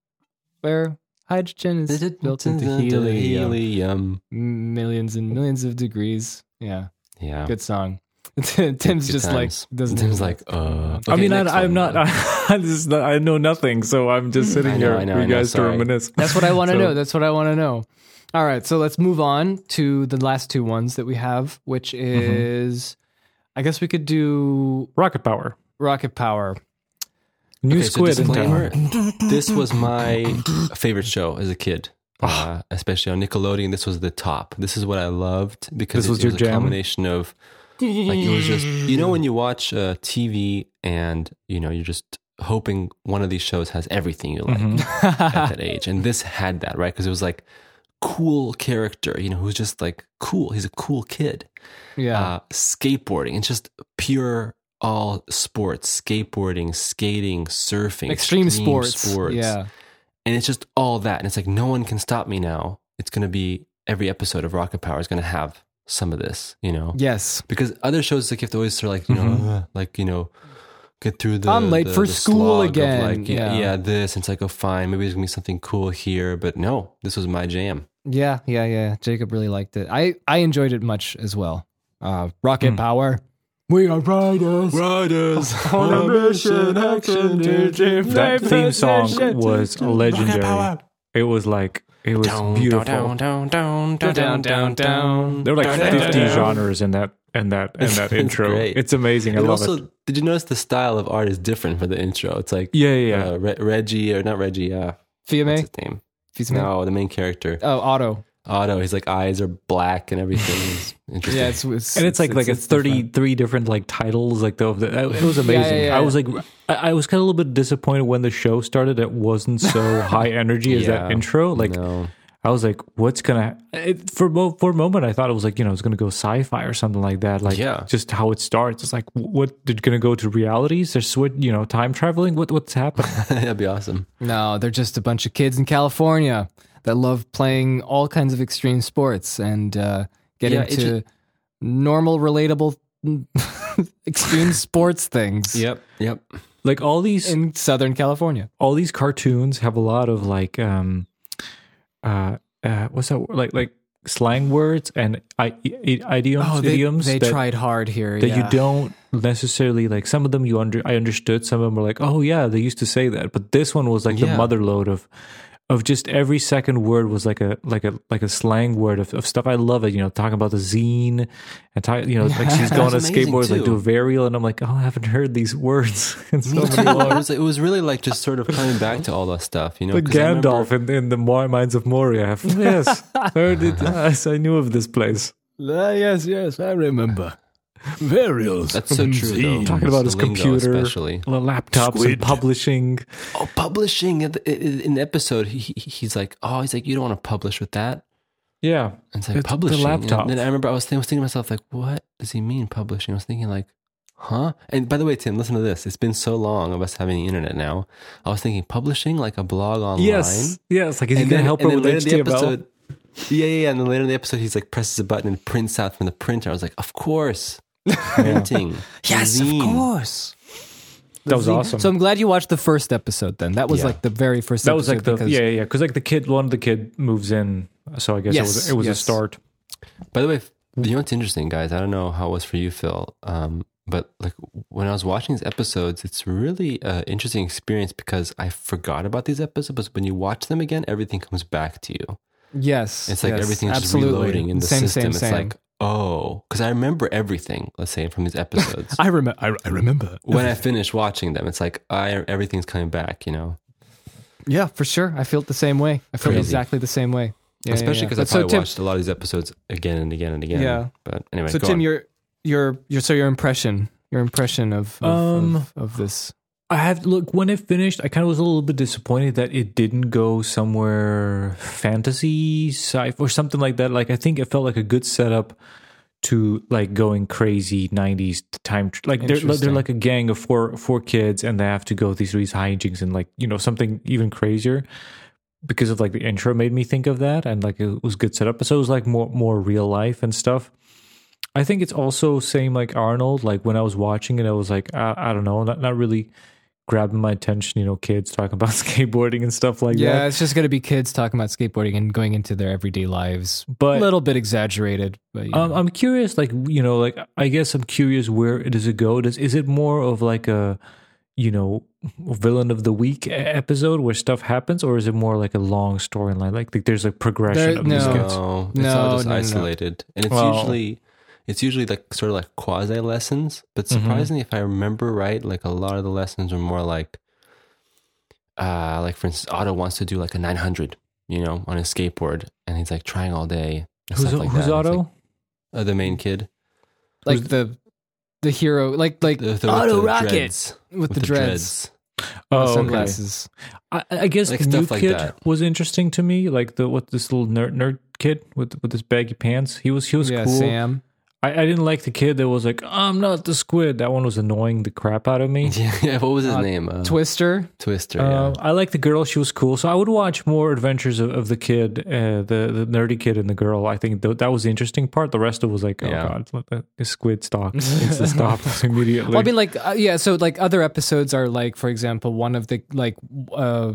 Speaker 1: where hydrogen is built into helium.
Speaker 3: helium.
Speaker 1: Millions and millions of degrees. Yeah,
Speaker 3: Yeah.
Speaker 1: good song. Tim's
Speaker 3: good
Speaker 1: just
Speaker 3: times.
Speaker 1: like doesn't.
Speaker 3: Tim's like, uh.
Speaker 2: I
Speaker 3: okay,
Speaker 2: mean,
Speaker 3: next
Speaker 2: I, I'm
Speaker 3: one.
Speaker 2: not. I, this is not. I know nothing, so I'm just sitting
Speaker 3: Hmm. I know,
Speaker 2: here
Speaker 3: I know,
Speaker 2: for
Speaker 3: I
Speaker 2: you
Speaker 3: know,
Speaker 2: guys to
Speaker 3: sorry.
Speaker 2: reminisce.
Speaker 1: That's what I want to
Speaker 2: So-
Speaker 1: know. That's what I want to know. All right, so let's move on to the last two ones that we have, which is, I guess we could do
Speaker 2: Rocket Power,
Speaker 1: Rocket Power.
Speaker 2: New
Speaker 3: Okay, so
Speaker 2: Squid. in
Speaker 3: disclaimer,
Speaker 2: town.
Speaker 3: this was my favorite show as a kid.
Speaker 2: Ah.
Speaker 3: Uh, especially on Nickelodeon, this was the top. This is what I loved because
Speaker 2: This
Speaker 3: it
Speaker 2: was
Speaker 3: it
Speaker 2: your
Speaker 3: was a
Speaker 2: jam?
Speaker 3: combination of like it was just you know when you watch uh, TV and you know you're just hoping one of these shows has everything you
Speaker 2: Mm-hmm.
Speaker 3: like at that age. And this had that, right? Because it was like cool character, you know, who's just like cool. He's a cool kid.
Speaker 1: yeah.
Speaker 3: Uh, skateboarding. It's just pure all sports, skateboarding, skating, surfing,
Speaker 1: Extreme sports. Yeah.
Speaker 3: and it's just all that. And it's like no one can stop me now. It's going to be every episode of Rocket Power is going to have some of this, you know.
Speaker 1: Yes.
Speaker 3: Because other shows like you have to always sort of like you know
Speaker 2: Mhm.
Speaker 3: uh, like you know get through the
Speaker 1: Mm-hmm. I'm late
Speaker 3: the-
Speaker 1: for
Speaker 3: the
Speaker 1: school
Speaker 3: slog of,
Speaker 1: again.
Speaker 3: like,
Speaker 1: Yeah.
Speaker 3: yeah. yeah, this. And it's like oh fine, maybe there's gonna be something cool here, but no, this was my jam.
Speaker 1: Yeah. Yeah. Yeah. Jacob really liked it. I I enjoyed it much as well. Uh, Rocket
Speaker 2: Hmm.
Speaker 1: Power. We are riders.
Speaker 3: Riders
Speaker 2: on a mission, action, duty,
Speaker 1: That
Speaker 2: That theme
Speaker 1: shit.
Speaker 2: song was legendary. It was like it was beautiful.
Speaker 3: down, down,
Speaker 1: down, down, down, down.
Speaker 2: There were like
Speaker 3: Dun, dun,
Speaker 2: fifty
Speaker 3: dun.
Speaker 2: genres in that and that and that
Speaker 3: It's
Speaker 2: intro.
Speaker 3: great.
Speaker 2: It's amazing. I
Speaker 3: And
Speaker 2: love
Speaker 3: also,
Speaker 2: it.
Speaker 3: did you notice the style of art is different for the intro? It's like
Speaker 2: Yeah, yeah,
Speaker 3: uh, Re- Reggie or not Reggie. Uh, what's
Speaker 1: Fiume.
Speaker 3: his name?
Speaker 1: Fiume.
Speaker 3: No, the main character
Speaker 1: Oh, Otto.
Speaker 3: Otto. He's like eyes are black and everything. is interesting.
Speaker 1: Yeah. It's, it's
Speaker 2: and it's like like it's,
Speaker 1: different.
Speaker 2: 33 different like titles like the, the it was amazing
Speaker 1: yeah, yeah.
Speaker 2: i was like i, I was kind of a little bit disappointed when the show started it wasn't so high energy as that
Speaker 3: Yeah.
Speaker 2: intro like
Speaker 3: no.
Speaker 2: i was like what's gonna it, for mo- for a moment i thought it was like you know it's gonna go sci-fi or something like that like
Speaker 3: Yeah.
Speaker 2: just how it starts it's like wh- what did gonna go to realities there's what you know time traveling what what's happening
Speaker 3: that'd be awesome.
Speaker 1: No, they're just a bunch of kids in California that love playing all kinds of extreme sports and uh, getting
Speaker 3: Yeah, it
Speaker 1: to normal, relatable, extreme sports things
Speaker 3: Yep, yep.
Speaker 2: like all these
Speaker 1: in Southern California.
Speaker 2: all these cartoons have a lot of like um uh, uh what's that word? like like slang words and I- I- idioms
Speaker 3: Oh,
Speaker 2: idioms
Speaker 1: they
Speaker 2: that,
Speaker 1: tried hard here.
Speaker 2: that you don't necessarily like some of them you under I understood some of them were like oh yeah they used to say that but this one was like the
Speaker 3: Yeah.
Speaker 2: mother load of of just every second word was like a like a like a slang word of, of stuff I love it you know talking about the zine and talking you know like she's going on a
Speaker 3: That's amazing,
Speaker 2: skateboard like to a
Speaker 3: too.
Speaker 2: varial and I'm like oh I haven't heard these words in so many
Speaker 3: Me too. it, was, it was really like just sort of coming back to all that stuff, you know.
Speaker 2: The
Speaker 3: 'cause I remember-
Speaker 2: Gandalf in, in the Mo- Mines of Moria. Yes, heard it. Yes, I knew of this place.
Speaker 1: yes, yes, I remember.
Speaker 5: Varials.
Speaker 3: That's so true. Though.
Speaker 2: Talking about his
Speaker 3: The lingo
Speaker 2: computer.
Speaker 3: especially.
Speaker 2: L- Laptops and
Speaker 5: Squid.
Speaker 2: publishing.
Speaker 3: Oh, publishing in an episode, he, he- he's like, oh, he's like, you don't want to publish with that.
Speaker 2: Yeah,
Speaker 3: And it's like
Speaker 2: It's the
Speaker 3: publishing.
Speaker 2: laptop.
Speaker 3: And then I remember I was, thinking, I was thinking to myself, like, what does he mean publishing? I was thinking like, huh? And by the way, Tim, listen to this. It's been so long of us having the internet now. I was thinking publishing like a blog online.
Speaker 2: yes, yes. Like, is he
Speaker 3: And
Speaker 2: gonna
Speaker 3: then-
Speaker 2: help her
Speaker 3: and then
Speaker 2: with
Speaker 3: later in the
Speaker 2: HTML?
Speaker 3: episode- Yeah, yeah, yeah. And then later in the episode, he's like presses a button and prints out from the printer. I was like, of course, printing.
Speaker 1: Yes, of
Speaker 3: Zine.
Speaker 1: course.
Speaker 2: that was awesome.
Speaker 1: So I'm glad you watched the first episode. Then that was
Speaker 3: Yeah.
Speaker 1: like the very first.
Speaker 2: that was like
Speaker 1: episode
Speaker 2: the
Speaker 1: because-
Speaker 2: yeah, yeah. Because like the kid, one of the kid moves in. So I guess it was
Speaker 1: Yes,
Speaker 2: it was
Speaker 1: yes.
Speaker 2: a start.
Speaker 3: By the way,
Speaker 1: Hmm.
Speaker 3: you know what's interesting, guys? I don't know how it was for you, Phil, um, but like when I was watching these episodes, it's really an interesting experience because I forgot about these episodes. But when you watch them again, everything comes back to you.
Speaker 1: Yes,
Speaker 3: It's like
Speaker 1: yes,
Speaker 3: everything's
Speaker 1: absolutely.
Speaker 3: just reloading in the
Speaker 1: same,
Speaker 3: system.
Speaker 1: Same,
Speaker 3: it's
Speaker 1: same.
Speaker 3: like, oh, because I remember everything. Let's say from these episodes.
Speaker 1: I remember.
Speaker 5: I, I remember.
Speaker 3: when I finish watching them, it's like I everything's coming back. You know.
Speaker 1: Yeah, for sure. I felt the same way. I felt
Speaker 3: Crazy.
Speaker 1: exactly the same way. Yeah,
Speaker 3: Especially
Speaker 1: yeah,
Speaker 3: because
Speaker 1: yeah.
Speaker 3: I
Speaker 1: But so
Speaker 3: probably
Speaker 1: Tim-
Speaker 3: watched a lot of these episodes again and again and again.
Speaker 1: Yeah.
Speaker 3: But anyway,
Speaker 1: So
Speaker 3: go
Speaker 1: Tim,
Speaker 3: on.
Speaker 1: your your your so your impression, your impression of of,
Speaker 2: Um,
Speaker 1: of, of this.
Speaker 2: I have look when it finished. I kind of was a little bit disappointed that it didn't go somewhere fantasy sci or something like that. Like I think it felt like a good setup to like going crazy '90s time. tr- Like they're they're
Speaker 1: Interesting.
Speaker 2: like a gang of four four kids, and they have to go through these hijinks and like you know something even crazier because of like the intro made me think of that and like it was good setup. So it was like more more real life and stuff. I think it's also same like Arnold. Like when I was watching it, I was like, I, I don't know, not not really grabbing my attention. You know, kids talking about skateboarding and stuff like
Speaker 1: Yeah,
Speaker 2: that.
Speaker 1: it's just gonna be kids talking about skateboarding and going into their everyday lives. A
Speaker 2: But
Speaker 1: little bit exaggerated, but you
Speaker 2: um,
Speaker 1: know.
Speaker 2: I'm curious, like you know, like I guess I'm curious where does it go? Does is it more of like a you know villain of the week e- episode where stuff happens, or is it more like a long storyline? Like, like there's like progression
Speaker 1: There-
Speaker 2: of these
Speaker 1: no.
Speaker 2: kids.
Speaker 3: No, it's
Speaker 1: No,
Speaker 3: all just
Speaker 1: no, no, no.
Speaker 3: isolated, and it's
Speaker 2: Well-
Speaker 3: usually it's usually like sort of like quasi lessons. But surprisingly, if I remember right, like a lot of the lessons are more like, uh, like for instance, Otto wants to do like a nine hundred, you know, on his skateboard, and he's like trying all day. and
Speaker 2: Who's,
Speaker 3: stuff like
Speaker 2: who's
Speaker 3: that. And it's
Speaker 2: Otto?
Speaker 3: like, uh, the main kid,
Speaker 1: like the the hero, like like
Speaker 3: The- the- with
Speaker 1: Otto
Speaker 3: the
Speaker 1: Rocket
Speaker 3: dreads.
Speaker 1: with, the, dreads. The
Speaker 2: Oh, okay.
Speaker 1: sunglasses.
Speaker 2: I, I guess
Speaker 3: Like
Speaker 2: new
Speaker 3: stuff like
Speaker 2: kid
Speaker 3: that.
Speaker 2: was interesting to me. Like the what this little nerd nerd kid with with his baggy pants. He was he was
Speaker 1: Yeah,
Speaker 2: cool.
Speaker 1: Sam.
Speaker 2: I, I didn't like the kid that was like I'm not the squid. That one was annoying the crap out of me.
Speaker 3: Yeah, yeah. What was his name? Uh,
Speaker 1: Twister.
Speaker 3: Twister.
Speaker 2: Uh,
Speaker 3: yeah.
Speaker 2: I like the girl; she was cool. So I would watch more adventures of, of the kid, uh, the the nerdy kid and the girl. I think th- that was the interesting part. The rest of it was like, oh
Speaker 3: Yeah.
Speaker 2: god, let the the squid stalk needs to stop immediately.
Speaker 1: Well, I mean, like, uh, yeah. So, like, other episodes are like, for example, one of the like uh,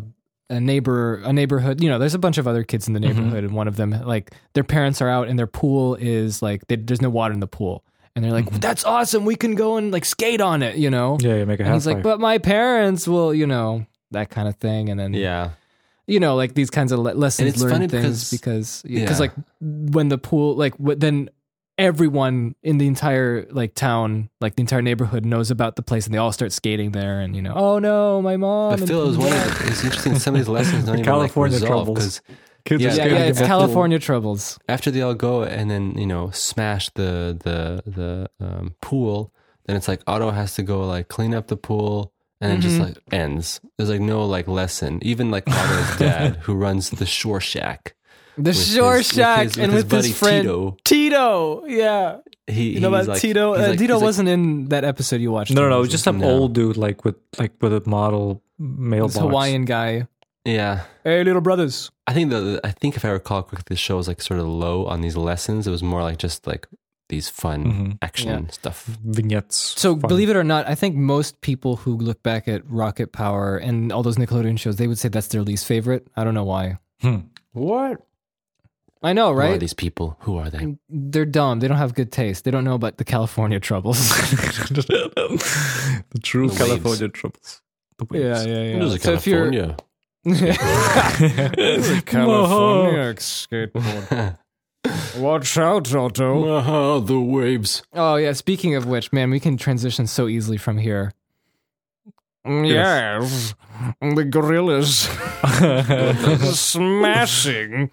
Speaker 1: a neighbor, a neighborhood. You know, there's a bunch of other kids in the
Speaker 2: Mm-hmm.
Speaker 1: neighborhood, and one of them, like, their parents are out, and their pool is like, they, there's no water in the pool, and they're like, "That's awesome! We can go and like skate on it," you know.
Speaker 2: Mm-hmm. yeah, yeah, make a
Speaker 1: and
Speaker 2: half
Speaker 1: he's like, "But my parents will," you know, that kind of thing, and then
Speaker 3: yeah.
Speaker 1: you know, like these kinds of le- lessons
Speaker 3: And it's
Speaker 1: learned
Speaker 3: funny
Speaker 1: things
Speaker 3: because-
Speaker 1: because because
Speaker 3: yeah.
Speaker 1: like when the pool like wh- then everyone in the entire like town like the entire neighborhood knows about the place and they all start skating there and you know oh no my mom
Speaker 3: But
Speaker 1: and-
Speaker 3: Phil is one of the, it's interesting. Some of these lessons don't even
Speaker 2: California
Speaker 3: like resolve
Speaker 2: troubles.
Speaker 3: because
Speaker 2: kids
Speaker 3: yeah,
Speaker 1: yeah,
Speaker 3: skating
Speaker 1: yeah it's
Speaker 3: in the pool.
Speaker 1: California troubles
Speaker 3: after they all go and then you know smash the the the um, pool, then it's like Otto has to go like clean up the pool, and it just
Speaker 1: Mhm.
Speaker 3: like ends. There's like no like lesson. Even like Otto's dad, who runs the Shore Shack,
Speaker 1: the
Speaker 3: with
Speaker 1: shore
Speaker 3: his- with
Speaker 1: shack
Speaker 3: his-
Speaker 1: and with his,
Speaker 3: buddy
Speaker 1: friend Tito.
Speaker 3: Tito.
Speaker 1: yeah
Speaker 3: He,
Speaker 1: you know
Speaker 3: he's
Speaker 1: about
Speaker 3: like-
Speaker 1: Tito
Speaker 3: he's
Speaker 1: uh,
Speaker 3: like-
Speaker 1: Tito
Speaker 3: he's like-
Speaker 1: wasn't in that episode you watched
Speaker 2: No, no, no,
Speaker 1: was
Speaker 2: just
Speaker 1: he?
Speaker 2: some
Speaker 3: No.
Speaker 2: old dude like with like with a model
Speaker 1: This
Speaker 2: mailbox.
Speaker 1: Hawaiian guy
Speaker 3: yeah.
Speaker 1: hey little brothers
Speaker 3: I think the- the I think if I recall correctly, the show was like sort of low on these lessons. It was more like just like these fun
Speaker 1: Mm-hmm.
Speaker 2: Mhm.
Speaker 3: action stuff.
Speaker 2: vignettes.
Speaker 1: So believe it or not, I think most people who look back at Rocket Power and all those Nickelodeon shows, they would say that's their least favorite. I don't know why.
Speaker 3: What?
Speaker 1: I know,
Speaker 3: Who are
Speaker 1: right?
Speaker 3: these people? Who are they?
Speaker 1: They're dumb. They don't have good taste. They don't know about the California troubles.
Speaker 2: the true
Speaker 3: The waves.
Speaker 2: California troubles. The waves.
Speaker 1: yeah,
Speaker 3: Those are California.
Speaker 2: California
Speaker 1: Watch out, Otto.
Speaker 3: Ah, the waves.
Speaker 1: Oh yeah. Speaking of which, man, we can transition so easily from here.
Speaker 2: Yes.
Speaker 1: the gorillas smashing.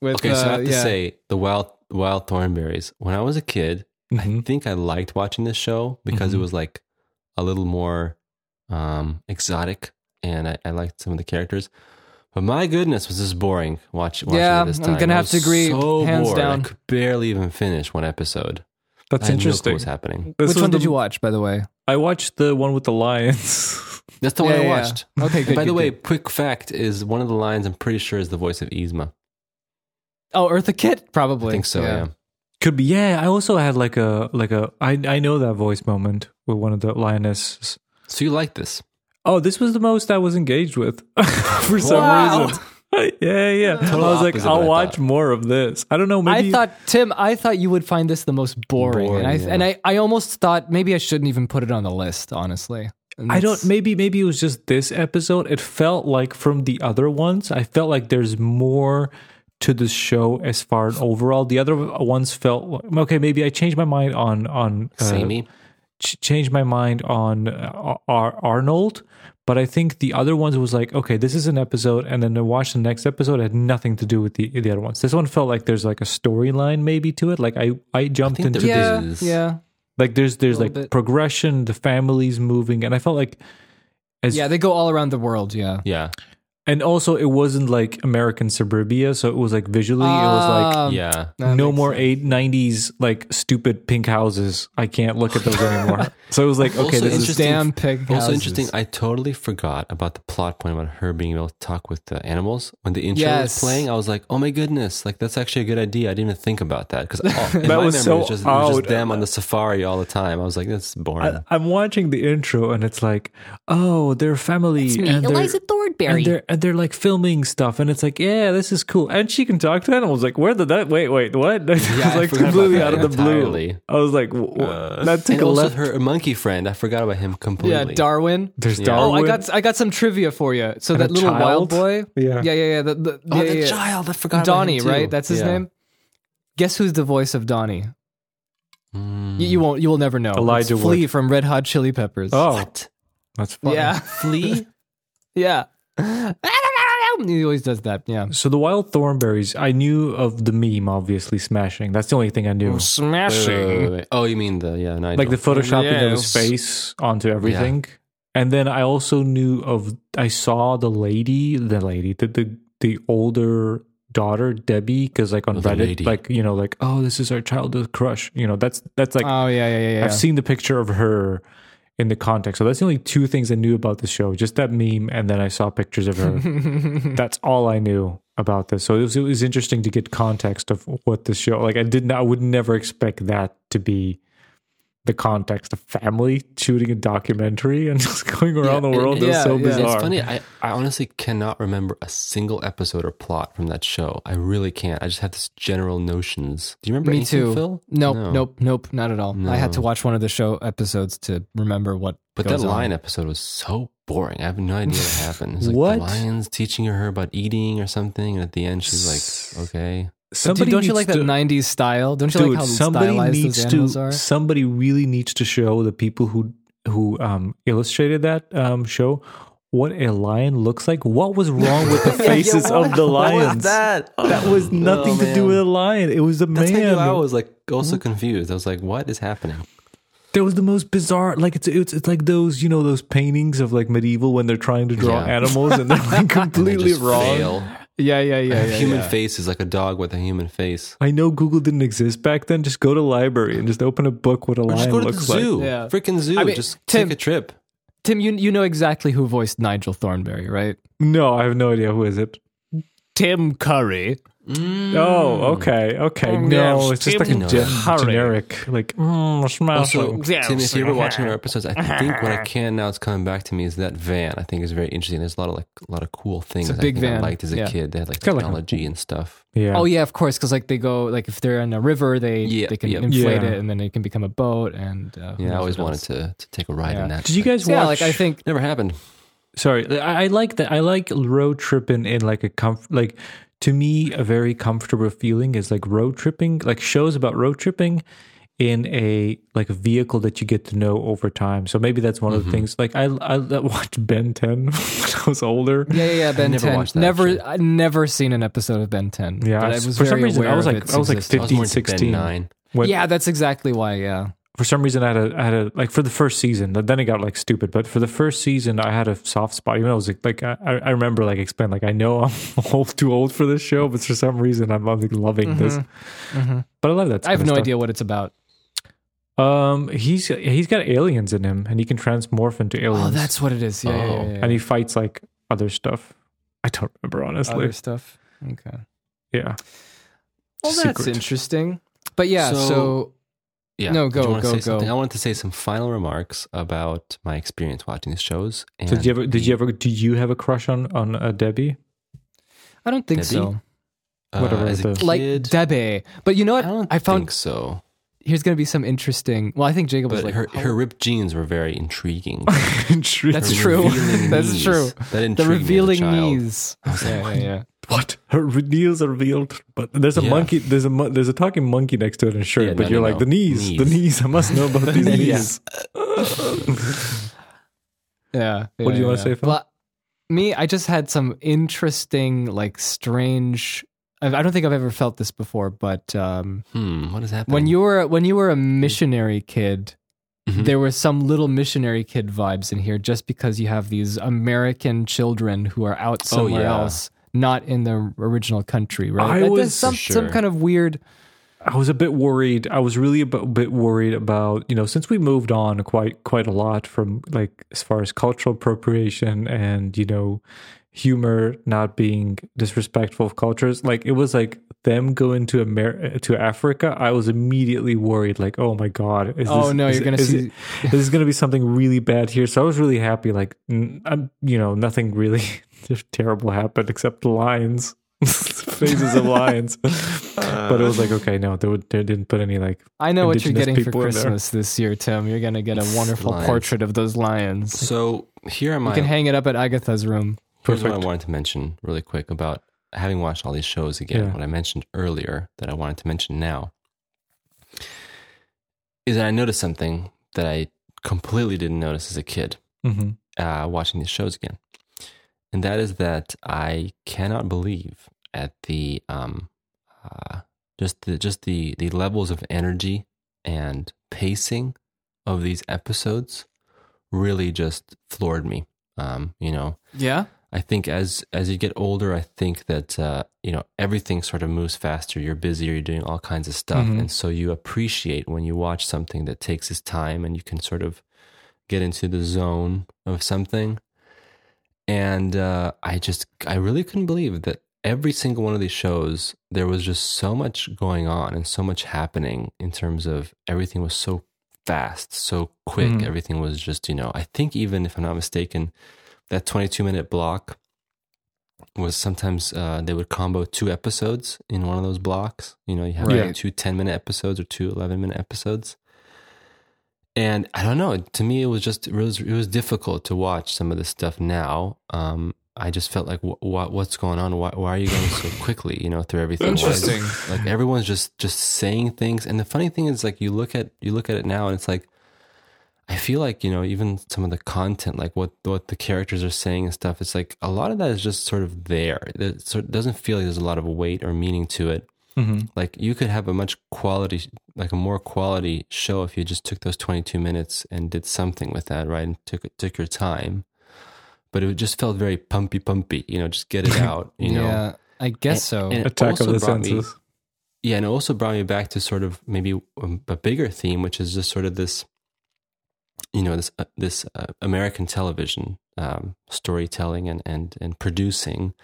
Speaker 1: With,
Speaker 3: Okay, so I
Speaker 1: uh,
Speaker 3: have to
Speaker 1: yeah.
Speaker 3: say the wild wild thornberries. When I was a kid, I
Speaker 1: Mm-hmm.
Speaker 2: Mhm.
Speaker 3: think I liked watching this show because it was like a little more um, exotic, and I, I liked some of the characters. But my goodness, was this boring? Watch, watching
Speaker 1: Yeah,
Speaker 3: it this
Speaker 1: I'm
Speaker 3: time.
Speaker 1: gonna
Speaker 3: I
Speaker 1: have
Speaker 3: was
Speaker 1: to agree,
Speaker 3: So
Speaker 1: hands
Speaker 3: bored.
Speaker 1: down.
Speaker 3: I could barely even finish one episode.
Speaker 2: That's
Speaker 3: I had no clue
Speaker 2: interesting.
Speaker 3: what's happening?
Speaker 2: This
Speaker 1: Which
Speaker 2: was
Speaker 1: one
Speaker 2: the-
Speaker 1: did you watch, by the way?
Speaker 2: I watched the one with the lions.
Speaker 3: That's the
Speaker 1: Yeah,
Speaker 3: one I
Speaker 1: yeah, yeah.
Speaker 3: watched.
Speaker 1: Okay, good.
Speaker 3: By the
Speaker 1: good,
Speaker 3: way,
Speaker 1: good.
Speaker 3: quick fact is one of the lines I'm pretty sure is the voice of Yzma.
Speaker 1: oh, Eartha Kitt, probably.
Speaker 3: I think so. Yeah.
Speaker 2: Could be. Yeah, I also had like a like a I I know that voice moment with one of the lionesses.
Speaker 3: So you like this?
Speaker 2: Oh, this was the most I was engaged with for some
Speaker 1: Wow.
Speaker 2: reason. yeah, yeah. I was like,
Speaker 3: opposite
Speaker 2: I'll
Speaker 3: what I
Speaker 2: watch
Speaker 3: thought.
Speaker 2: more of this. I don't know. Maybe
Speaker 1: I thought Tim, I thought you would find this the most boring,
Speaker 3: Boring,
Speaker 1: and I
Speaker 3: yeah.
Speaker 1: and I, I almost thought maybe I shouldn't even put it on the list, honestly. And
Speaker 2: I don't.
Speaker 1: that's-
Speaker 2: Maybe maybe it was just this episode. It felt like from the other ones. I felt like there's more to the show as far as overall. The other ones felt okay. Maybe I changed my mind on on uh,
Speaker 3: Samey.
Speaker 2: ch- changed my mind on uh, Ar- Arnold, but I think the other ones was like, okay, this is an episode, and then I watched the next episode. It had nothing to do with the the other ones. This one felt like there's like a storyline maybe to it. Like I I jumped
Speaker 3: think
Speaker 2: into
Speaker 3: there
Speaker 1: Yeah,
Speaker 2: this
Speaker 3: is.
Speaker 1: yeah,
Speaker 2: like there's there's
Speaker 1: little
Speaker 2: like
Speaker 1: bit.
Speaker 2: progression, the families moving, and I felt like as
Speaker 1: yeah. They go all around the world. Yeah.
Speaker 3: Yeah.
Speaker 2: and also it wasn't like American suburbia, so it was like visually it was like
Speaker 1: Um,
Speaker 3: yeah.
Speaker 1: that
Speaker 2: no
Speaker 1: makes
Speaker 2: more
Speaker 1: sense.
Speaker 2: eight nineties like stupid pink houses. I can't look at those anymore. so it was like okay,
Speaker 3: Also
Speaker 2: this is
Speaker 3: interesting-
Speaker 1: Damn pig.
Speaker 3: Also
Speaker 1: houses.
Speaker 3: interesting. I totally forgot about the plot point about her being able to talk with the animals when the intro
Speaker 1: Yes.
Speaker 3: was playing. I was like, "Oh my goodness! Like that's actually a good idea." I didn't even think about that because
Speaker 2: That
Speaker 3: that my
Speaker 2: was
Speaker 3: memory,
Speaker 2: so
Speaker 3: it was just, it was just
Speaker 2: out.
Speaker 3: them on the safari all the time. I was like, "That's boring."
Speaker 2: I, I'm watching the intro and it's like, oh, they're family. and they're, And they're, and they're like filming stuff. And it's like, yeah, this is cool. And she can talk to animals. Like, where did that? Wait, wait, what? It was
Speaker 3: I
Speaker 2: like
Speaker 3: forgot about
Speaker 2: completely out
Speaker 3: that
Speaker 2: of the blue.
Speaker 3: entirely. Uh,
Speaker 2: I was like, w- w- that took
Speaker 3: and
Speaker 2: a
Speaker 3: also
Speaker 2: left.
Speaker 3: her monkey friend. I forgot about him completely.
Speaker 1: Yeah, Darwin.
Speaker 2: There's
Speaker 1: Oh,
Speaker 2: Darwin.
Speaker 1: I got I got some trivia for you. So that
Speaker 2: a
Speaker 1: little wild
Speaker 2: child?
Speaker 1: boy.
Speaker 2: Yeah.
Speaker 1: yeah, yeah, yeah. The, the,
Speaker 3: Oh,
Speaker 1: yeah,
Speaker 3: the
Speaker 1: yeah, yeah.
Speaker 3: child! I forgot.
Speaker 1: Donnie,
Speaker 3: about him too.
Speaker 1: right? That's his
Speaker 3: Yeah.
Speaker 1: name. Guess who's the voice of Donnie? You, you won't. You will never know. It's
Speaker 2: Hmm. Elijah Wood.
Speaker 1: Flea from Red Hot Chili Peppers.
Speaker 2: oh,
Speaker 3: What?
Speaker 2: that's funny.
Speaker 1: yeah,
Speaker 3: Flea?
Speaker 1: yeah. he always does that. Yeah,
Speaker 2: So the wild thornberries, I knew of the meme, obviously smashing. That's the only thing I knew.
Speaker 3: Wait, wait,
Speaker 1: smashing.
Speaker 3: wait, wait. Oh, you mean the yeah? Nigel.
Speaker 2: like the photoshopping of his
Speaker 1: Yes.
Speaker 2: face onto everything. And then I also knew of I saw the lady, the lady, the the, the older daughter Debbie, because like on
Speaker 3: Oh, the
Speaker 2: Reddit,
Speaker 3: lady.
Speaker 2: like you know, like oh, this is our childhood crush. You know, that's that's like
Speaker 1: oh yeah, yeah, yeah. yeah.
Speaker 2: I've seen the picture of her in the context. So that's the only two things I knew about the show: just that meme, and then I saw pictures of her. that's all I knew about this. So it was, it was interesting to get context of what the show. Like I did not, I would never expect that to be the context. A family shooting a documentary and just going around the
Speaker 3: Yeah,
Speaker 2: world.
Speaker 3: and-
Speaker 2: It was
Speaker 1: yeah,
Speaker 2: so
Speaker 1: yeah. It's
Speaker 2: bizarre.
Speaker 3: It's funny. I, I honestly cannot remember a single episode or plot from that show. I really can't. I just have this general notions. Do you remember
Speaker 1: Me
Speaker 3: anything,
Speaker 1: too.
Speaker 3: Phil?
Speaker 1: Nope,
Speaker 3: No.
Speaker 1: nope, nope, not at all. I had to
Speaker 3: No.
Speaker 1: watch one of the show episodes to remember what.
Speaker 3: But
Speaker 1: goes
Speaker 3: that
Speaker 1: on.
Speaker 3: lion episode was so boring. I have no idea what happened. It's like
Speaker 2: What?
Speaker 3: the lion's teaching her about eating or something, and at the end she's like, "Okay,
Speaker 1: Dude, don't you
Speaker 2: needs
Speaker 1: like that
Speaker 2: to-
Speaker 1: 90s style? Don't you
Speaker 2: Dude,
Speaker 1: like how
Speaker 2: somebody
Speaker 1: stylized
Speaker 2: needs
Speaker 1: those animals
Speaker 2: to.
Speaker 1: are?
Speaker 2: Somebody really needs to show the people who who um, illustrated that um, show what a lion looks like. What was wrong with the faces of the lions?
Speaker 3: that?
Speaker 2: That
Speaker 3: Oh,
Speaker 2: was nothing to do with a lion. It was a
Speaker 3: That's how
Speaker 2: man.
Speaker 3: I was like also confused. I was like, "What is happening?"
Speaker 2: There was the most bizarre. Like it's it's it's like those you know those paintings of like medieval when they're trying to draw
Speaker 3: Yeah.
Speaker 2: animals and they're like
Speaker 3: And they
Speaker 2: completely
Speaker 3: just
Speaker 2: wrong.
Speaker 3: fail.
Speaker 1: yeah, yeah, yeah.
Speaker 3: A
Speaker 1: yeah,
Speaker 3: human
Speaker 1: yeah.
Speaker 3: face is like a dog with a human face.
Speaker 2: I know Google didn't exist back then. Just go to library and just open a book what a
Speaker 3: Or
Speaker 2: lion
Speaker 3: just go to the
Speaker 2: looks
Speaker 3: zoo,
Speaker 2: like.
Speaker 1: Yeah.
Speaker 3: freaking zoo.
Speaker 1: I mean,
Speaker 3: just
Speaker 1: Tim-
Speaker 3: take a trip.
Speaker 1: Tim, you you know exactly who voiced Nigel Thornberry, right?
Speaker 2: No, I have no idea who is it.
Speaker 1: Tim Curry.
Speaker 2: Oh, okay, okay.
Speaker 1: Mm,
Speaker 2: no,
Speaker 1: yes,
Speaker 2: it's just like a
Speaker 3: Tim
Speaker 2: gen-
Speaker 1: Curry.
Speaker 2: generic, like mm, smash.
Speaker 1: Oh,
Speaker 3: Also,
Speaker 2: like-
Speaker 3: Tim, if you ever watching our episodes, I think what I can now it's coming back to me is that van. I think is very interesting. There's a lot of like a lot of cool things
Speaker 1: big
Speaker 3: I, think
Speaker 1: van,
Speaker 3: I liked as a
Speaker 1: yeah.
Speaker 3: kid. They had like
Speaker 2: kinda like a-
Speaker 3: technology and stuff.
Speaker 2: yeah.
Speaker 1: Oh yeah, of course, because like they go like if they're in a river, they
Speaker 3: Yeah,
Speaker 1: they can
Speaker 3: yeah.
Speaker 1: inflate
Speaker 2: Yeah.
Speaker 1: it and then it can become a boat. And uh, who
Speaker 3: Yeah, I
Speaker 1: knows
Speaker 3: always
Speaker 1: what
Speaker 3: wanted
Speaker 1: else.
Speaker 3: to, to take a ride
Speaker 1: Yeah.
Speaker 3: in that.
Speaker 2: Did you
Speaker 3: but
Speaker 2: guys watch?
Speaker 1: Yeah, like I think
Speaker 3: Never happened.
Speaker 2: Sorry, I, I like that. I like road tripping in like a comf. Like to me, a very comfortable feeling is like road tripping, like shows about road tripping in a like a vehicle that you get to know over time. So maybe that's one of the things. Like I, I watched Ben Ten when I was older.
Speaker 1: yeah, yeah, yeah. Ben
Speaker 3: never
Speaker 1: Ten.
Speaker 3: watched that,
Speaker 1: never,
Speaker 3: actually.
Speaker 1: I never seen an episode of Ben Ten.
Speaker 2: Yeah,
Speaker 1: but I
Speaker 2: I-
Speaker 1: was
Speaker 2: for
Speaker 1: very
Speaker 2: some reason
Speaker 1: aware
Speaker 2: I was
Speaker 1: of
Speaker 2: like
Speaker 1: its
Speaker 2: I was like
Speaker 1: existence.
Speaker 3: I was more
Speaker 2: 15,
Speaker 3: into Ben
Speaker 2: 16.
Speaker 3: Nine.
Speaker 2: when-
Speaker 1: Yeah, that's exactly why. Yeah,
Speaker 2: for some reason I had a I had a like for the first season. but Then it got like stupid, but for the first season I had a soft spot. Even though I was like, like I, I remember like explain like I know I'm old, too old for this show, but for some reason I'm, I'm, like, loving this. But I love that.
Speaker 1: Mm-hmm. I have
Speaker 2: kind
Speaker 1: no
Speaker 2: of stuff.
Speaker 1: idea what it's about.
Speaker 2: Um, he's he's got aliens in him, and he can transmorph into aliens.
Speaker 1: Oh, that's what it is. Yeah, yeah,
Speaker 3: Oh.
Speaker 1: yeah, yeah.
Speaker 2: and he fights like other stuff. I don't remember honestly.
Speaker 1: other stuff. Okay.
Speaker 2: Yeah,
Speaker 1: Well, that's
Speaker 2: Secret.
Speaker 1: interesting. But yeah, so,
Speaker 3: So- Yeah.
Speaker 1: No,
Speaker 3: Did you
Speaker 1: go,
Speaker 3: wanna
Speaker 1: go,
Speaker 3: say
Speaker 1: go.
Speaker 3: something? I wanted to say some final remarks about my experience watching these shows. And
Speaker 2: So did you ever did
Speaker 3: the-
Speaker 2: you ever do you have a crush on on uh, Debbie?
Speaker 1: I don't think
Speaker 3: Debbie?
Speaker 1: so.
Speaker 3: uh,
Speaker 2: whatever
Speaker 3: as
Speaker 2: the-
Speaker 3: a kid,
Speaker 1: Like Debe, but you know
Speaker 3: I
Speaker 1: what? I,
Speaker 3: don't
Speaker 1: found
Speaker 3: think so.
Speaker 1: here's going to be some interesting. Well, I think Jacob was like,
Speaker 3: But her
Speaker 1: how-
Speaker 3: her ripped jeans were very intriguing.
Speaker 2: Intriguing.
Speaker 1: That's
Speaker 3: Her
Speaker 1: true.
Speaker 3: revealing
Speaker 1: That's
Speaker 3: knees,
Speaker 1: true.
Speaker 3: That intrigued
Speaker 1: the revealing
Speaker 3: me as a child.
Speaker 1: knees. Yeah, yeah, yeah.
Speaker 2: what her re- knees are revealed but there's a
Speaker 3: Yeah.
Speaker 2: monkey there's a mon- there's a talking monkey next to it in a shirt
Speaker 3: Yeah,
Speaker 2: but
Speaker 3: no,
Speaker 2: you're
Speaker 3: no,
Speaker 2: like
Speaker 3: no.
Speaker 2: the knees, the
Speaker 3: Knees.
Speaker 2: knees i must know about these knees
Speaker 1: Yeah.
Speaker 2: What do
Speaker 1: yeah,
Speaker 2: you wanna
Speaker 1: yeah.
Speaker 2: say, Phil?
Speaker 1: Well, me, I just had some interesting, like, strange. I I don't think I've ever felt this before, but um,
Speaker 3: Hmm, what is happening?
Speaker 1: when you were when you were a missionary kid,
Speaker 2: Mm-hmm.
Speaker 3: Mhm.
Speaker 1: there were some little missionary kid vibes in here, just because you have these American children who are out
Speaker 2: Oh,
Speaker 1: somewhere
Speaker 3: yeah.
Speaker 1: else, not in their original country, right?
Speaker 2: I
Speaker 1: That-
Speaker 2: was-
Speaker 1: that's some
Speaker 3: For
Speaker 1: some
Speaker 3: sure.
Speaker 1: kind of weird.
Speaker 2: i was a bit worried i was really a bu- bit worried about you know since we moved on quite quite a lot from like as far as cultural appropriation and you know humor not being disrespectful of cultures like it was like them going to Amer- to africa i was immediately worried like oh my god is
Speaker 1: Oh
Speaker 2: this-
Speaker 1: no,
Speaker 2: is-
Speaker 1: you're gonna
Speaker 2: is
Speaker 1: see.
Speaker 2: it- this is going to be something really bad here. So I was really happy. Like, n- I'm, you know, nothing really terrible happened except lines, phases of lines. but it was like, okay, no, they, would, they didn't put any like.
Speaker 1: I know what you're getting
Speaker 2: indigenous
Speaker 1: for
Speaker 2: people in there.
Speaker 1: Christmas this year, Tim. You're gonna get a wonderful
Speaker 3: Lions.
Speaker 1: portrait of those lions.
Speaker 3: so here am
Speaker 1: You
Speaker 3: I.
Speaker 1: can hang it up at Agatha's room.
Speaker 3: Here's what I
Speaker 2: Perfect.
Speaker 3: wanted to mention really quick about having watched all these shows again.
Speaker 2: Yeah.
Speaker 3: What I mentioned earlier that I wanted to mention now is that I noticed something that I completely didn't notice as a kid
Speaker 2: Mhm.
Speaker 3: uh, watching these shows again, and that is that I cannot believe at the um, uh, just the just the the levels of energy and pacing of these episodes really just floored me. Um, you know,
Speaker 1: Yeah.
Speaker 3: I think as as you get older, I think that uh, you know everything sort of moves faster. You're busier. You're doing all kinds of stuff,
Speaker 2: Mhm.
Speaker 3: and so you appreciate when you watch something that takes its time, and you can sort of get into the zone of something. And uh, I just, I really couldn't believe that every single one of these shows, there was just so much going on and so much happening in terms of everything was so fast, so quick.
Speaker 2: Mhm.
Speaker 3: Everything was just, you know, I think even if I'm not mistaken, that 22 minute block was sometimes uh, they would combo two episodes in one of those blocks. You know, you have like
Speaker 2: Right.
Speaker 3: two 10 minute episodes or two 11 minute episodes. And I don't know. To me, it was just it was, it was difficult to watch some of this stuff now. Um, I just felt like, what, what what's going on? Why, why are you going so quickly? You know, through everything. Why is-
Speaker 1: Interesting.
Speaker 3: like everyone's just just saying things and the funny thing is like you look at you look at it now and it's like i feel like you know even some of the content like what what the characters are saying and stuff it's like a lot of that is just sort of there it sort of doesn't feel like there's a lot of weight or meaning to it
Speaker 2: Mm-hmm.
Speaker 3: like you could have a much quality like a more quality show if you just took those 22 minutes and did something with that right and took took your time but it just felt very pumpy pumpy you know just get it out you know
Speaker 1: yeah. I guess so.
Speaker 3: and- It
Speaker 2: Attack of
Speaker 3: also
Speaker 2: the
Speaker 3: brought me-
Speaker 2: senses.
Speaker 3: yeah, and it also brought me back to sort of maybe um, a bigger theme, which is just sort of this, you know, this uh, this uh, American television um, storytelling and and and producing.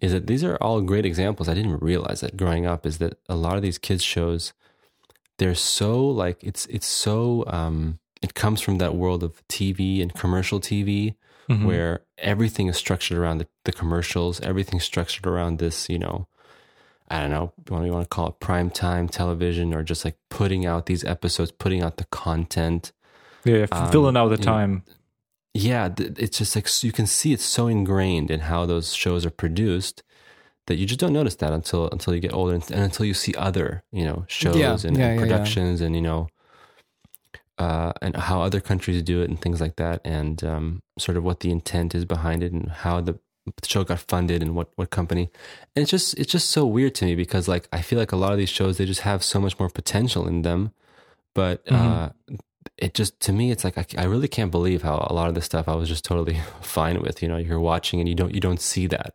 Speaker 3: Is that these are all great examples? I didn't realize that growing up is that a lot of these kids shows, they're so like it's it's so um, it comes from that world of TV and commercial TV
Speaker 1: Mm-hmm.
Speaker 2: Mhm.
Speaker 3: where everything is structured around the, the commercials, everything's structured around this, you know, I don't know, what do you want to call it, prime time television or just like putting out these episodes, putting out the content.
Speaker 2: yeah, f-
Speaker 3: um,
Speaker 2: filling out the
Speaker 3: you-
Speaker 2: time.
Speaker 3: Yeah, th- it's just like s- you can see it's so ingrained in how those shows are produced that you just don't notice that until until you get older and, and until you see other, you know, shows
Speaker 1: Yeah, yeah,
Speaker 3: and,
Speaker 1: yeah, yeah.
Speaker 3: and productions and you know uh, and how other countries do it and things like that, and um, sort of what the intent is behind it and how the show got funded and what what company. And it's just it's just so weird to me because like I feel like a lot of these shows they just have so much more potential in them, but
Speaker 1: Mm-hmm.
Speaker 3: uh, it just to me it's like I, I really can't believe how a lot of this stuff I was just totally fine with. You know, you're watching and you don't you don't see that,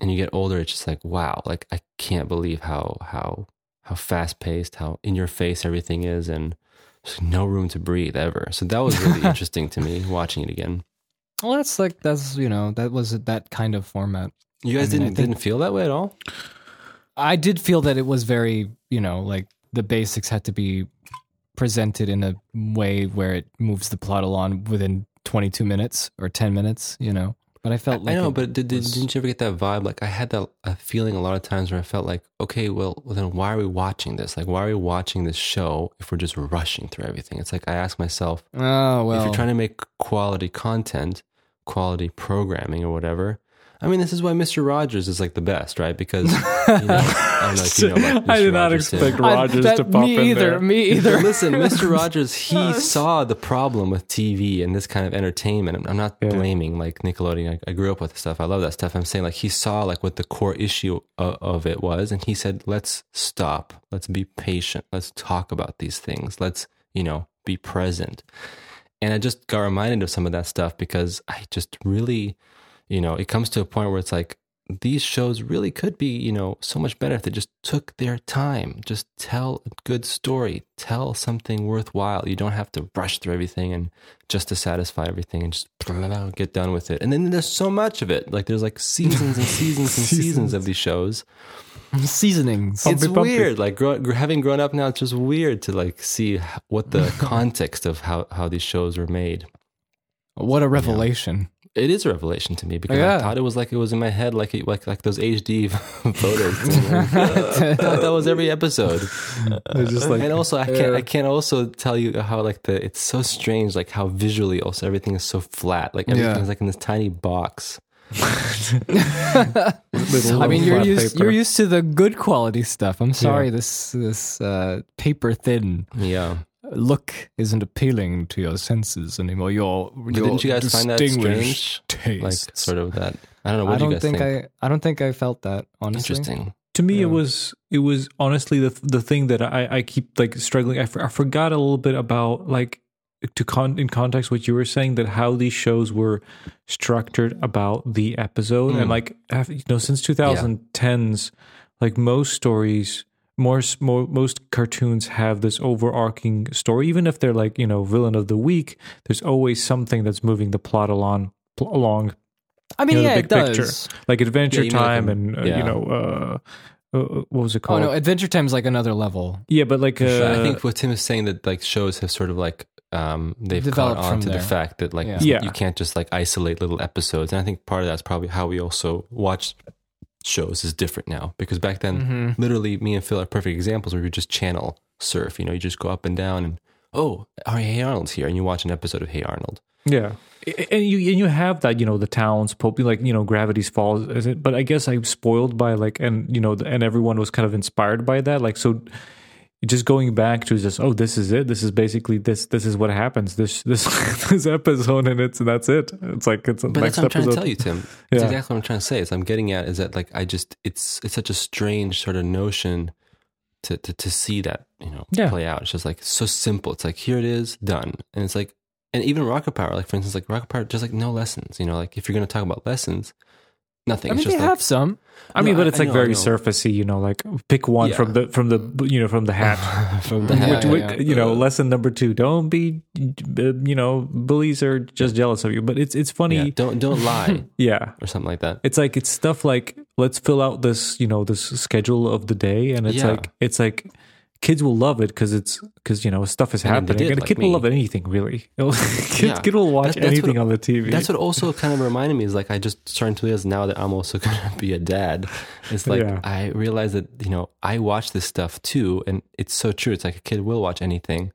Speaker 3: and you get older, it's just like wow, like I can't believe how how how fast paced, how in your face everything is, and just no room to breathe ever. So that was really interesting to me watching it again.
Speaker 1: well, that's like that's you know that was that kind of format.
Speaker 3: You guys
Speaker 1: I mean, I
Speaker 3: didn't
Speaker 1: think-
Speaker 3: didn't feel that way at all.
Speaker 1: I did feel that it was very, you know, like the basics had to be presented in a way where it moves the plot along within 22 minutes or 10 minutes, you know. But I felt like
Speaker 3: I know,
Speaker 1: it
Speaker 3: but did, did,
Speaker 1: was-
Speaker 3: didn't you ever get that vibe? Like I had that a feeling a lot of times where I felt like, okay, well, well, then why are we watching this? Like, why are we watching this show if we're just rushing through everything? It's like I ask myself,
Speaker 1: oh well.
Speaker 3: if you're trying to make quality content, quality programming or whatever. I mean, this is why Mr. Rogers is like the best, right? Because you know, I don't know if you know about
Speaker 2: I
Speaker 3: Mr.
Speaker 2: did not
Speaker 3: Rogers, Tim.
Speaker 2: expect Rogers
Speaker 1: that-
Speaker 2: to pop
Speaker 1: me
Speaker 2: in
Speaker 1: either.
Speaker 2: there.
Speaker 1: Me either.
Speaker 3: But listen, Mr. Rogers, he saw the problem with TV and this kind of entertainment. I'm, I'm not blaming like Nickelodeon. I, I grew up with this stuff. I love that stuff. I'm saying like he saw like what the core issue of, of it was, and he said, "Let's stop. Let's be patient. Let's talk about these things. Let's you know be present." And I just got reminded of some of that stuff because I just really, you know, it comes to a point where it's like these shows really could be, you know, so much better if they just took their time. Just tell a good story. Tell something worthwhile. You don't have to rush through everything and just to satisfy everything and just blah, blah, blah, get done with it. And then there's so much of it. Like there's like seasons and seasons and seasons of these shows.
Speaker 1: seasonings.
Speaker 3: It's
Speaker 2: Pumpy, pumpy.
Speaker 3: weird. Like grow, gr- having grown up now, it's just weird to like see h- what the context of how, how these shows were made.
Speaker 1: what a revelation.
Speaker 3: It is a revelation to me because
Speaker 1: Yeah.
Speaker 3: I thought it was like it was in my head, like it, like like those HD photos. I thought that was every episode.
Speaker 2: They're just like,
Speaker 3: and also, I can't I can't also tell you how like the it's so strange, like how visually also everything is so flat, like everything's like in this tiny box.
Speaker 1: I mean, you're
Speaker 2: flat
Speaker 1: used
Speaker 2: paper.
Speaker 1: you're used to the good quality stuff. I'm sorry this this uh, paper thin
Speaker 3: Yeah,
Speaker 1: look isn't appealing to your senses anymore. Your,
Speaker 3: But
Speaker 1: your
Speaker 3: didn't you guys find that
Speaker 1: distinguished
Speaker 3: strange? Like
Speaker 1: tastes.
Speaker 3: sort of that. I don't know. What
Speaker 1: I
Speaker 3: do you
Speaker 1: don't
Speaker 3: guys
Speaker 1: think,
Speaker 3: think?
Speaker 1: I I don't think I felt that honestly.
Speaker 3: Interesting.
Speaker 2: to me
Speaker 1: Yeah.
Speaker 2: it was it was honestly the the thing that I I keep like struggling I for- I forgot a little bit about like to con in context what you were saying that how these shows were structured about the episode
Speaker 3: Mm.
Speaker 2: and like have, you know since 2010s like most stories more, s- more most cartoons have this overarching story even if they're like you know villain of the week there's always something that's moving the plot along pl- along
Speaker 1: I
Speaker 2: you
Speaker 1: mean,
Speaker 2: know,
Speaker 1: yeah,
Speaker 2: the
Speaker 1: it
Speaker 2: big
Speaker 1: does.
Speaker 2: picture like adventure
Speaker 3: you mean like
Speaker 2: time
Speaker 3: a-
Speaker 2: and uh, you
Speaker 3: yeah.
Speaker 2: know uh, uh what was it
Speaker 1: Oh
Speaker 2: called
Speaker 1: no, Adventure Time's like another level.
Speaker 2: yeah but like uh,
Speaker 3: I think what Tim is saying that like shows have sort of like um, they've caught
Speaker 1: Developed
Speaker 3: on
Speaker 1: from
Speaker 3: to
Speaker 1: there.
Speaker 3: the fact that like
Speaker 1: Yeah.
Speaker 2: Yeah.
Speaker 3: you can't just like isolate little episodes, and I think part of that's probably how we also watch shows is different now because back then,
Speaker 2: Mm-hmm.
Speaker 1: Mm-hmm.
Speaker 3: literally, me and Phil are perfect examples where you just channel surf. You know, you just go up and down, and oh, all right, Hey Arnold's here, and you watch an episode of Hey Arnold.
Speaker 2: Yeah, A- and you and you have that you know the towns probably like you know Gravity's Falls, is it? But I guess I'm spoiled by like and you know the- and everyone was kind of inspired by that. Like so, just going back to just oh this is it. This is basically this this is what happens. This this this episode and it's that's it. It's like it's
Speaker 3: But
Speaker 2: next
Speaker 3: that's what I'm trying
Speaker 2: episode.
Speaker 3: to tell you, Tim. That's
Speaker 2: Yeah.
Speaker 3: exactly what I'm trying to say. Is I'm getting at is that like I just it's it's such a strange sort of notion to to, to see that you know
Speaker 2: Yeah.
Speaker 3: play out. It's just like so simple. It's like here it is done, and it's like and even Rocket Power, like for instance, like Rocket Power, just like no lessons. You know, like if you're going to talk about lessons, nothing.
Speaker 1: I mean,
Speaker 3: it's
Speaker 1: they
Speaker 3: just like
Speaker 1: have some.
Speaker 2: I mean,
Speaker 3: No,
Speaker 2: but
Speaker 3: I-
Speaker 2: it's
Speaker 3: I
Speaker 2: like
Speaker 3: know, I
Speaker 2: very
Speaker 3: know.
Speaker 2: surfacey. You know, like pick one
Speaker 3: Yeah.
Speaker 2: from the from the you know from the hat.
Speaker 3: from
Speaker 1: Yeah,
Speaker 2: Which,
Speaker 1: yeah,
Speaker 2: which-
Speaker 1: yeah.
Speaker 2: you know, lesson number two: don't be, uh, you know, bullies are just jealous of you. But it's it's
Speaker 3: yeah,
Speaker 2: funny,
Speaker 3: don't don't lie
Speaker 2: yeah.
Speaker 3: or something like that.
Speaker 2: it's like it's stuff like let's fill out this you know this schedule of the day and it's
Speaker 3: Yeah.
Speaker 2: like it's like kids will love it because it's because you know stuff is
Speaker 3: And they
Speaker 2: happening
Speaker 3: did,
Speaker 2: and a
Speaker 3: like
Speaker 2: kid will
Speaker 3: me.
Speaker 2: love anything really kid,
Speaker 3: Yeah.
Speaker 2: kid will watch
Speaker 3: That- that's
Speaker 2: anything
Speaker 3: what-
Speaker 2: on the tv
Speaker 3: That's what also kind of reminded me is like I just started to realize now that I'm also gonna be a dad. It's like
Speaker 2: Yeah.
Speaker 3: I realize that you know I watch this stuff too, and it's so true. It's like a kid will watch anything.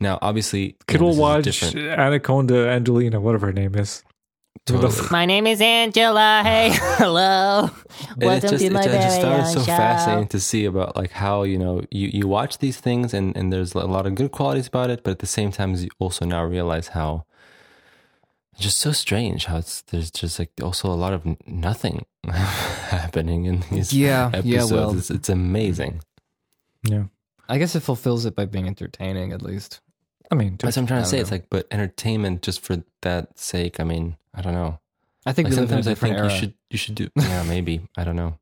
Speaker 3: Now, obviously,
Speaker 2: kid
Speaker 3: you know,
Speaker 2: will
Speaker 3: this is
Speaker 2: watch
Speaker 3: different.
Speaker 2: anaconda angelina whatever her name is
Speaker 3: Totally.
Speaker 6: My name is Angela. Hey,
Speaker 3: And
Speaker 6: hello.
Speaker 3: it's
Speaker 6: Welcome
Speaker 3: just,
Speaker 6: to
Speaker 3: it,
Speaker 6: my
Speaker 3: I just
Speaker 6: very
Speaker 3: found it
Speaker 6: own
Speaker 3: so
Speaker 6: show.
Speaker 3: fascinating to see about like how you know you, you watch these things and and there's a lot of good qualities about it, but at the same time, you also now realize how it's just so strange how it's there's just like also a lot of n- nothing happening in these
Speaker 1: Yeah, yeah.
Speaker 3: episodes.
Speaker 1: Well,
Speaker 3: it's, it's amazing.
Speaker 2: yeah
Speaker 1: I guess it fulfills it by being entertaining, at least.
Speaker 2: i mean
Speaker 3: That's what I'm trying to
Speaker 1: I
Speaker 3: say.
Speaker 1: don't
Speaker 3: It's like, but entertainment just for that sake. I mean, I don't know.
Speaker 1: I think
Speaker 3: Like,
Speaker 1: we live in a
Speaker 3: sometimes I
Speaker 1: different
Speaker 3: think
Speaker 1: era.
Speaker 3: you should you should do. Yeah, maybe. I don't know.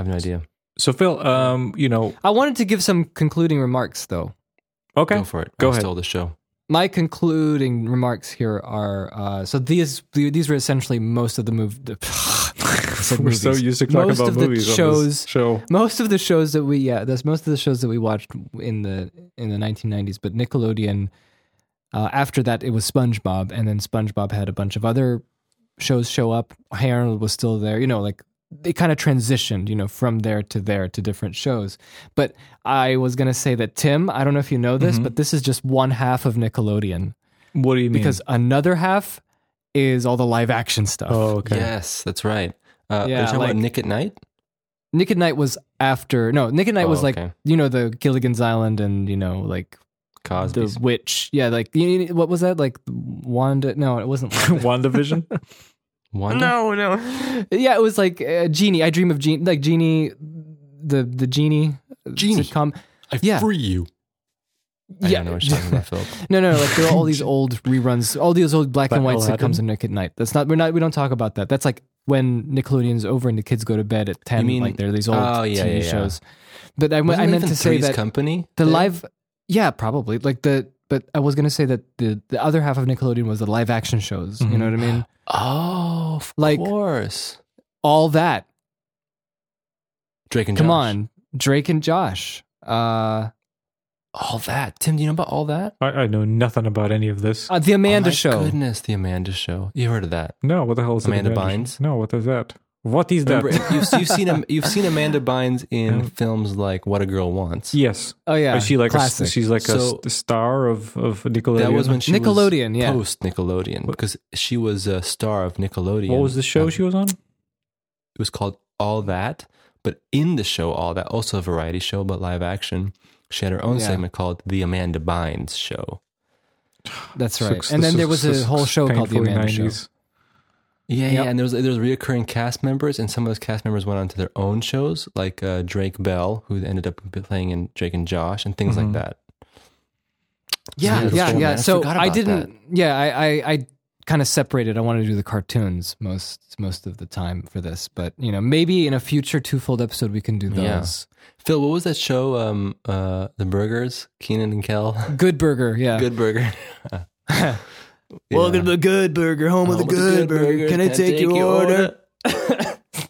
Speaker 3: have no idea.
Speaker 2: so phil um you know
Speaker 1: I wanted to give some concluding remarks, though.
Speaker 2: okay
Speaker 3: Go for it.
Speaker 2: Go
Speaker 3: I
Speaker 2: ahead.
Speaker 3: Stole the show.
Speaker 1: My concluding remarks here are uh, so these these were essentially most of the move. The, said
Speaker 2: we're so
Speaker 1: movies.
Speaker 2: used to talking
Speaker 1: Most
Speaker 2: about
Speaker 1: of the
Speaker 2: movies on this
Speaker 1: shows-
Speaker 2: show
Speaker 1: most of the shows that we yeah that's most of the shows that we watched in the in the 1990s but nickelodeon uh, after that it was spongebob and then spongebob had a bunch of other shows show up hey arnold was still there you know like they kind of transitioned you know from there to there to different shows but i was going to say that tim i don't know if you know this but this is just one half of nickelodeon
Speaker 2: what do you mean
Speaker 1: because another half is all the live action stuff
Speaker 2: oh okay
Speaker 3: Yes, that's right. Uh,
Speaker 1: Yeah,
Speaker 3: yeah, talking
Speaker 1: like-
Speaker 3: about Nick at Night.
Speaker 1: Nick at Night was after no Nick at Night
Speaker 3: Oh,
Speaker 1: was like
Speaker 3: okay.
Speaker 1: you know the Gilligan's Island and you know like
Speaker 3: Cosby's.
Speaker 1: the witch yeah like you- what was that like Wanda no it wasn't Wanda.
Speaker 2: wandavision
Speaker 3: Wanda?
Speaker 1: no yeah it was like uh, genie I dream of genie like genie the the genie
Speaker 3: Genie.
Speaker 1: sitcom
Speaker 3: I
Speaker 1: yeah.
Speaker 3: free you. I
Speaker 1: Yeah.
Speaker 3: don't know what you're talking about, Phil.
Speaker 1: no no like there are all these old reruns all these old black and
Speaker 2: But
Speaker 1: white
Speaker 2: Aladdin?
Speaker 1: sitcoms of Nick at Night that's not we're not we don't talk about that that's like when Nickelodeon's over and the kids go to bed at ten
Speaker 3: mean-
Speaker 1: like there are these old
Speaker 3: Oh, yeah,
Speaker 1: TV
Speaker 3: yeah, yeah.
Speaker 1: shows but I, I
Speaker 3: Wasn't there
Speaker 1: meant
Speaker 3: even
Speaker 1: to say
Speaker 3: Three's
Speaker 1: that
Speaker 3: Company.
Speaker 1: The
Speaker 3: there?
Speaker 1: live, yeah, probably like the. But I was gonna say that the the other half of Nickelodeon was the live action shows. You know what I mean?
Speaker 3: Mm-hmm. Oh, of
Speaker 1: Like-
Speaker 3: course.
Speaker 1: All that.
Speaker 3: Drake and
Speaker 1: Come
Speaker 3: Josh.
Speaker 1: on, Drake and Josh. Uh,
Speaker 3: All that. Tim, do you know about all that?
Speaker 2: I, I know nothing about any of this
Speaker 1: uh, the Amanda
Speaker 3: oh my
Speaker 1: Show.
Speaker 3: Goodness, the Amanda Show. You heard of that?
Speaker 2: No, what the hell is that?
Speaker 3: Amanda Bynes?
Speaker 2: No, what is that? What is
Speaker 3: Remember,
Speaker 2: that?
Speaker 3: you've, you've seen you've seen Amanda Bynes in
Speaker 2: Yeah.
Speaker 3: films like What a Girl Wants.
Speaker 2: yes.
Speaker 1: Oh yeah,
Speaker 2: Is she like a,
Speaker 1: classic.
Speaker 2: she's like
Speaker 3: So-
Speaker 2: a s- star of of Nickelodeon?
Speaker 3: That was when she
Speaker 1: Nickelodeon, yeah.
Speaker 3: post Nickelodeon because she was a star of Nickelodeon.
Speaker 2: What was the show
Speaker 3: Um,
Speaker 2: she was on?
Speaker 3: It was called All That, but in the show All That, also a variety show but live action, she had her own
Speaker 1: Yeah.
Speaker 3: segment called The Amanda Bynes Show.
Speaker 1: That's
Speaker 2: Six-
Speaker 1: right. and
Speaker 2: this
Speaker 1: then there
Speaker 2: is-
Speaker 1: was
Speaker 2: this
Speaker 1: a
Speaker 2: is
Speaker 1: whole show called The
Speaker 2: painfully
Speaker 1: Amanda Show.
Speaker 2: 90s.
Speaker 3: Yeah,
Speaker 1: Yep.
Speaker 3: yeah, and there was there was reoccurring cast members, and some of those cast members went on to their own shows, like
Speaker 2: Mm-hmm.
Speaker 3: uh, Drake Bell, who ended up playing in Drake and Josh, and things
Speaker 2: Mhm.
Speaker 3: like that.
Speaker 1: Yeah, yeah,
Speaker 3: Yeah, that's
Speaker 1: yeah.
Speaker 3: true, man. I
Speaker 1: So
Speaker 3: forgot
Speaker 1: I,
Speaker 3: about
Speaker 1: didn't. Yeah, I, I, I kind of separated. I wanted to do the cartoons most most of the time for this, but you know, maybe in a future twofold episode we can do
Speaker 3: Yeah.
Speaker 1: those.
Speaker 3: Phil, what was that show? Um, uh, the burgers, Keenan and Kel.
Speaker 1: Good Burger, yeah.
Speaker 3: Good burger.
Speaker 6: Welcome to the Good Burger, home, of the Good, burger. Can I take, your order?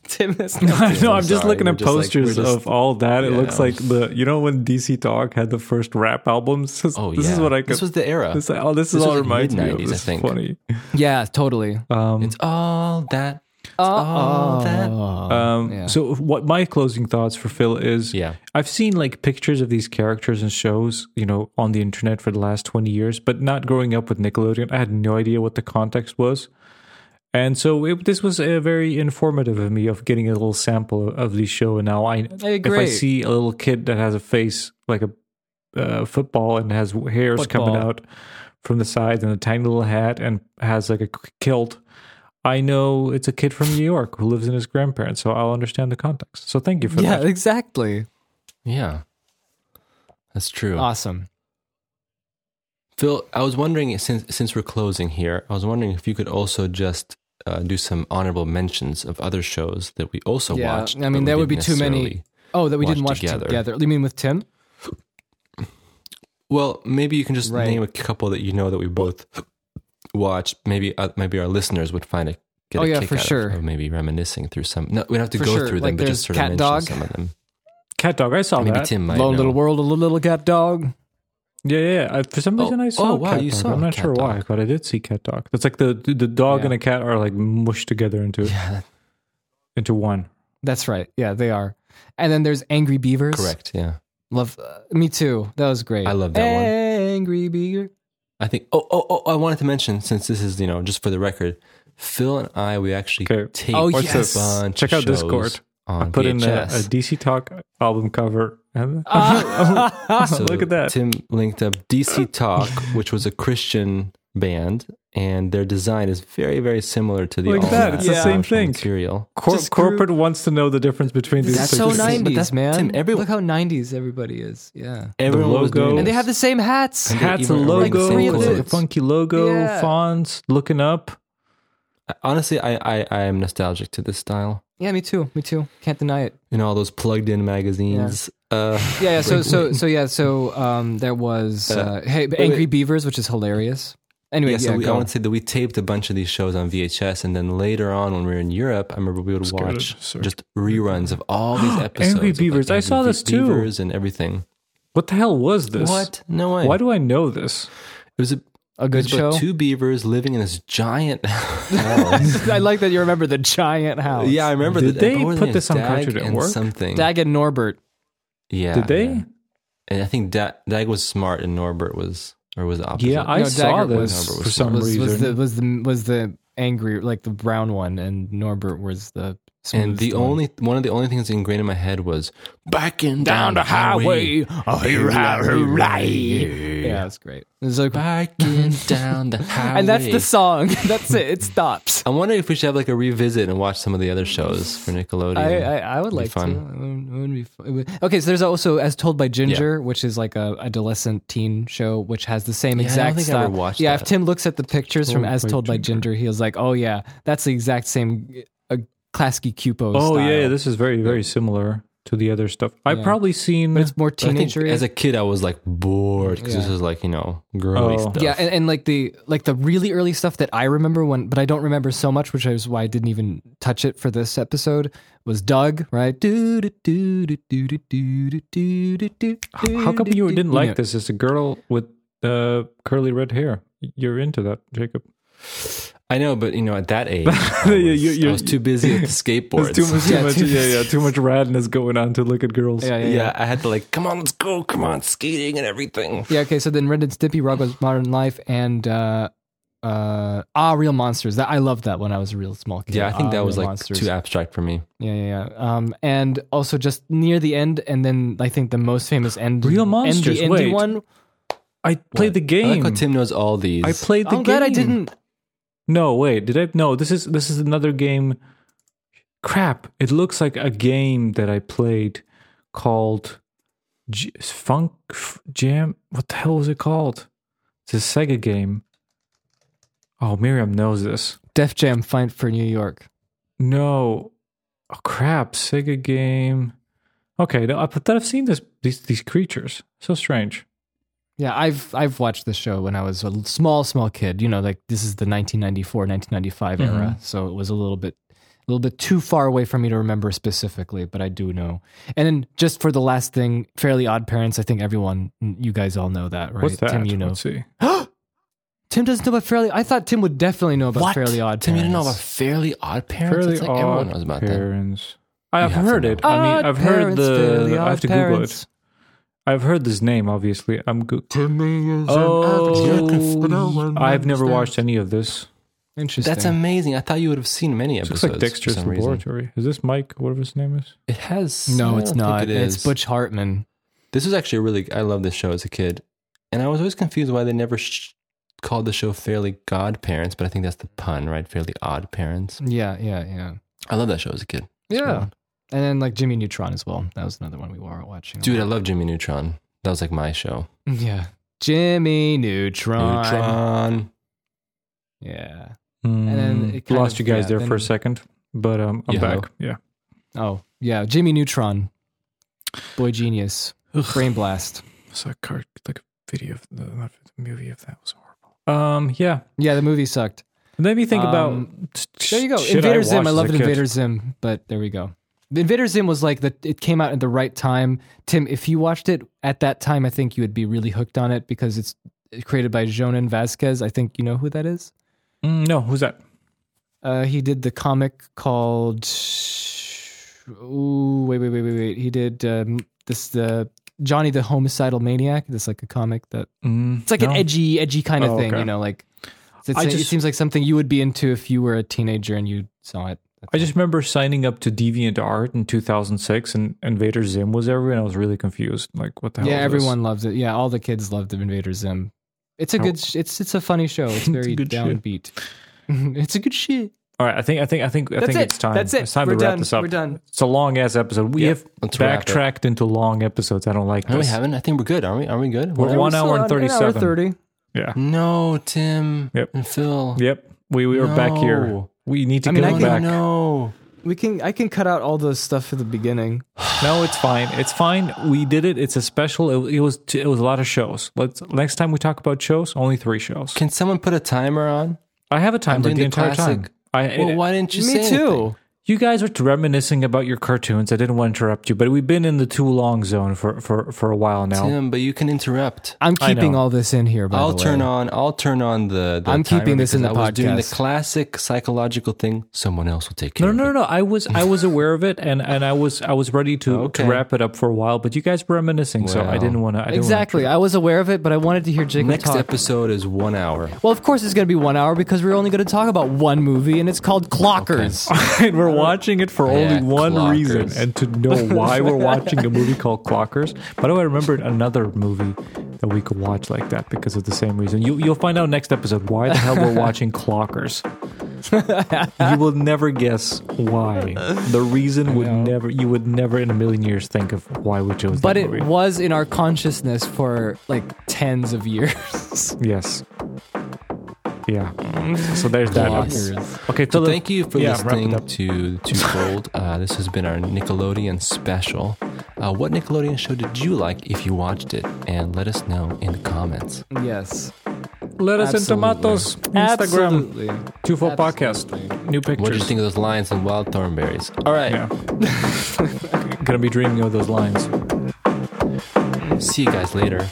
Speaker 1: Tim is
Speaker 2: no, I'm just
Speaker 3: sorry,
Speaker 2: looking
Speaker 3: we're
Speaker 2: at
Speaker 3: just like- we're
Speaker 2: posters
Speaker 3: just-
Speaker 2: of all that. It looks
Speaker 3: Yeah.
Speaker 2: like the you know when DC Talk had the first rap albums. This,
Speaker 3: Oh,
Speaker 2: this
Speaker 3: yeah.
Speaker 2: is what I could.
Speaker 3: This was the era.
Speaker 2: this- oh, this, is
Speaker 3: this
Speaker 2: all
Speaker 3: was like
Speaker 2: reminds me of.
Speaker 3: mid-nineties, I
Speaker 2: This is
Speaker 3: think.
Speaker 2: funny.
Speaker 1: yeah, totally.
Speaker 2: Um,
Speaker 3: It's all that.
Speaker 1: Oh,
Speaker 3: that-
Speaker 2: um,
Speaker 1: yeah.
Speaker 2: So what my closing thoughts for Phil is?
Speaker 3: Yeah.
Speaker 2: I've seen like pictures of these characters and shows, you know, on the internet for the last 20 years, but not growing up with Nickelodeon, I had no idea what the context was. And so it, this was a very informative of me of getting a little sample of the show. And now I,
Speaker 1: Hey,
Speaker 2: if I
Speaker 1: great.
Speaker 2: see a little kid that has a face like a uh, football and has hairs coming
Speaker 1: Football.
Speaker 2: out from the sides and a tiny little hat and has like a kilt, I know it's a kid from New York who lives in his grandparents. So I'll understand the context. So thank you
Speaker 3: Oh.
Speaker 2: for
Speaker 1: yeah,
Speaker 2: that.
Speaker 1: exactly.
Speaker 3: Yeah, that's true.
Speaker 1: Awesome.
Speaker 3: Phil, I was wondering since since we're closing here, I was wondering if you could also just uh, do some honorable mentions of other shows that we also
Speaker 1: Yeah,
Speaker 3: watched.
Speaker 1: I
Speaker 3: but
Speaker 1: mean,
Speaker 3: we
Speaker 1: there would
Speaker 3: didn't
Speaker 1: be too many.
Speaker 3: necessarily-
Speaker 1: Oh, that we didn't watch
Speaker 3: Watch
Speaker 1: together.
Speaker 3: together.
Speaker 1: You mean with Tim?
Speaker 3: Well, maybe you can just
Speaker 1: Right.
Speaker 3: name a couple that you know that we both watched. Maybe uh, maybe our listeners would find a get
Speaker 1: Oh,
Speaker 3: a
Speaker 1: yeah,
Speaker 3: kick
Speaker 1: for
Speaker 3: out of-
Speaker 1: sure.
Speaker 3: Of, maybe reminiscing through some. No, we don't have to
Speaker 1: For
Speaker 3: go
Speaker 1: sure,
Speaker 3: through them,
Speaker 1: like
Speaker 3: but
Speaker 1: there's
Speaker 3: just sort of
Speaker 1: Cat
Speaker 3: mention
Speaker 1: Dog.
Speaker 3: some of them.
Speaker 2: Cat dog, I saw
Speaker 3: Maybe
Speaker 2: that.
Speaker 3: Tim might
Speaker 1: Lone
Speaker 3: know.
Speaker 1: little world, a little, little cat dog.
Speaker 2: Yeah, yeah. yeah. I, for some
Speaker 3: Oh,
Speaker 2: reason, I saw.
Speaker 3: oh, wow,
Speaker 2: cat
Speaker 3: you
Speaker 2: dog.
Speaker 3: saw
Speaker 2: I'm not
Speaker 3: cat
Speaker 2: sure why,
Speaker 3: dog.
Speaker 2: but I did see cat dog. That's like the the the dog
Speaker 1: Yeah.
Speaker 2: and a cat are like mushed together into
Speaker 3: Yeah,
Speaker 2: into one.
Speaker 1: That's right. Yeah, they are. And then there's Angry Beavers.
Speaker 3: correct. Yeah,
Speaker 1: Love. uh, me too. That was great.
Speaker 3: I love that one.
Speaker 1: Angry Beaver.
Speaker 3: I think. Oh, oh, oh! I wanted to mention since this is you know just for the record, Phil and I we actually
Speaker 2: Okay.
Speaker 3: taped
Speaker 1: Oh,
Speaker 3: a
Speaker 1: yes.
Speaker 3: bunch.
Speaker 2: Check
Speaker 3: of
Speaker 2: out
Speaker 3: shows
Speaker 2: Discord.
Speaker 3: On
Speaker 2: Put in a, a
Speaker 3: VHS.
Speaker 2: DC Talk album cover. And
Speaker 3: So
Speaker 2: look at that.
Speaker 3: Tim linked up DC Talk, which was a Christian band, and their design is very, very similar to the
Speaker 2: Look at
Speaker 3: All
Speaker 2: that. It's the
Speaker 3: Matt
Speaker 2: same
Speaker 3: promotional
Speaker 2: thing.
Speaker 3: material.
Speaker 2: Cor-
Speaker 1: Just group-
Speaker 2: corporate wants to know the difference between these.
Speaker 1: That's
Speaker 2: two
Speaker 1: so
Speaker 2: things.
Speaker 3: nice. But
Speaker 1: 90s,
Speaker 3: that's-
Speaker 1: man.
Speaker 3: Tim, everyone-
Speaker 1: Look how 90s everybody is. Yeah.
Speaker 3: Everyone was doing
Speaker 1: And
Speaker 2: logo.
Speaker 1: they
Speaker 3: this.
Speaker 1: have the same hats.
Speaker 3: And they
Speaker 2: Hats
Speaker 3: even
Speaker 2: and
Speaker 3: are wearing the
Speaker 2: logos,
Speaker 3: same
Speaker 1: clothes.
Speaker 2: the funky logo,
Speaker 1: Yeah.
Speaker 2: fonts, looking up.
Speaker 3: Honestly, I, I, I am nostalgic to this style.
Speaker 1: Yeah, me too. Me too. Can't deny it.
Speaker 3: You know, all those plugged in magazines. Uh,
Speaker 1: Yeah, yeah. So, so, so, yeah. So, um, there was uh, hey, Angry Beavers, which is hilarious. Anyway,
Speaker 3: yeah,
Speaker 1: yeah,
Speaker 3: so we, I
Speaker 1: go.
Speaker 3: want to say that we taped a bunch of these shows on VHS, and then later on, when we were in Europe, I remember we would
Speaker 2: go to
Speaker 3: watch
Speaker 2: search.
Speaker 3: just reruns of all these episodes. of, like,
Speaker 2: Beavers. I saw
Speaker 3: Angry
Speaker 2: this too.
Speaker 3: Beavers and everything.
Speaker 2: What the hell was this?
Speaker 3: What? No way.
Speaker 2: Why do I know this?
Speaker 3: It was a
Speaker 1: a good
Speaker 3: It's about
Speaker 1: show.
Speaker 3: two beavers living in this giant house.
Speaker 1: I like that you remember the giant house.
Speaker 3: yeah, I remember.
Speaker 2: Did
Speaker 3: that.
Speaker 2: they
Speaker 3: I remember
Speaker 2: put
Speaker 3: that
Speaker 2: this on
Speaker 3: Dag
Speaker 2: Cartoon
Speaker 3: and
Speaker 2: Network?
Speaker 3: Something.
Speaker 1: Dag and Norbert.
Speaker 3: yeah.
Speaker 2: Did they?
Speaker 3: yeah. And I think da- Dag was smart, and Norbert was, or was the opposite.
Speaker 2: Yeah, I
Speaker 1: No,
Speaker 2: saw
Speaker 1: Dagger
Speaker 2: this
Speaker 1: was-
Speaker 2: for some
Speaker 1: Was,
Speaker 2: reason.
Speaker 1: was the was the was the angry like the brown one, and Norbert was the smooth
Speaker 3: and the
Speaker 1: one.
Speaker 3: only one of the only things ingrained in my head was backing down, the highway,
Speaker 1: yeah, that's great. It was like-
Speaker 3: backing down the highway.
Speaker 1: and that's the song. that's it. It stops.
Speaker 3: I wonder if we should have like a revisit and watch some of the other shows for Nickelodeon.
Speaker 1: I, I, I would
Speaker 3: Be
Speaker 1: like
Speaker 3: fun.
Speaker 1: to. It would, it would be fun. It would- Okay, so there's also As Told by Ginger, which is like a adolescent teen show, which has the same
Speaker 3: Yeah, I don't
Speaker 1: exact
Speaker 3: think I
Speaker 1: style.
Speaker 3: ever watched
Speaker 1: yeah, if
Speaker 3: that.
Speaker 1: Tim looks at the pictures from
Speaker 2: Told
Speaker 1: As
Speaker 2: by
Speaker 1: Told by Ginger,
Speaker 2: Ginger.
Speaker 1: he was like, "Oh yeah, that's the exact same uh, Klasky Cupo."
Speaker 2: Oh
Speaker 1: style.
Speaker 2: yeah, yeah, this is very very similar to the other stuff. I've
Speaker 1: Yeah.
Speaker 2: probably seen.
Speaker 1: but it's more
Speaker 3: I think
Speaker 1: teenagery.
Speaker 3: as a kid, I was like bored because this
Speaker 1: Yeah.
Speaker 3: was like you know girly
Speaker 2: Oh.
Speaker 3: stuff.
Speaker 1: yeah, and, and like the like the really early stuff that I remember when, but I don't remember so much, which is why I didn't even touch it for this episode. Was Doug right? Do do do do do do do do do do.
Speaker 2: how come you didn't
Speaker 1: know,
Speaker 2: like this? It's a girl with uh, curly red hair. You're into that, Jacob.
Speaker 3: I know, but you know, at that age, I was,
Speaker 2: Yeah, you-
Speaker 3: I
Speaker 2: you-
Speaker 3: was too busy with the skateboards.
Speaker 2: Too much, too
Speaker 1: Yeah,
Speaker 2: much,
Speaker 1: too-
Speaker 2: yeah, yeah, too much radness going on to look at girls.
Speaker 1: Yeah, yeah,
Speaker 3: yeah,
Speaker 1: yeah.
Speaker 3: I had to like, come on, let's go, come on, skating and everything.
Speaker 1: Yeah, okay. So then Ren and Stimpy, Rocko's Modern Life, and uh, uh, Ah, Real Monsters. That I loved that when I was a real small kid.
Speaker 3: Yeah, I think
Speaker 1: Ah,
Speaker 3: that was
Speaker 1: Real
Speaker 3: like
Speaker 1: Monsters.
Speaker 3: too abstract for me.
Speaker 1: Yeah, yeah, yeah. Um, and also just near the end, and then I think the most famous end.
Speaker 2: Real
Speaker 1: end-
Speaker 2: Monsters,
Speaker 1: The indie
Speaker 2: wait.
Speaker 1: one.
Speaker 2: I played the
Speaker 3: I like
Speaker 2: game.
Speaker 3: how Tim knows all these.
Speaker 2: I played the
Speaker 1: I'm
Speaker 2: game.
Speaker 1: glad I didn't.
Speaker 2: No, wait, did I? No, this is this is another game. Crap! It looks like a game that I played called J- Funk F- Jam. What the hell was it called? It's a Sega game. Oh, Miriam knows this.
Speaker 1: Def Jam Fight for New York.
Speaker 2: No. Oh crap, Sega game. Okay, no, I- but I've seen this these these creatures. So strange.
Speaker 1: Yeah, I've I've watched the show when I was a l- small small kid. You know, like this is the 1994 1995 era, so it was a little bit a little bit too far away for me to remember specifically, but I do know. And then just for the last thing, Fairly Odd Parents. I think everyone, you guys all know that, right?
Speaker 2: What's that?
Speaker 1: Tim, you know.
Speaker 2: Let's see.
Speaker 1: Tim doesn't know about Fairly. I thought Tim would definitely know about
Speaker 3: What?
Speaker 1: Fairly Odd.
Speaker 3: Tim, you didn't know about
Speaker 1: Parents.
Speaker 3: Fairly Odd Parents?
Speaker 2: Fairly
Speaker 3: It's like everyone
Speaker 2: odd
Speaker 3: knows about that.
Speaker 2: parents. I
Speaker 3: You
Speaker 2: have
Speaker 3: have to
Speaker 2: heard
Speaker 3: know.
Speaker 2: it. I mean, I've heard
Speaker 1: Parents,
Speaker 2: the.
Speaker 1: Fairly
Speaker 2: I have
Speaker 1: Odd
Speaker 2: to Google it.
Speaker 1: Parents.
Speaker 2: I've heard this name, obviously. I'm go- Oh,
Speaker 1: Oh,
Speaker 2: I've never watched any of this.
Speaker 1: interesting.
Speaker 3: That's amazing. I thought you would have seen many
Speaker 2: This looks
Speaker 3: episodes.
Speaker 2: like
Speaker 3: for
Speaker 2: Dexter's
Speaker 3: some reason.
Speaker 2: Laboratory. Is this Mike, whatever his name is?
Speaker 3: It has. I
Speaker 1: no,
Speaker 3: don't
Speaker 1: it's
Speaker 3: think
Speaker 1: not.
Speaker 3: It is.
Speaker 1: It's Butch Hartman.
Speaker 3: This was actually really. I loved this show as a kid, and I was always confused why they never sh- called the show "Fairly Godparents," but I think that's the pun, right? Fairly Odd Parents.
Speaker 1: Yeah, yeah, yeah.
Speaker 3: I love that show as a kid,
Speaker 1: Yeah.
Speaker 3: one.
Speaker 1: And then like Jimmy Neutron as well. That was another one we were watching. a
Speaker 3: dude. I
Speaker 1: lot.
Speaker 3: love Jimmy Neutron. That was like my show.
Speaker 1: Yeah. Jimmy
Speaker 2: Oh,
Speaker 1: Neutron.
Speaker 3: Neutron.
Speaker 1: Yeah.
Speaker 2: And
Speaker 1: then it kind
Speaker 2: Mm, lost
Speaker 1: of-
Speaker 2: you guys
Speaker 1: yeah,
Speaker 2: there for
Speaker 1: then-
Speaker 2: a second, but um, I'm
Speaker 3: Yeah.
Speaker 2: back. Yeah.
Speaker 1: Oh, yeah. Jimmy Neutron. Boy genius. Brain blast.
Speaker 2: It's like car, like a video of the, not the movie of that It was horrible. Um, yeah.
Speaker 1: Yeah, the movie sucked.
Speaker 2: It made me think
Speaker 1: Um,
Speaker 2: about.
Speaker 1: There you go.
Speaker 2: shit
Speaker 1: Invader Zim. I
Speaker 2: watched
Speaker 1: loved
Speaker 2: as a kid.
Speaker 1: Invader Zim, but there we go. The Invader Zim was like the it came out at the right time. Tim, if you watched it at that time, I think you would be really hooked on it because it's created by Jonan Vasquez. I think you know who that is.
Speaker 2: Mm, no, who's that?
Speaker 1: Uh, he did the comic called. Ooh, wait, wait, wait, wait, wait. He did um, this the Johnny the Homicidal Maniac. This like a comic that
Speaker 2: Mm,
Speaker 1: it's like an
Speaker 2: no.
Speaker 1: edgy, edgy kind of
Speaker 2: Oh,
Speaker 1: thing.
Speaker 2: okay.
Speaker 1: You know, like it's,
Speaker 2: I
Speaker 1: it
Speaker 2: just-
Speaker 1: seems like something you would be into if you were a teenager and you saw it.
Speaker 2: I just remember signing up to DeviantArt in 2006, and Invader Zim was everywhere, and I was really confused. Like, what the hell?
Speaker 1: yeah,
Speaker 2: is this?
Speaker 1: everyone loves it. Yeah, all the kids loved the Invader Zim. It's a
Speaker 2: Oh.
Speaker 1: good. sh- It's it's a funny show. It's very
Speaker 2: good shit.
Speaker 1: downbeat. it's a good shit.
Speaker 2: All right, I think, I think, I think, I
Speaker 1: That's
Speaker 2: think
Speaker 1: it.
Speaker 2: it's time.
Speaker 1: That's it.
Speaker 2: It's time
Speaker 1: We're
Speaker 2: to wrap
Speaker 1: done.
Speaker 2: this up.
Speaker 1: We're done.
Speaker 2: It's a long ass episode. We
Speaker 3: Yeah,
Speaker 2: have
Speaker 3: let's wrap it.
Speaker 2: backtracked into long episodes. I don't like
Speaker 3: No, we
Speaker 2: this.
Speaker 3: haven't. I think we're good, aren't we? Aren't we good?
Speaker 2: We're
Speaker 3: We're-
Speaker 2: one hour and
Speaker 1: Still on an hour
Speaker 2: 37.
Speaker 1: Thirty.
Speaker 2: Yeah.
Speaker 3: no, Tim.
Speaker 2: Yep.
Speaker 3: And Phil.
Speaker 2: Yep. We we are back here.
Speaker 3: No.
Speaker 2: We need to
Speaker 1: mean,
Speaker 2: go
Speaker 1: I can-
Speaker 2: back.
Speaker 3: No.
Speaker 1: We can. I can cut out all the stuff at the beginning.
Speaker 2: No, it's fine. It's fine. We did it. It's a special. It, it was it was a lot of shows. Let's next time we talk about shows. Only three shows.
Speaker 3: Can someone put a timer on?
Speaker 2: I have a time the,
Speaker 3: doing the
Speaker 2: entire
Speaker 3: classic.
Speaker 2: time. I
Speaker 3: Well, why didn't you say
Speaker 1: Me
Speaker 3: anything?
Speaker 1: too.
Speaker 2: you guys were reminiscing about your cartoons. I didn't want to interrupt you, but we've been in the too long zone for for for a while now.
Speaker 3: Tim, but you can interrupt.
Speaker 1: I'm
Speaker 2: I
Speaker 1: keeping
Speaker 2: know.
Speaker 1: all this in here. By
Speaker 3: I'll
Speaker 1: the way.
Speaker 3: turn on. I'll turn on the. the
Speaker 1: I'm
Speaker 3: timer
Speaker 1: keeping this in
Speaker 3: because
Speaker 1: the
Speaker 3: I was doing the
Speaker 1: podcast.
Speaker 3: classic psychological thing. Someone else will take care.
Speaker 2: No,
Speaker 3: of
Speaker 2: no,
Speaker 3: it.
Speaker 2: no. I was I was aware of it, and and I was I was ready to,
Speaker 3: Okay.
Speaker 2: to wrap it up for a while. But you guys were reminiscing, so I
Speaker 3: Well.
Speaker 2: didn't want to.
Speaker 1: Exactly. I was aware of it, but I wanted to hear Jacob
Speaker 3: Next
Speaker 1: talk.
Speaker 3: episode is one hour.
Speaker 1: Well, of course, it's going to be one hour because we're only going to talk about one movie, and it's called Clockers.
Speaker 2: and we're watching it for
Speaker 3: Yeah,
Speaker 2: only one reason,
Speaker 3: Clockers.
Speaker 2: and to know why we're watching a movie called Clockers. By the way, I remembered another movie that we could watch like that because of the same reason. You you'll find out next episode why the hell we're watching Clockers. you will never guess why. The reason would never you would never in a million years think of why we chose.
Speaker 1: But
Speaker 2: that
Speaker 1: it
Speaker 2: movie.
Speaker 1: was in our consciousness for like tens of years.
Speaker 2: Yes. Yeah. So there's that.
Speaker 3: Yes.
Speaker 2: Okay,
Speaker 3: So
Speaker 2: Philip.
Speaker 3: thank you for
Speaker 2: yeah, wrap it
Speaker 3: listening
Speaker 2: up.
Speaker 3: to Too Cold. Uh, this has been our Nickelodeon special. Uh, what Nickelodeon show did you like if you watched it? And let us know in the comments.
Speaker 1: yes.
Speaker 2: Lettuce and
Speaker 1: Absolutely.
Speaker 2: tomatoes. Instagram.
Speaker 1: Absolutely.
Speaker 2: Two four podcast.
Speaker 1: Absolutely.
Speaker 2: New pictures.
Speaker 3: What did you think of those lions and wild thornberries? All right.
Speaker 2: Yeah. Gonna be dreaming of those lines.
Speaker 3: See you guys later.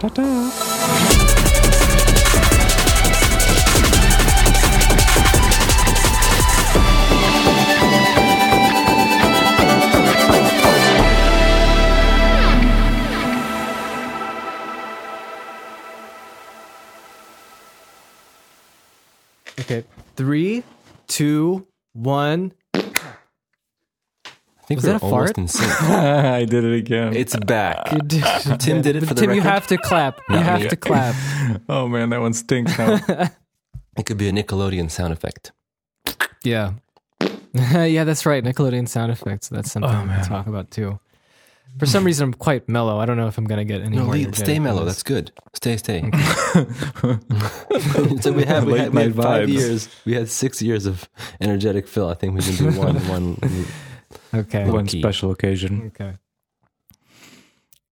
Speaker 2: Ta-ta.
Speaker 1: Okay. Three, two, one.
Speaker 3: I think
Speaker 1: Was
Speaker 3: we're
Speaker 1: that a
Speaker 3: almost
Speaker 1: fart?
Speaker 3: in sync.
Speaker 2: I did it again.
Speaker 3: It's back.
Speaker 1: You did-
Speaker 3: Tim did it for the
Speaker 1: Tim, you
Speaker 3: record.
Speaker 1: have to clap. You
Speaker 3: Not
Speaker 1: have
Speaker 3: me.
Speaker 1: to clap.
Speaker 2: oh man, that one stinks. Now.
Speaker 3: It could be a Nickelodeon sound effect. Oh,
Speaker 1: Yeah. yeah, that's right. Nickelodeon sound effects. That's something we can talk about too. For some reason, I'm quite mellow. I don't know if I'm gonna get any
Speaker 3: No,
Speaker 1: more.
Speaker 3: Lee,
Speaker 1: energetic
Speaker 3: stay
Speaker 1: than
Speaker 3: mellow.
Speaker 1: this.
Speaker 3: That's good. Stay, stay. so we had, we had, we
Speaker 2: Late
Speaker 3: had
Speaker 2: night
Speaker 3: five
Speaker 2: vibes.
Speaker 3: years. We had six years of energetic fill. I think we can do one, one.
Speaker 1: okay.
Speaker 2: One
Speaker 3: Lucky.
Speaker 2: special occasion.
Speaker 1: Okay.